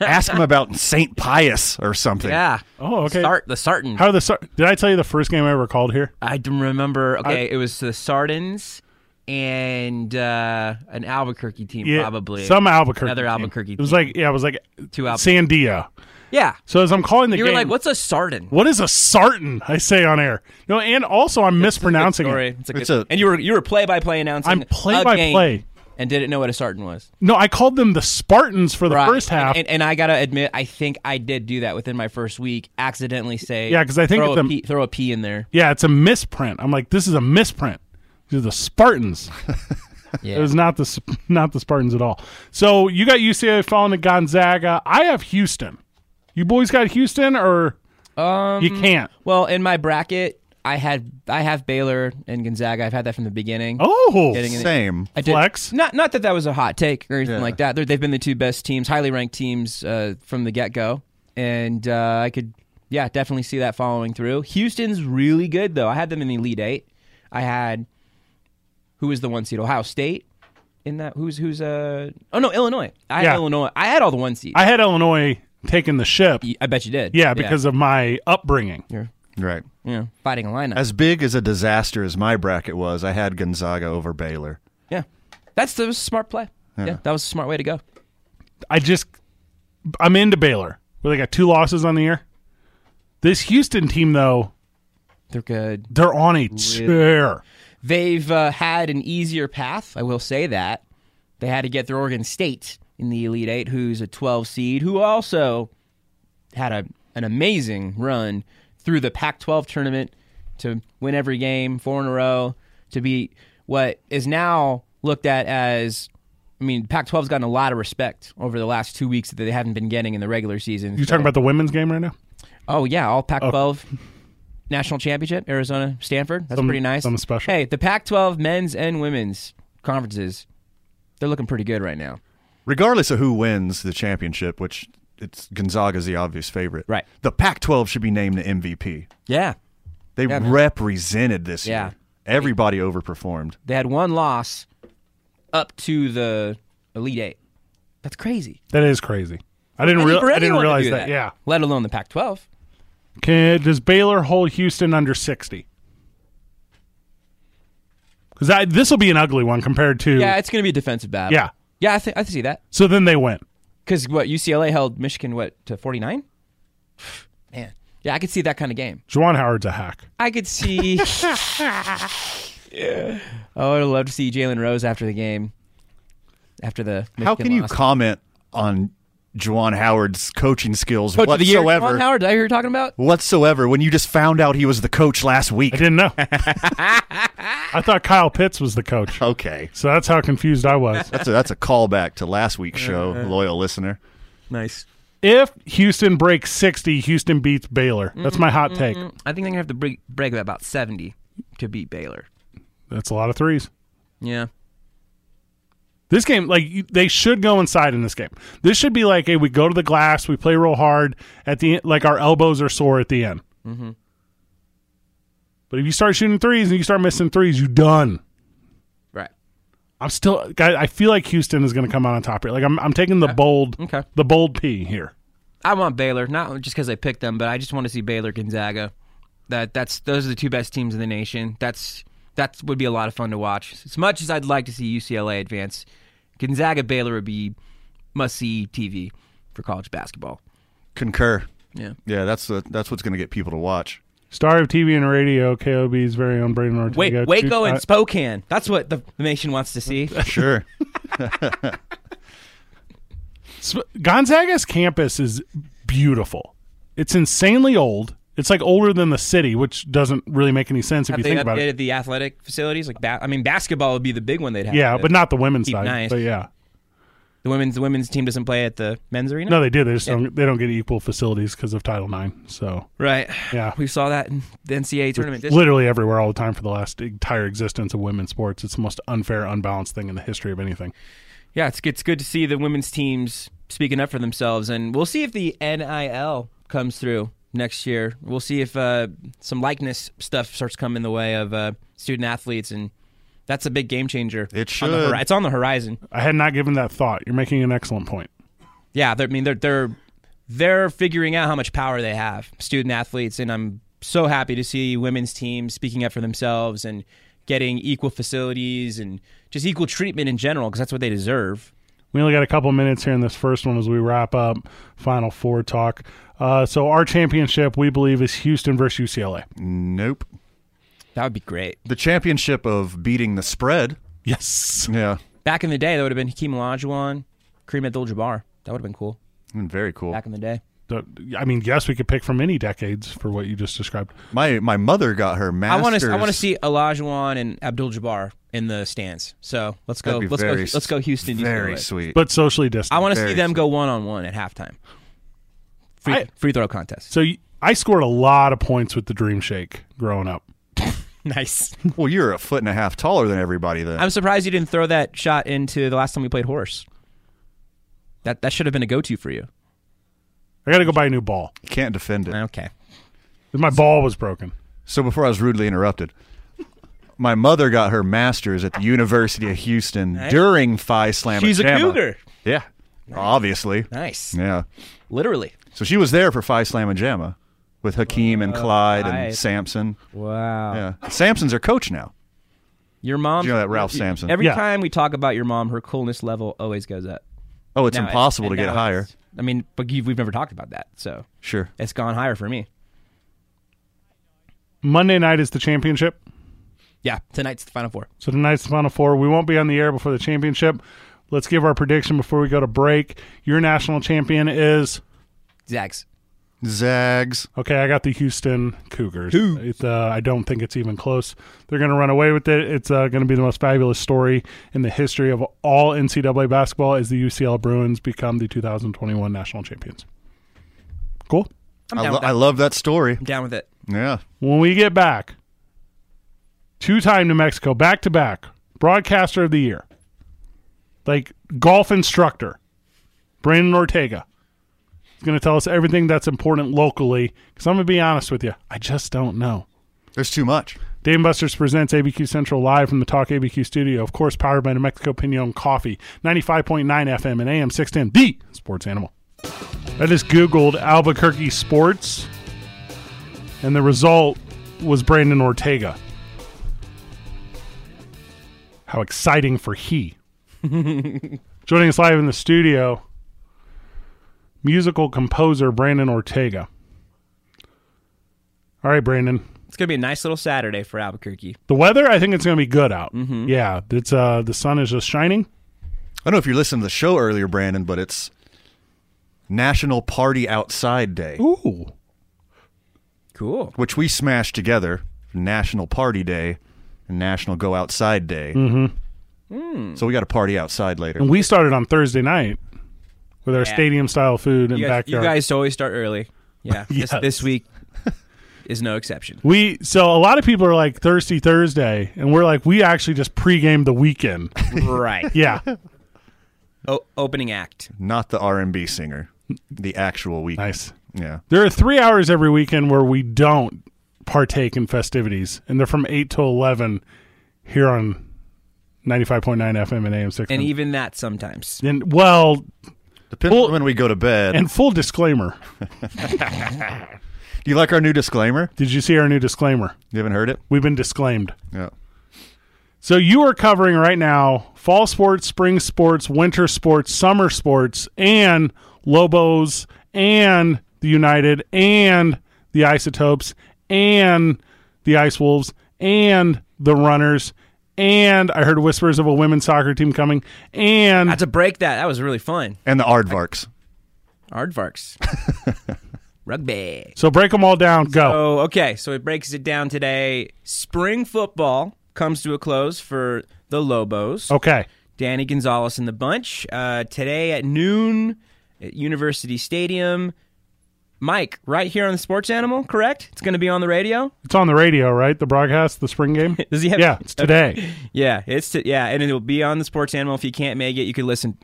ask him about Saint Pius or something.
yeah.
Oh, okay.
Sart the Sartin.
How the Sar- did I tell you the first game I ever called here?
I d- remember. Okay, it was the Sardins and uh, an Albuquerque team, probably.
some Albuquerque,
Another
team.
Albuquerque
It was
team.
like yeah, it was like
Two Albu-
Sandia.
yeah.
So as I'm calling the
You
game,
were like, "What's a Sardin?"
What is a sartin? I say on air. No, and also I'm mispronouncing
Sorry,
it.
it's, a good,
It's a-
and you were you were play by play announcing.
I'm
a game
play-by-play.
and didn't know what a Sardin was.
No, I called them the Spartans for the
Right.
first half.
and, and, and I gotta admit, I think I did do that within my first week. Accidentally say,
Yeah, 'cause I think
throw
it's
a
a-
P- throw a P in there.
yeah, it's a misprint. I'm like, this is a misprint. These are the Spartans. It
Yeah,
was not the S- not the Spartans at all. So you got UCLA falling to Gonzaga. I have Houston. You boys got Houston, or you can't.
Um, Well, in my bracket, I had I have Baylor and Gonzaga. I've had that from the beginning.
Oh,
Getting in-
Same.
I did,
flex.
Not not that that was a hot take or anything
Yeah.
like that. They're, they've been the two best teams, highly ranked teams uh, from the get go, and uh, I could yeah definitely see that following through. Houston's really good though. I had them in the lead eight. I had who was the one seed? Ohio State. In that, who's who's uh? Oh no, Illinois. I
Yeah.
had Illinois. I had all the one seeds.
I had Illinois taking the ship.
I bet you did.
Yeah, because of my upbringing.
Right.
yeah, yeah. fighting a lineup.
As big as a disaster as my bracket was, I had Gonzaga over Baylor.
yeah, that's the smart play. yeah, that was a smart way to go.
I just I'm into Baylor. Where they got two losses on the year. This Houston team though,
They're good.
they're on a tear.
They've uh, had an easier path. I will say that they had to get through Oregon State in the Elite Eight, who's a 12 seed, who also had a, an amazing run through the Pac-12 tournament to win every game, four in a row, to beat what is now looked at as. I mean, Pac-12's gotten a lot of respect over the last two weeks that they haven't been getting in the regular season.
You talking about the women's game right now?
Oh yeah, all Pac-12 national championship, Arizona, Stanford. That's
Some-
pretty nice.
some special.
Hey, the Pac-12 men's and women's conferences, they're looking pretty good right now.
Regardless of who wins the championship, which it's Gonzaga's the obvious favorite.
Right.
The Pac-12 should be named the MVP.
Yeah,
They
Yeah, man.
represented this
Yeah.
year. Everybody overperformed.
they had one loss up to the Elite Eight. That's crazy.
That is crazy. I didn't
I mean,
real,
for
I didn't
anyone to
realize
do
that. Yeah. Mm.
Let alone the Pac-12.
Can, does Baylor hold Houston under 60? Cuz this will be an ugly one compared to
Yeah, it's going to be a defensive battle.
Yeah.
Yeah, I, th- I see that.
So then they win.
Because what UCLA held Michigan what to forty nine? Man, yeah, I could see that kind of game.
Juwan Howard's a hack.
I could see. Yeah. Oh, I'd love to see Jalen Rose after the game. After the
How
Michigan
can you
loss.
comment on Juwan Howard's coaching skills
Coach of the year,
whatsoever?
Ron Howard? Did I hear you talking about?
whatsoever when you just found out he was the coach last
I
week.
didn't know. I thought Kyle Pitts was the coach.
Okay.
So that's how confused I was.
That's a, that's a callback to last week's show,
Uh,
loyal listener.
Nice.
If Houston breaks 60, Houston beats Baylor. That's
Mm-hmm,
my hot take.
I think they're gonna have to break, break about seventy to beat Baylor.
That's a lot of threes.
Yeah.
This game, like you- they should go inside in this game. This should be like, hey, we go to the glass, we play real hard at the end, like our elbows are sore at the end.
Mm-hmm.
But if you start shooting threes and you start missing threes, you done.
Right.
I'm still, guy. I feel like Houston is going to come out on top here. Like I'm, I'm taking the bold,
Okay.
the bold P here.
I want Baylor, not just because I picked them, but I just want to see Baylor Gonzaga. That that's those are the two best teams in the nation. That's that would be a lot of fun to watch. As much as I'd like to see UCLA advance, Gonzaga Baylor would be must see TV for college basketball.
Concur.
Yeah.
Yeah, that's the that's what's going to get people to watch.
Star of TV and radio, KOB's very own Braden Ortega.
Wait, Waco
Two-
and
uh,
Spokane. That's what the the nation wants to see.
Sure.
Sp- Gonzaga's campus is beautiful. It's insanely old. It's like older than the city, which doesn't really make any sense if
Have
you
they
think about
updated
it.
the athletic facilities? Like, ba- I mean, basketball would be the big one they'd have.
Yeah,
to
but not the women's
keep
side.
Nice.
But yeah,
The women's the women's team doesn't play at the men's arena.
no, they do. They just
Yeah.
don't. They don't get equal facilities because of Title IX. So
Right.
Yeah.
We saw that in the NCAA tournament. this-
literally everywhere all the time for the last entire existence of women's sports. It's the most unfair, unbalanced thing in the history of anything.
Yeah, it's it's good to see the women's teams speaking up for themselves, and we'll see if the NIL comes through next year. We'll see if uh, some likeness stuff starts coming the way of uh, student athletes, and that's a big game changer.
It
On the
should.
hori- it's on the horizon.
I had not given that thought. You're making an excellent point.
Yeah, they're, I mean they're they're they're figuring out how much power they have, student athletes, and I'm so happy to see women's teams speaking up for themselves and getting equal facilities and just equal treatment in general because that's what they deserve.
We only got a couple minutes here in this first one as we wrap up Final Four talk. Uh, so our championship, we believe, is Houston versus UCLA.
Nope.
That would be great.
The championship of beating the spread.
Yes.
Yeah.
Back in the day, that would have been Hakeem Olajuwon, Kareem Abdul-Jabbar. That would have been cool
Mm, Very cool.
back in the day.
The- I mean, yes, we could pick from any decades for what you just described.
My my mother got her
I
master's.
want to I want to see Olajuwon and Abdul-Jabbar in the stands. So let's go.
That'd be
Let's go.
very
Let's go. Houston.
Very
UCLA.
sweet.
But socially distant.
I want to see
Very
them
sweet.
go one on one at halftime. Free,
I-
free throw contest.
so y- I scored a lot of points with the Dream Shake growing up.
Nice.
well, you're a foot and a half taller than everybody then.
I'm surprised you didn't throw that shot into the last time we played horse. That that should have been a go-to for you.
I got to go buy a new ball.
Can't defend it.
Okay.
My ball was broken.
So before I was rudely interrupted, my mother got her master's at the University of Houston during Phi Slam.
She's a cougar.
Yeah, obviously.
Nice.
Yeah.
Literally.
So she was there for Phi Slam and Jamma with Hakeem and Clyde and
Oh, nice.
Samson.
Wow.
Yeah. Samson's our coach now.
Your mom.
You know that Ralph Sampson.
Every
Yeah.
time we talk about your mom, her coolness level always goes up.
oh, it's
Now
impossible to
and
get
now
higher.
it's- I mean, but you, we've never talked about that, so
Sure.
it's gone higher for me.
Monday night is the championship.
Yeah, tonight's the final four.
So tonight's the final four. We won't be on the air before the championship. Let's give our prediction before we go to break. Your national champion is
Zags.
Zags.
okay. I got the Houston Cougars. It's, uh, I don't think it's even close. They're going to run away with it. It's uh, going to be the most fabulous story in the history of all NCAA basketball. As the UCL Bruins become the 2021 national champions. Cool.
I'm
I,
down,
lo-
with that.
I love that story.
I'm down with it.
Yeah.
when we get back, two time New Mexico, back to back, broadcaster of the year, like golf instructor, Brandon Ortega. He's going to tell us everything that's important locally. Because I'm going to be honest with you, I just don't know.
There's too much.
Dave and Buster's presents ABQ Central live from the Talk ABQ studio, of course, powered by New Mexico Pinon Coffee, 95.9 FM and AM 610, the sports animal. I just Googled Albuquerque sports, and the result was Brandon Ortega. How exciting for he. Joining us live in the studio, musical composer Brandon Ortega. All right, Brandon.
It's gonna be a nice little Saturday for Albuquerque.
The weather, I think it's going to be good out.
Mm-hmm.
Yeah, it's uh, the sun is just shining.
I don't know if you listened to the show earlier, Brandon, but it's National Party Outside Day.
Ooh,
Cool.
which we smashed together National Party Day and National Go Outside Day. Mm-hmm.
Hmm.
So we got a party outside later.
and we started on Thursday night with our stadium style food and
You guys, you
backyard.
guys always start early. Yeah.
Yes.
This, this week is no exception.
we so a lot of people are like thirsty Thursday, and we're like we actually just pregame the weekend.
right.
Yeah,
O- opening act.
Not the R and B singer, the actual week.
nice.
Yeah,
There are three hours every weekend where we don't partake in festivities, and they're from eight to eleven here on ninety five point nine FM and AM six.
And even that sometimes.
and well,
depends on
Well-
when we go to bed.
and full disclaimer,
Do you like our new disclaimer?
did you see our new disclaimer?
You haven't heard it?
We've been disclaimed.
Yeah.
So you are covering right now fall sports, spring sports, winter sports, summer sports, and Lobos and the United and the Isotopes and the Ice Wolves and the Runners. And I heard whispers of a women's soccer team coming. And
to break that, that was really fun.
And the Aardvarks.
Aardvarks. Rugby.
So break them all down. Go.
Oh, okay. So it breaks it down today. Spring football comes to a close for the Lobos.
okay.
Danny Gonzalez and the bunch uh, today at noon at University Stadium. Mike, right here on the Sports Animal, correct? It's going to be on the radio.
It's on the radio, right? The broadcast, the spring game?
Does he have-
yeah, it's today.
Yeah, it's t- yeah, and it'll be on the Sports Animal. If you can't make it, you could listen.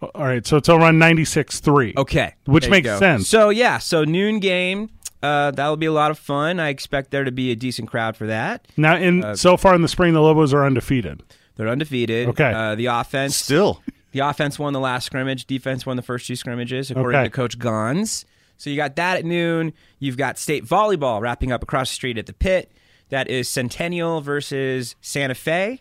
all right. So it's over on 96.3.
Okay,
Which
there you
makes
go.
sense.
So yeah, so noon game. Uh, that'll be a lot of fun. I expect there to be a decent crowd for that.
now, in so far in the spring, the Lobos are undefeated.
They're undefeated.
Okay.
Uh, the offense
Still.
The offense won the last scrimmage. Defense won the first two scrimmages, according
Okay.
to Coach Gons. So you got that at noon. You've got state volleyball wrapping up across the street at the pit. That is Centennial versus Santa Fe.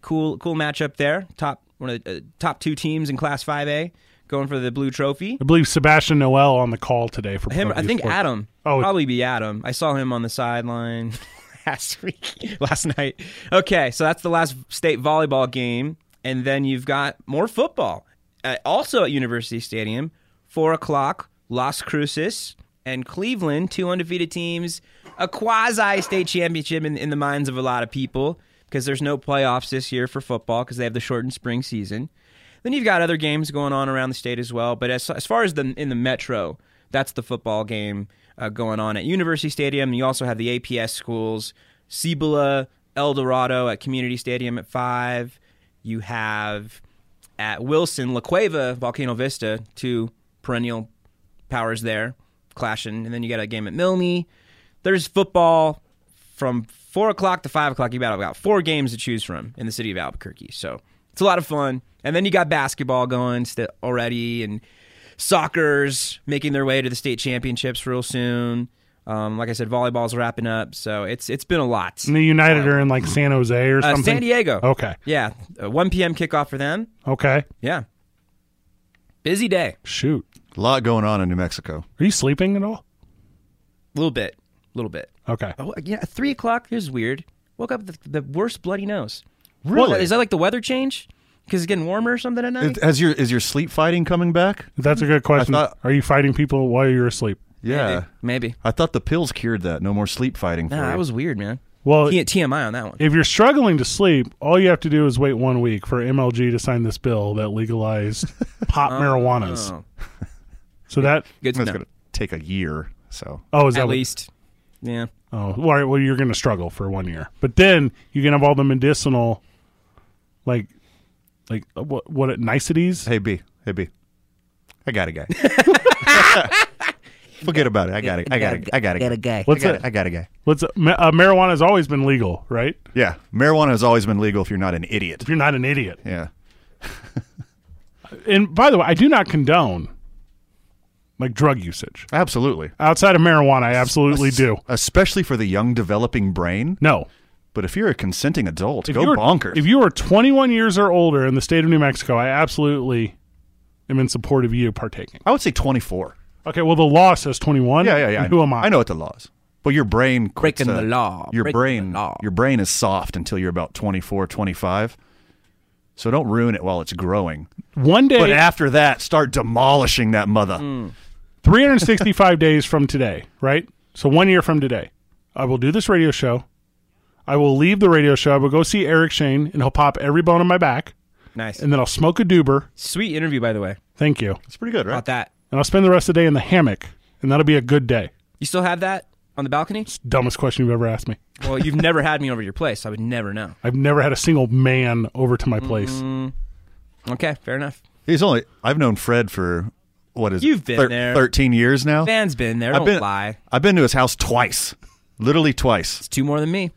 Cool, cool matchup there. Top one of the uh, top two teams in Class 5A going for the blue trophy.
I believe Sebastian Noel on the call today for
Him,
Pro
I
View
think
Sports.
Adam.
Oh, it's-
probably be Adam. I saw him on the sideline last week, last night. Okay, so that's the last state volleyball game, and then you've got more football. Uh, also at University Stadium, four o'clock. Las Cruces and Cleveland, two undefeated teams, a quasi state championship in, in the minds of a lot of people because there's no playoffs this year for football because they have the shortened spring season. Then you've got other games going on around the state as well. But as, as far as the in the metro, that's the football game uh, going on at University Stadium. You also have the APS schools, Cibola, El Dorado at Community Stadium at five. You have at Wilson, La Cueva, Volcano Vista, two perennial powers there clashing, and then you got a game at Milne. There's football from four o'clock to five o'clock. You got about four games to choose from in the city of Albuquerque, so it's a lot of fun. And then you got basketball going st- already, and soccer's making their way to the state championships real soon. Um, like I said, volleyball's wrapping up, so it's it's been a lot.
And the United are in like San Jose or
Uh,
something. Oh.
San Diego.
Okay.
Yeah, uh, 1 p.m. kickoff for them.
Okay.
Yeah, busy day.
Shoot.
A lot going on in New Mexico.
Are you sleeping at all?
A little bit, a little bit.
Okay.
Oh, yeah, at three o'clock. This is weird. Woke up with the, the worst bloody nose.
Really?
What, is that like the weather change? Because it's getting warmer or something at night.
Is- Has your is your sleep fighting coming back?
That's a good question.
thought-
Are you fighting people while you're asleep?
Yeah.
Maybe.
I thought the pills cured that. No more sleep fighting for
Nah,
you.
that was weird, man.
Well,
T- TMI on that one.
if you're struggling to sleep, all you have to do is wait one week for MLG to sign this bill that legalized pot marijuanas.
Oh,
So that
good to
That's
know.
gonna take a year. So
oh is that
At
what-
least. Yeah.
oh well, all right, well you're going to struggle for one year, but then you can have all the medicinal, like, like uh, what what it- niceties.
hey B, hey B, I got a guy. Forget about it. I got it. I got it. I got it. Got a guy.
What's
I got
it?
I got a guy.
What's ma- uh, marijuana has always been legal, right?
Yeah, marijuana has always been legal if you're not an idiot.
If you're not an idiot.
Yeah.
And by the way, I do not condone like drug usage
Absolutely.
outside of marijuana. I absolutely do.
Especially for the young developing brain.
No,
But if you're a consenting adult,
if
go
you were-
bonkers.
If you are 21 years or older in the state of New Mexico, I absolutely am in support of you partaking.
I would say 24.
Okay, well the law says 21.
Yeah, yeah, yeah.
and Who am I?
I know what the law is. But your brain quits,
Breaking
uh,
the law,
Your
breaking
brain
the law.
your brain is soft until you're about 24, 25. So don't ruin it while it's growing.
One
But
day,
after that, start demolishing that mother.
Mm.
365 days from today, right? So one year from today, I will do this radio show. I will leave the radio show. I will go see Eric Shane, and he'll pop every bone in my back,
Nice.
and then I'll smoke a doober.
Sweet interview, by the way.
Thank you.
It's pretty good, right?
About that.
And I'll spend the rest of the day in the hammock, and that'll be a good day.
You still have that on the balcony?
Dumbest question you've ever asked me.
Well, you've never had me over to your place. I would never know.
I've never had a single man over to my place.
Mm. Okay, fair enough.
He's only I've known Fred for what is it,
You've been
thir-
there.
13 years now.
Van's been there.
I've
Don't
been
lie.
I've been to his house twice. Literally twice.
It's two more than me.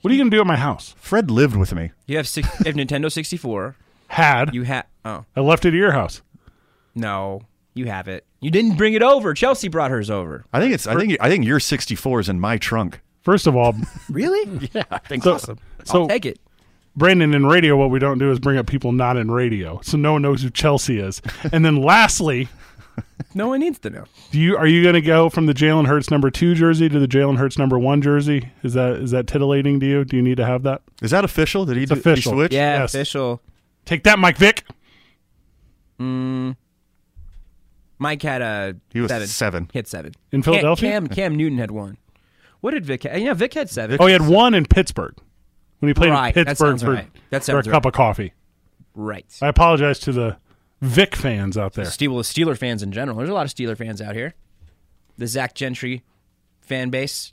What are you going to do at my house?
Fred lived with me.
You have six. you have Nintendo 64.
Had
You have. Oh
I left it at your house?
no, you have it. You didn't bring it over. Chelsea brought hers over.
I think it's I think I think your 64 is in my trunk.
First of all,
Really?
so, so
Take it.
Brandon in radio, what we don't do is bring up people not in radio, so no one knows who Chelsea is. and then lastly,
no one needs to know.
Do you are you going to go from the Jalen Hurts number two jersey to the Jalen Hurts number one jersey? Is that is that titillating to you? Do you need to have that?
Is that official? Did he,
do, official.
switch?
Yeah,
Yes.
official.
Take that, Mike Vick.
Mm. Mike had a
He was
seven.
seven.
He had seven
In
Cam-
Philadelphia?
Cam, Cam Newton had one. What did Vic? Have? Yeah, Vic had seven.
Oh, he had one in Pittsburgh when he played
Right,
in
that
Pittsburgh
sounds
for,
right. That
for a
sounds
cup
right.
of coffee.
Right.
I apologize to the Vic fans out there.
Steel, well, Steeler fans in general. There's a lot of Steeler fans out here. The Zach Gentry fan base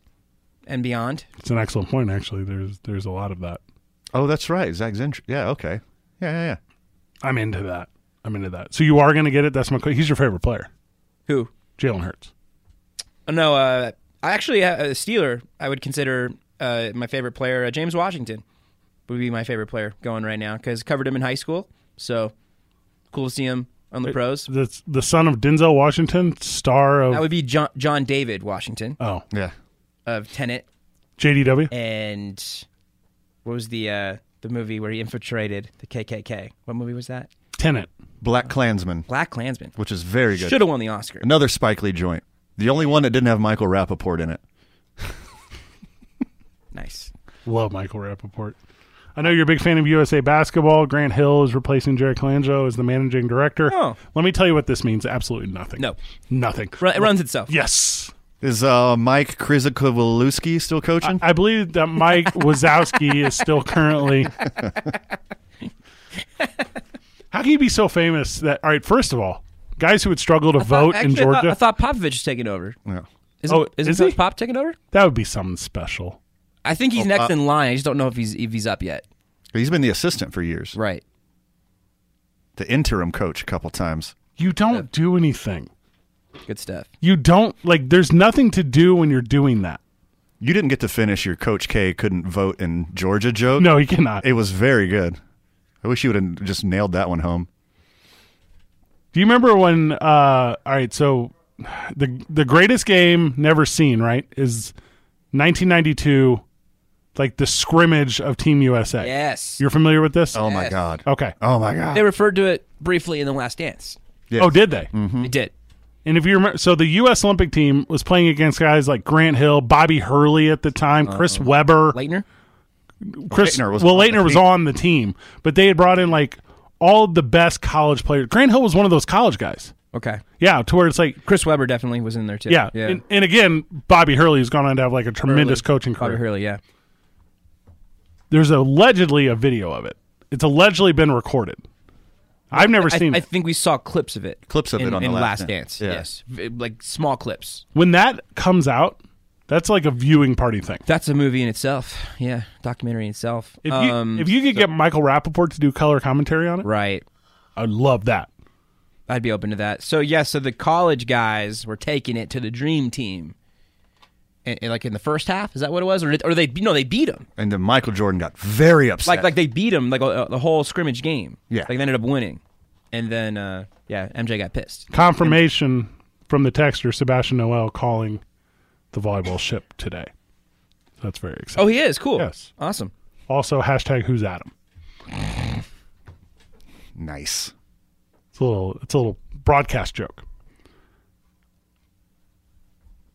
and beyond.
It's an excellent point, actually. There's there's a lot of that.
Oh, that's right. Zach Zentry. Yeah, okay. Yeah, yeah, yeah.
I'm into that. I'm into that. So you are going to get it. That's my. He's your favorite player,
Who?
Jalen Hurts.
Oh, no, uh, I actually uh, a Steeler. I would consider uh, my favorite player uh, James Washington would be my favorite player going right now because covered him in high school. So cool to see him on the pros.
That's the son of Denzel Washington, star
That
of
would be John, John David Washington
oh
Yeah.
of Tenet
JDW.
and what was the uh, the movie where he infiltrated the KKK? What movie was that?
Tenant.
Black Klansman,
Black Klansman.
which is very good.
Should have won the Oscar.
Another Spike Lee joint. The only one that didn't have Michael Rappaport in it.
Nice.
Love Michael Rappaport. I know you're a big fan of USA basketball. Grant Hill is replacing Jerry Colangelo as the managing director.
Oh.
Let me tell you what this means. Absolutely nothing.
No.
Nothing.
Run, it runs itself.
Yes.
Is uh, Mike Krizikowaluski still coaching?
I believe that Mike Wazowski is still currently. How can you be so famous that? All right, first of all, guys who would struggle to vote
Actually,
in Georgia,
I thought, I thought Popovich is taking over.
no.
Isn't,
Oh,
isn't
is he?
Coach Pop taking over?
that would be something special.
I think he's
Oh,
next
uh,
Pop.
in line. I just don't know if he's if he's up yet.
He's been the assistant for years,
Right.
the interim coach a couple times.
You don't do anything.
Good stuff.
You don't like. There's nothing to do when you're doing that.
You didn't get to finish your Coach K couldn't vote in Georgia joke.
No, you cannot.
It was very good. I wish you would have just nailed that one home.
Do you remember when? Uh, all right, so the the greatest game never seen, right, is 1992, like the scrimmage of Team USA.
Yes.
You're familiar with this?
Oh my
Yes.
god.
Okay.
Oh my god.
They referred to it briefly in the Last Dance.
Yes. Mm-hmm.
Oh, did they?
They did.
And if you remember, so the U.S. Olympic team was playing against guys like Grant Hill, Bobby Hurley at the time, Chris Webber.
Leitner.
Chris,
Leitner Uh-huh. was on
well,
the
Leitner was
team.
on the team, but they had brought in like all the best college players. Grant Hill was one of those college guys.
Okay.
Yeah, to where it's like,
Chris Webber definitely was in there too.
yeah. And, and again, Bobby Hurley has gone on to have like a tremendous
Hurley.
coaching career.
Bobby Hurley. Yeah.
There's allegedly a video of it. It's allegedly been recorded. I've never
I,
seen
I
it.
think we saw clips of it.
Clips of
in,
it on the
in
Last
Last,
Dance.
Dance.
Yeah.
Yes. V- Like small clips.
when that comes out. That's like a viewing party thing.
That's a movie in itself. Yeah. Documentary in itself.
If you,
um,
if you could get Michael Rappaport to do color commentary on it,
right.
I'd love that.
I'd be open to that. So yeah, so the college guys were taking it to the dream team, and, and, like in the first half, is that what it was, or did, or they no they beat them
And then Michael Jordan got very upset.
like like they beat them like uh, the whole scrimmage game.
Yeah.
like they ended up winning, and then uh, yeah, MJ got pissed.
Confirmation from the texter Sebastian Noel calling the volleyball ship today. That's very
Oh,
exciting.
he is cool.
Yes.
awesome.
Also, hashtag Who's Adam.
nice.
It's a little. It's a little broadcast joke.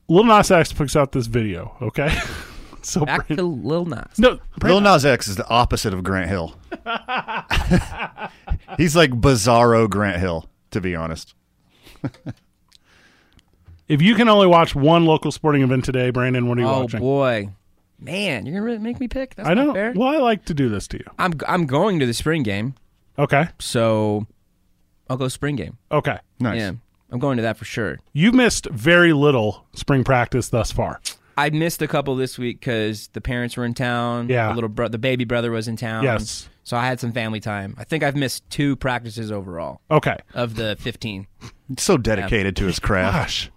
Lil Nas X puts out this video. Okay, so
Back to Lil Nas.
no,
Lil Nas X is the opposite of Grant Hill. He's like bizarro Grant Hill, to be honest.
if you can only watch one local sporting event today, Brandon, what are you
Oh
watching?
boy, man, you're gonna really make me pick. That's
I
not
know.
fair.
Well, I like to do this to you.
I'm I'm going to the spring game,
Okay.
so I'll go spring game.
Okay.
Nice.
Yeah, I'm going to that for sure.
You've missed very little spring practice thus far.
I missed a couple this week because the parents were in town.
Yeah.
the little bro- the baby brother was in town.
Yes.
so I had some family time. I think I've missed two practices overall
Okay.
of the fifteen.
He's so dedicated to his craft.
Gosh,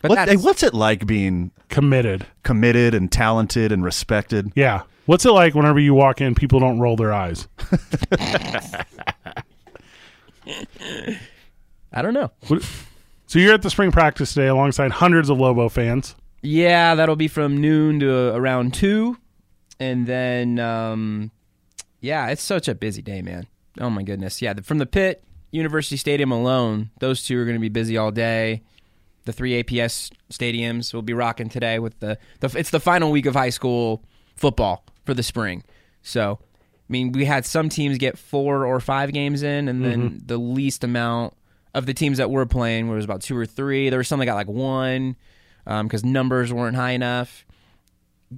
But
What,
that's,
hey, what's it like being
committed.
committed and talented and respected?
Yeah. What's it like whenever you walk in, people don't roll their eyes?
I don't know.
What- so you're at the spring practice today alongside hundreds of Lobo fans.
Yeah, that'll be from noon to uh, around two, and then um, yeah, it's such a busy day, man. Oh my goodness, yeah, the, from the pit University Stadium alone, those two are going to be busy all day. The three APS stadiums will be rocking today with the, the it's the final week of high school football for the spring. So, I mean, we had some teams get four or five games in, and then the least amount of the teams that were playing was about two or three. There was some that got like one because numbers weren't high enough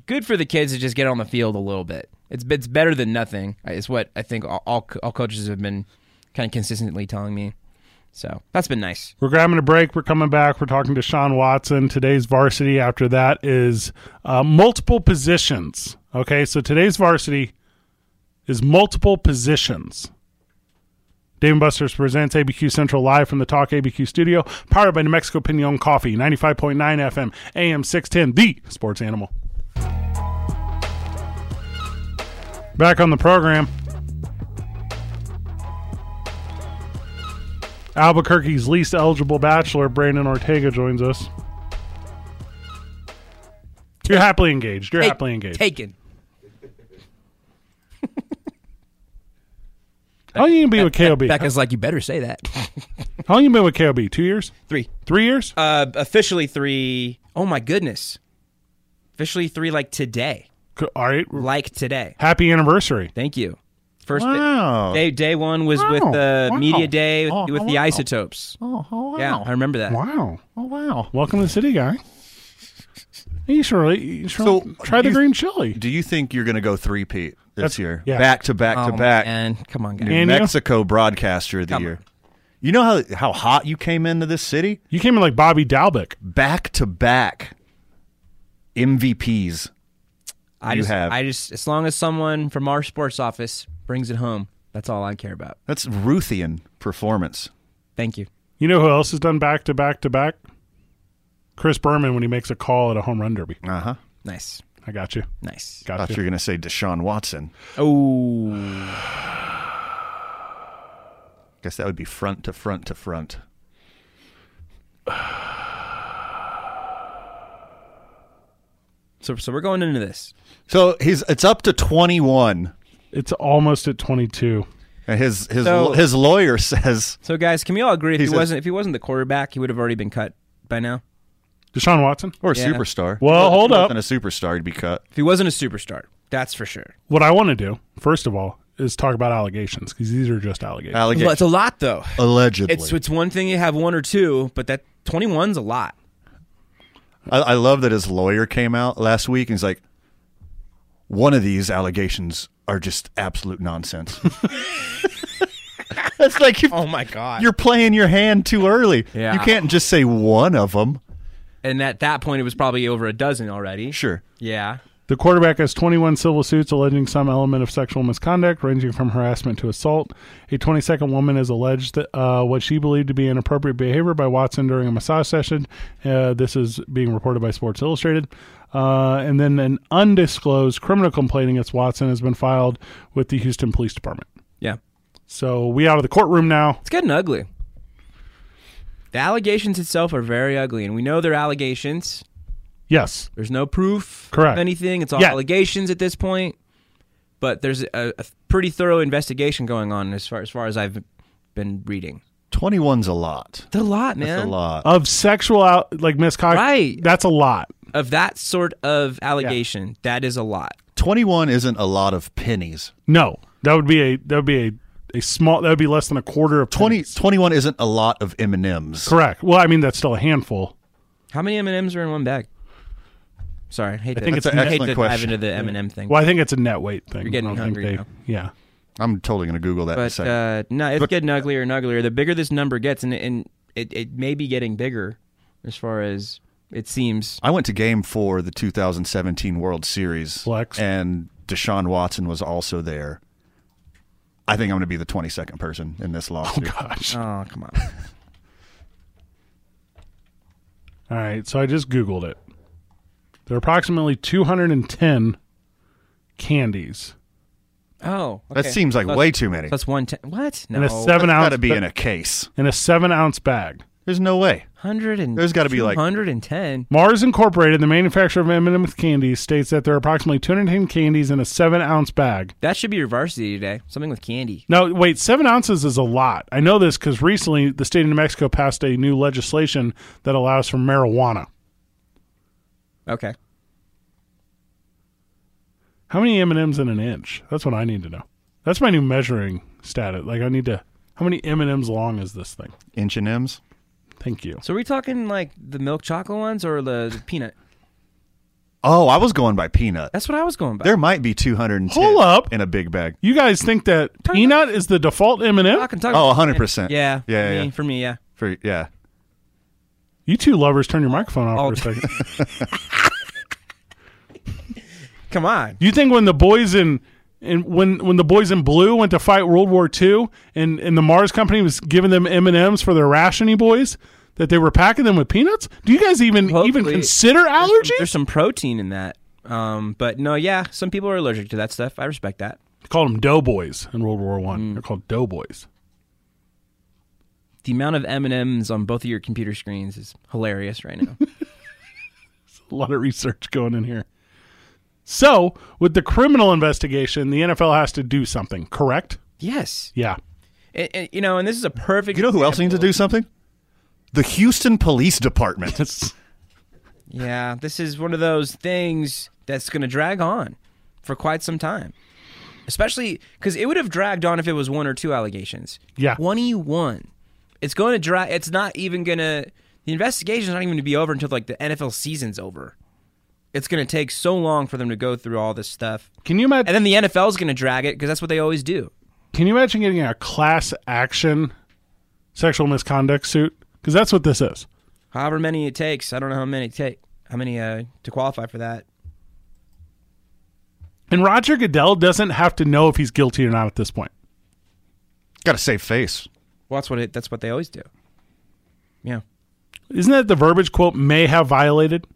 good for the kids to just get on the field a little bit. It's it's better than nothing. uh, Is what I think all all, all coaches have been kind of consistently telling me. So that's been nice.
We're grabbing a break. We're coming back. We're talking to Sean Watson. Today's varsity after that is uh, multiple positions. Okay, so today's varsity is multiple positions. Dave and Buster's presents ABQ Central live from the Talk ABQ studio, powered by New Mexico Pinon Coffee, 95.9 FM, AM 610, the sports animal. Back on the program. Albuquerque's least eligible bachelor, Brandon Ortega, joins us. You're happily engaged. You're
Take-
happily engaged.
Taken.
How long you been with KOB?
Becca's like, you better say that.
How long you been with KOB? Two years?
Three.
Three years?
Uh, officially three oh my goodness. Officially three, like today.
Co- All right.
Like today.
Happy anniversary.
Thank you. First
Wow.
day, day one was with the
Wow.
media day with,
Oh,
with the
wow.
isotopes.
Oh, oh, wow.
Yeah, I remember that.
Wow.
Oh, wow.
Welcome to the city, guy. You sure? You sure
So,
try the
you-
green chili.
Do you think you're going to go three Pete this
That's-
year?
yeah.
Back to back
Oh,
to back.
man. Come on, guys.
New
And you?
Mexico broadcaster of the
Come
year. You know how how hot you came into this city?
You came in like Bobby Dalbec.
Back to back MVPs.
I
you
just,
have.
I just, as long as someone from our sports office brings it home, that's all I care about.
That's Ruthian performance.
Thank you.
You know who else has done back to back to back? Chris Berman when he makes a call at a home run derby.
Uh huh.
Nice,
I got you.
nice.
I
Got
thought you
you.
were going to say Deshaun Watson.
Oh,
guess that would be front to front to front.
so so we're going into this.
So he's it's up to 21.
It's almost at 22.
And his his
So-
his lawyer says
So guys, can we all agree if
He
he,
says-
wasn't if he wasn't the quarterback, he would have already been cut by now.
Deshaun Watson.
or a
Yeah.
superstar.
Well, hold up.
And a superstar he'd be cut.
If he wasn't a superstar, that's for sure.
What I want to do, first of all, is talk about allegations because these are just allegations.
Well, it's a
Allegation.
lot though.
Allegedly.
It's it's one thing you have one or two, but that 21's a lot.
I, I love that his lawyer came out last week and he's like, one of these allegations are just absolute nonsense. That's like you
Oh my god.
you're playing your hand too early.
Yeah.
You can't just say one of them.
and at that point, it was probably over a dozen already.
Sure.
Yeah.
The quarterback has 21 civil suits alleging some element of sexual misconduct, ranging from harassment to assault. A 20 second woman has alleged that, uh, what she believed to be inappropriate behavior by Watson during a massage session. Uh, this is being reported by Sports Illustrated. Uh, and then an undisclosed criminal complaint against Watson has been filed with the Houston Police Department.
Yeah.
So we out of the courtroom now.
It's getting ugly. The allegations itself are very ugly, and we know they're allegations.
Yes.
There's no proof
Correct.
of anything. It's all
Yeah.
allegations at this point. But there's a, a pretty thorough investigation going on as far as far as I've been reading.
21's a lot.
It's a lot, man.
That's a lot.
Of sexual out, like misconduct.
Right.
That's a lot.
Of that sort of allegation, that is a lot.
21 isn't a lot of pennies.
No, that would be a, that would be a, a small, that would be less than a quarter of
20,
pennies.
21 isn't a lot of M&Ms.
Correct. Well, I mean that's still a handful.
How many M and M's are in one bag? Sorry, I hate to,
think
it's an
I hate
excellent
to dive
question.
into the M and M thing.
Well, I think it's a net weight thing.
You're getting
I don't think
hungry
Yeah.
I'm totally going to Google that in a
But
second.
uh, no, it's getting uglier and uglier. The bigger this number gets, and, and it, it may be getting bigger, as far as it seems.
I went to game four of the 2017 World Series.
Flex.
And Deshaun Watson was also there. I think I'm going to be the 22nd person in this lawsuit.
Gosh.
Oh come on!
All right. So I just Googled it. There are approximately 210 candies,
Oh,
That
okay.
seems like
Plus-
way too many.
Plus one ten. What? No.
and a seven
Got
ounce
to be
ba-
in a case.
and a seven ounce bag.
There's no way.
Hundred and
There's gotta be like-
110.
Mars Incorporated, the manufacturer of M&M's candies, states that there are approximately 210 candies in a seven ounce bag.
That should be your varsity today. Something with candy.
Now, wait, seven ounces is a lot. I know this because recently the state of New Mexico passed a new legislation that allows for marijuana.
Okay.
How many M and M's in an inch? That's what I need to know. That's my new measuring stat. Like I need to. How many M and M's long is this thing?
Inch and M's.
Thank you.
So are we talking like the milk chocolate ones or the, the peanut?
Oh, I was going by peanut.
That's what I was going by.
There might be 210
Hold up.
in a big bag.
You guys think that peanut is the default M and m
Talking, talking
Oh, 100%.
Yeah.
Yeah,
I
yeah,
mean,
yeah.
For me, yeah.
For, yeah.
You two lovers, turn your microphone off
Oh.
for a second.
Come on.
You think when the boys in and when when the boys in blue went to fight World War II and, and the Mars company was giving them M and M's for their rationing boys that they were packing them with peanuts? Do you guys even even
Hopefully.
consider allergies?
There's some protein in that. Um, but no, yeah, some people are allergic to that stuff. I respect that.
They called them doughboys in World War
Mm.
One. They're called doughboys.
The amount of M and M's on both of your computer screens is hilarious right now.
a lot of research going in here. So, with the criminal investigation, the NFL has to do something, correct?
yes,
Yeah.
and, and, you know, and this is a perfect.
You know who else needs to do something? The Houston Police Department.
That's
Yeah, this is one of those things that's going to drag on for quite some time. Especially because it would have dragged on if it was one or two allegations.
Yeah.
21. It's going to drag, it's not even going to, the investigation's not even going to be over until like the NFL season's over. It's going to take so long for them to go through all this stuff.
Can you imagine
And then the NFL's going to drag it because that's what they always do.
can you imagine getting a class action sexual misconduct suit? Cuz that's what this is.
However many it takes, I don't know how many take, how many uh, to qualify for that.
And Roger Goodell doesn't have to know if he's guilty or not at this point.
Got to save face.
Well, that's what it, that's what they always do. Yeah.
Isn't that the verbiage quote may have violated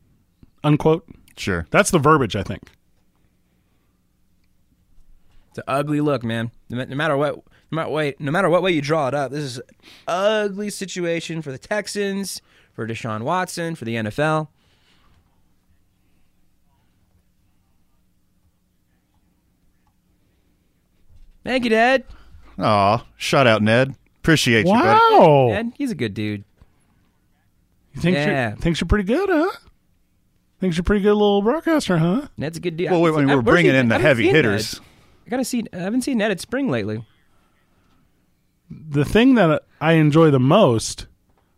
unquote?
Sure.
That's the verbiage, I think.
It's an ugly look, man. No, ma- no matter what, no matter what, no matter what way you draw it up, this is an ugly situation for the Texans, for Deshaun Watson, for the NFL. Thank you, Dad.
Aw, shout out, Ned. Appreciate you, buddy.
Wow.
Dad, he's a good dude.
You think
Yeah.
you're, thinks you're pretty good, huh? Thinks you're a pretty good little broadcaster, huh?
Ned's a good dude.
Well,
I
we,
haven't seen- I-
we're
where's
bringing
he-
in
I
the
haven't
heavy
seen
hitters.
Ned. I gotta see. I haven't seen Ned at spring lately.
the thing that I enjoy the most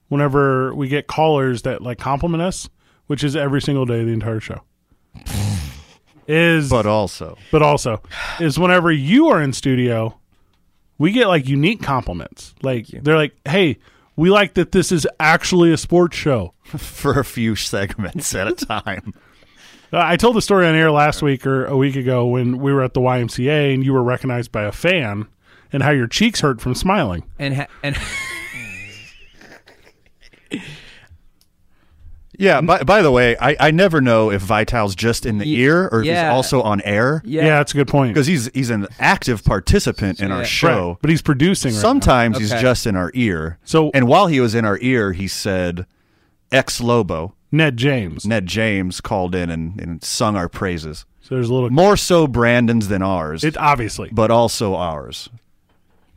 whenever we get callers that like compliment us, which is every single day of the entire show, is
But also,
but also is whenever you are in studio, we get like unique compliments. Like they're like, "Hey, we like that this is actually a sports show."
for a few segments at a time.
Uh, I told the story on air last week or a week ago when we were at the YMCA and you were recognized by a fan and how your cheeks hurt from smiling.
And ha- and
Yeah. By, by the way, I, I never know if Vital's just in the
Ye-
ear or if
yeah.
he's also on air
yeah,
yeah that's a good point.
because he's he's an active participant in
Yeah.
our
Right,
show.
but he's producing right now.
Sometimes
Okay.
he's just in our ear.
So-
and while he was in our ear, he said, "Ex Lobo."
Ned James.
Ned James called in and, and sung our praises.
So there's a little
More so Brandon's than ours,
It obviously.
but also ours.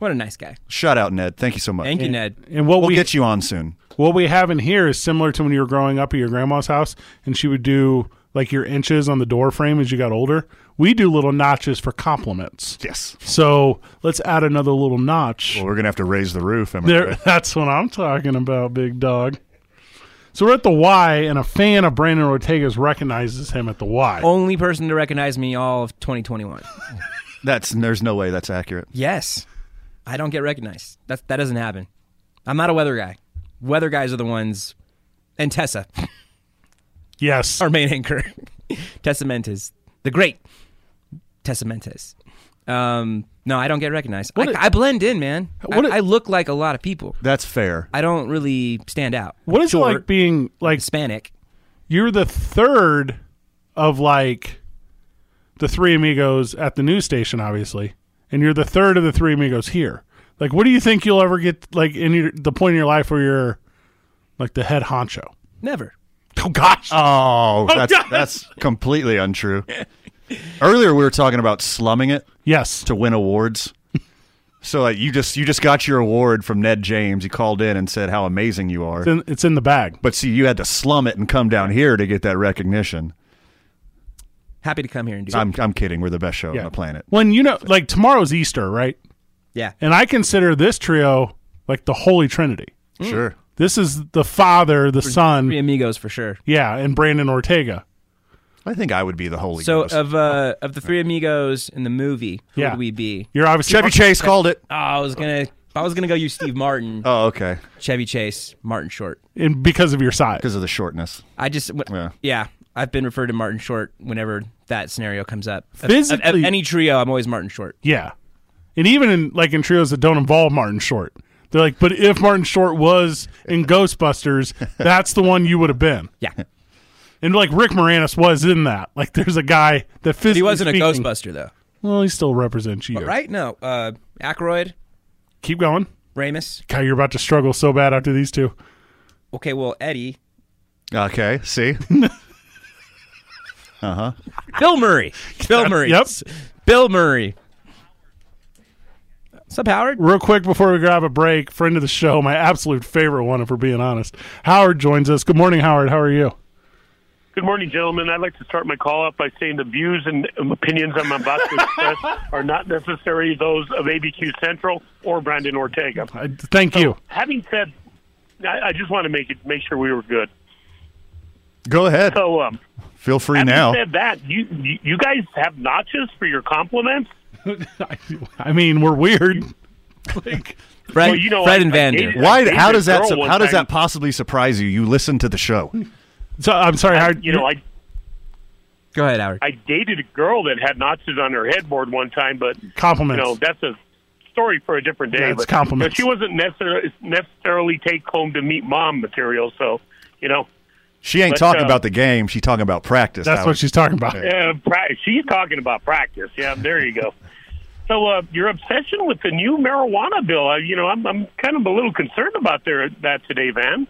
what a nice guy.
Shout out, Ned. Thank you so much.
Thank you, Ned.
And what
We'll
we
get you on soon.
what we have in here is similar to when you were growing up at your grandma's house, and she would do like your inches on the door frame as you got older. We do little notches for compliments.
Yes.
So let's add another little notch.
Well, we're gonna have to raise the roof. Am I
There,
right?
that's what I'm talking about, big dog. So we're at the Y, and a fan of Brandon Ortega's recognizes him at the Y.
Only person to recognize me all of 2021.
That's there's no way that's accurate.
Yes. I don't get recognized. That that doesn't happen. I'm not a weather guy. Weather guys are the ones and Tessa,
Yes,
our main anchor. Tessa Mentes. The great Tessa Mentes. Um, no, I don't get recognized. I,
What a-
I blend in, man. I
What a-
I look like a lot of people.
That's fair.
I don't really stand out.
what is it like
Short,
being like
Hispanic?
you're the third of like the three amigos at the news station obviously and you're the third of the three amigos here like what do you think you'll ever get like in your, the point in your life where you're Like the head honcho.
Never.
Oh gosh.
Oh, that's
God.
that's completely untrue. Earlier we were talking about slumming it.
Yes.
To win awards. So like you just you just got your award from Ned James. He called in and said how amazing you are.
It's in, it's in the bag.
But see, you had to slum it and come down here to get that recognition.
Happy to come here and do
I'm
it.
I'm kidding. We're the best show on the planet.
When you know, like tomorrow's Easter, right?
Yeah.
And I consider this trio like the Holy Trinity.
Mm. Sure.
This is the Father, the Son,
Three amigos for sure.
yeah, and Brandon Ortega.
I think I would be the Holy
So
Ghost.
of uh of the three amigos in the movie, who
Yeah.
would we be?
You're obviously
Chevy Chase called it.
Oh, I was gonna I was gonna go you Steve Martin,
Oh, okay.
Chevy Chase, Martin Short.
and because of your size.
Because of the shortness.
I just w-
Yeah.
yeah. I've been referred to Martin Short whenever that scenario comes up. Of- of-
Physically-
of any trio, I'm always Martin Short.
Yeah. And even in like in trios that don't involve Martin Short. They're like, but if Martin Short was in Ghostbusters, that's the one you would have been.
Yeah.
And like Rick Moranis was in that. Like there's a guy that physically
He wasn't a
speaking-
Ghostbuster though,
Well, he still represents you.
right? No, uh, Aykroyd,
Keep going.
Ramus.
God, you're about to struggle so bad after these two.
Okay, well Eddie,
Okay. See.
Bill Murray, Bill Murray,
Yep.
Bill Murray. Sup Howard?
Real quick before we grab a break, friend of the show, my absolute favorite one, if we're being honest. Howard joins us. Good morning, Howard. How are you?
Good morning, gentlemen. I'd like to start my call off by saying the views and opinions I'm about to express are not necessarily those of ABQ Central or Brandon Ortega.
I, thank you.
Having said, I, I just want to make it make sure we were good.
Go ahead.
So, um,
Feel free
having
now.
said that, you, you you guys have notches for your compliments.
I mean, we're weird.
Fred,
Well, you know,
Fred
I-
and
I
Vander.
hated-
Why?
I
How
dated
does
a
that?
girl
sup-
one
How does
time.
that possibly surprise you? You listen to the show.
So I'm sorry, Howard.
You know, I
Go ahead, Howard.
I dated a girl that had notches on her headboard one time, but you
compliments.
know that's a story for a different day.
Yeah, it's
but,
compliments.
but she wasn't necessarily necessarily take home to meet mom material. So you know,
She ain't
But,
talking
uh,
about the game. She's talking about practice.
That's
Howard.
what she's talking about.
uh, pra- she's talking about practice. Yeah, there you go. So uh, your obsession with the new marijuana bill, uh, you know, I'm, I'm kind of a little concerned about there, that today, Van.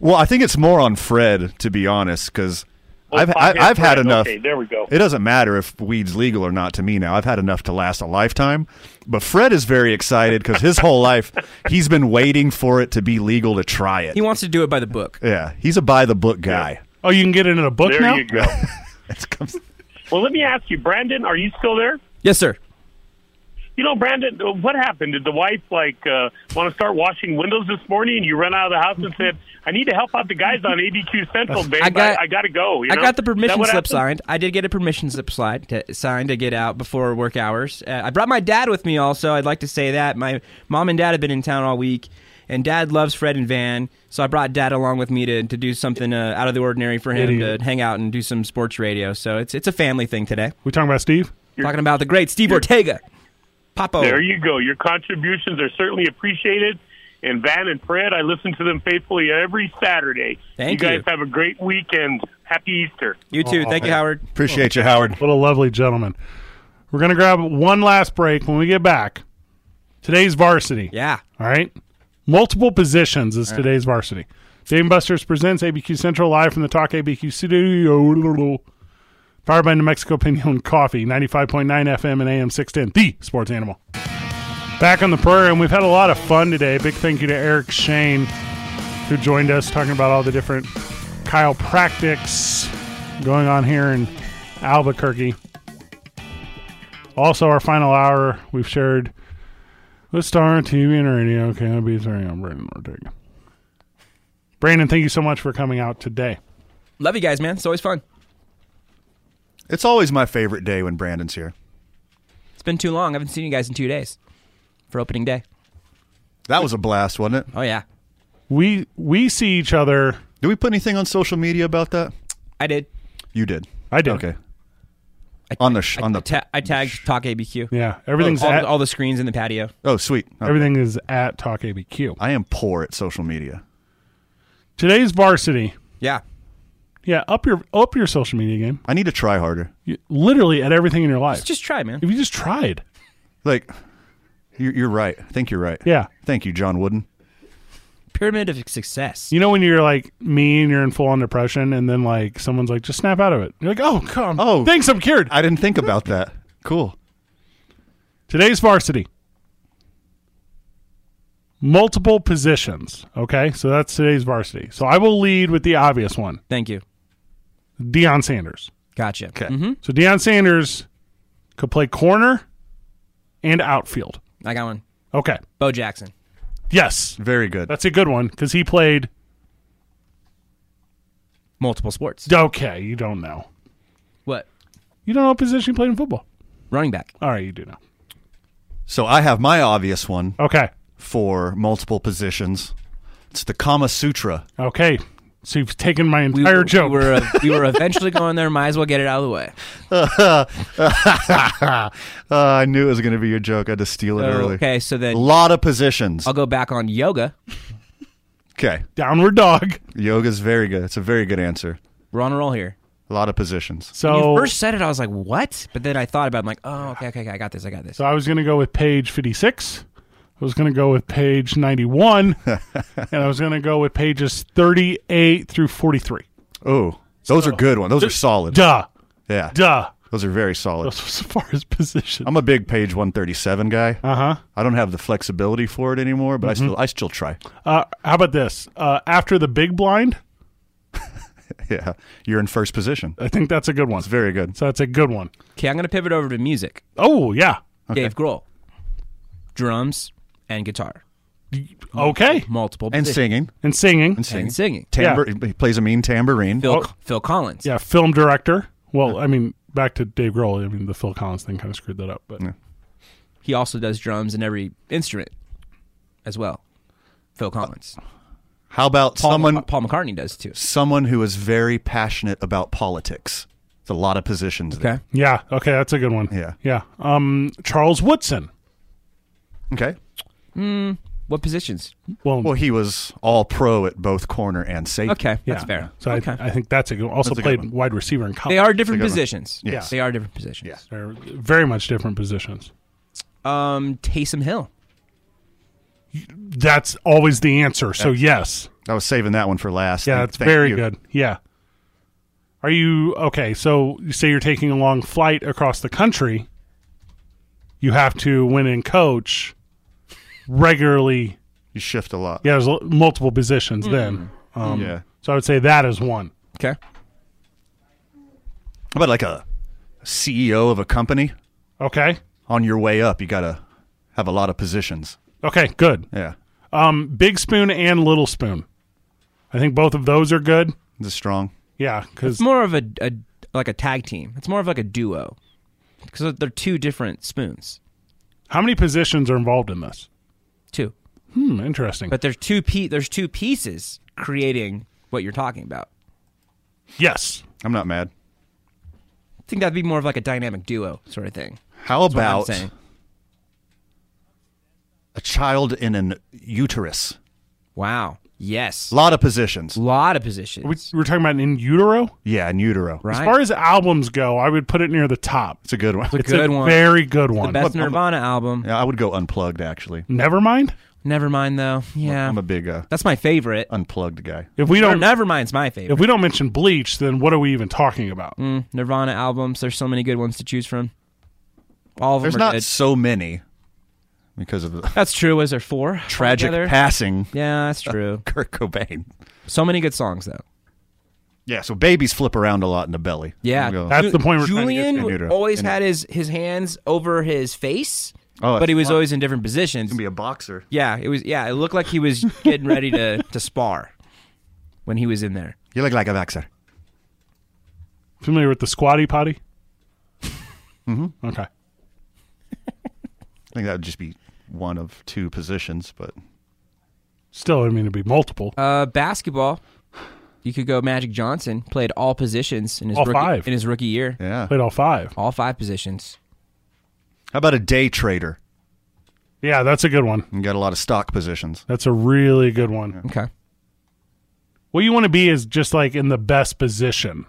Well, I think it's more on Fred to be honest, because
Well,
I've
podcast
I, I've had
Fred,
enough.
okay, there we go.
It doesn't matter if weed's legal or not to me now. I've had enough to last a lifetime. But Fred is very excited because his whole life he's been waiting for it to be legal to try it.
He wants to do it by the book.
yeah, he's a by the book guy.
Oh, you can get it in a book
There
now?
you go.
It's comes-
well, let me ask you, Brandon, are you still there?
Yes, sir.
You know, Brandon, uh, what happened? Did the wife like uh, want to start washing windows this morning, and you ran out of the house and said, "I need to help out the guys on ABQ Central, babe. I
got-
got, I, got to go." You
I
know?
got the
Is that
permission
what
slip
happened?
signed. I did get a permission slip slide to, signed to get out before work hours. Uh, I brought my dad with me also. I'd like to say that my mom and dad have been in town all week, and dad loves Fred and Van, so I brought dad along with me to, to do something uh, out of the ordinary for him
Idiot.
to hang out and do some sports radio. So it's it's a family thing today.
We talking about Steve?
Talking about the great Steve Ortega, Papo.
There you go. Your contributions are certainly appreciated. And Van and Fred, I listen to them faithfully every Saturday.
Thank
you guys
you.
have a great weekend. Happy Easter.
You too.
Oh,
Thank you, Howard.
Appreciate you, Howard.
What a lovely gentleman. We're going to grab one last break when we get back. Today's varsity.
Yeah.
All right. Multiple positions is today's varsity. Dave and Buster's presents ABQ Central live from the Talk ABQ studio. Powered by New Mexico Pinion Coffee, 95.9 FM and AM 610, the sports animal. Back on the program, we've had a lot of fun today. Big thank you to Eric Shane, who joined us talking about all the different chiropractics going on here in Albuquerque. Also, our final hour, we've shared with Star TV and Radio. Okay, I'll be sorry. I'm Brandon Ortega. Brandon, thank you so much for coming out today.
Love you guys, man. It's always fun.
It's always my favorite day when Brandon's here.
It's been too long. I haven't seen you guys in two days for opening day.
That was a blast, wasn't it?
Oh yeah,
We we see each other.
Did we put anything on social media about that?
I did.
You did.
I did.
Okay. on the sh- on the
Ta- I tagged Talk ABQ.
Yeah, everything's
all,
at,
all the screens in the patio.
oh sweet. Okay.
everything is at Talk ABQ.
I am poor at social media.
Today's varsity.
Yeah.
Yeah, up your up your social media game.
I need to try harder.
You, literally at everything in your life.
Just try, man.
if you just tried.
Like, you're, you're right. I think you're right.
Yeah.
Thank you, John Wooden.
pyramid of success.
You know when you're like me and you're in full on depression, and then like someone's like, just snap out of it. You're like, oh come, oh thanks, I'm cured.
I didn't think about that. Cool.
Today's varsity. Multiple positions. Okay, so that's today's varsity. So I will lead with the obvious one.
Thank you,
Deion Sanders.
Gotcha. Okay.
So Deion Sanders could play corner and outfield.
I got one.
Okay.
Bo Jackson.
Yes.
Very good.
That's a good one because he played
multiple sports.
Okay, you don't know.
What?
You don't know what position he played in football.
Running back.
All right, you do know.
So I have my obvious one.
Okay.
For multiple positions, it's the Kama Sutra.
Okay. So you've taken my entire joke.
We were, uh, we were eventually going there. Might as well get it out of the way.
Uh, I knew it was going to be your joke. I had to steal it
Oh,
early.
okay, so then-
a lot of positions.
I'll go back on yoga.
Okay,
downward dog.
yoga's very good. It's a very good answer.
We're on a roll here.
A lot of positions.
when
So
you first said it, I was like, "What?" But then I thought about. it. I'm like, "Oh, okay, okay, okay, I got this. I got this."
So I was going to go with page 56. I was going to go with page 91. and I was going to go with pages 38 through 43.
Oh, those are good ones. Those are solid.
Duh.
Yeah.
Duh.
Those are very solid.
Those as far as position.
I'm a big page 137 guy.
Uh huh.
I don't have the flexibility for it anymore, but
Mm-hmm.
I still I still try.
Uh, how about this? Uh, after the big blind,
Yeah. You're in first position.
I think that's a good one.
It's very good.
So that's a good one.
Okay, I'm gonna pivot over to music.
Oh, yeah.
Dave Grohl, drums and guitar,
Okay.
multiple
And
positions.
singing.
And singing.
And singing.
and singing.
Tambour- He plays a mean tambourine.
Phil Phil Collins.
Oh. Yeah. Film director. Well, I mean, back to Dave Grohl. I mean, the Phil Collins thing kind of screwed that up. But
He also does drums in every instrument as well. Phil Collins.
How about
Paul,
someone
Paul McCartney does too.
someone who is very passionate about politics? It's a lot of positions.
Okay.
yeah. Okay. That's a good one.
There.
Yeah. Um, Charles Woodson.
Yeah. Okay.
What positions?
Well,
Well, he was all pro at both corner and safety.
Okay,
yeah.
that's fair.
So
okay.
I, I think that's a good. Also
That's a good
played
one.
wide receiver in college.
they are different positions.
one. Yes.
They are different positions.
Yeah.
They're very much different positions.
Um, Taysom Hill.
That's always the answer. So yes,
I was saving that one for last.
yeah,
Thank-
that's
thank
very
you.
good. Yeah. Are you okay? So you say you're taking a long flight across the country. You have to win and coach regularly.
You shift a lot.
Yeah, there's l- multiple
Hmm.
positions then. Um,
Yeah.
So I would say that is one.
Okay.
How about like a CEO of a company?
Okay.
On your way up, you gotta have a lot of positions.
Okay. Good.
Yeah.
Um, Big Spoon and Little Spoon. I think both of those are good.
This is strong.
Yeah, because
It's more of a, a like a tag team. It's more of like a duo because they're two different spoons.
How many positions are involved in this?
Two,
Hmm, interesting.
but there's two pe- there's two pieces creating what you're talking about.
yes.
I'm not mad.
I think that'd be more of like a dynamic duo sort of thing.
How
That's what I'm
about
saying.
a child in an uterus?
Wow. Yes.
A lot of positions.
A lot of positions.
We, we're talking about in utero?
Yeah, in utero.
right.
As far as albums go, I would put it near the top.
It's a good one.
a good one.
Very good one. um,
the best
I'm a-
Nirvana album.
Yeah, I would go unplugged actually.
Never mind.
Never mind though. Yeah.
I'm a big uh,
That's my favorite.
unplugged guy.
If we
Or
don't
Nevermind's my
if
favorite.
we don't mention Bleach, then what are we even talking about?
Mm, Nirvana albums. There's so many good ones to choose from. All of
There's
them are
not
good.
so many because of the
That's true. Was there four?
tragic
altogether?
passing
Yeah, that's true.
Kurt Cobain.
So many good songs though.
Yeah, so babies flip around a lot in the belly.
Yeah,
We'll go-
That's the point we're trying to get
Julian
to. In utero.
always
In-
had his his hands over his face,
Oh, that's
but he was
smart.
always in different positions.
Gonna be a boxer.
yeah, it was. Yeah, it looked like he was getting ready to to spar when he was in there.
You look like a boxer.
Familiar with the squatty potty? mm-hmm. Okay.
I think that would just be one of two positions, but
Still, I mean, it'd be multiple.
Uh, basketball. You could go Magic Johnson played all positions in his
All
rookie,
five.
in his rookie year.
yeah.
Played all five.
All five positions.
How about a day trader?
Yeah, that's a good one.
You got a lot of stock positions.
That's a really good one.
Okay.
What you want to be is just like in the best position.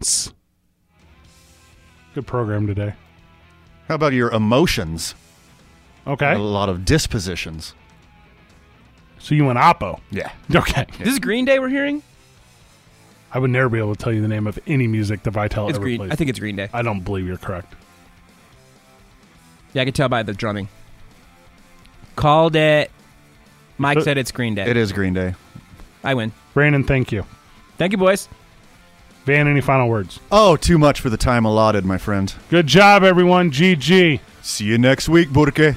Tss. Good program today.
How about your emotions?
Okay.
A lot of dispositions.
So you went Oppo.
Yeah.
Okay.
This is Green Day we're hearing?
I would never be able to tell you the name of any music that Vital
It's
ever
Green-
played.
I think it's Green Day.
I don't believe you're correct.
Yeah, I could tell by the drumming. Called it. Mike said it's Green Day.
It is Green Day.
I win.
Brandon, thank you.
Thank you, boys.
Van, any final words?
Oh, too much for the time allotted, my friend.
Good job, everyone. GG.
See you next week, Burke.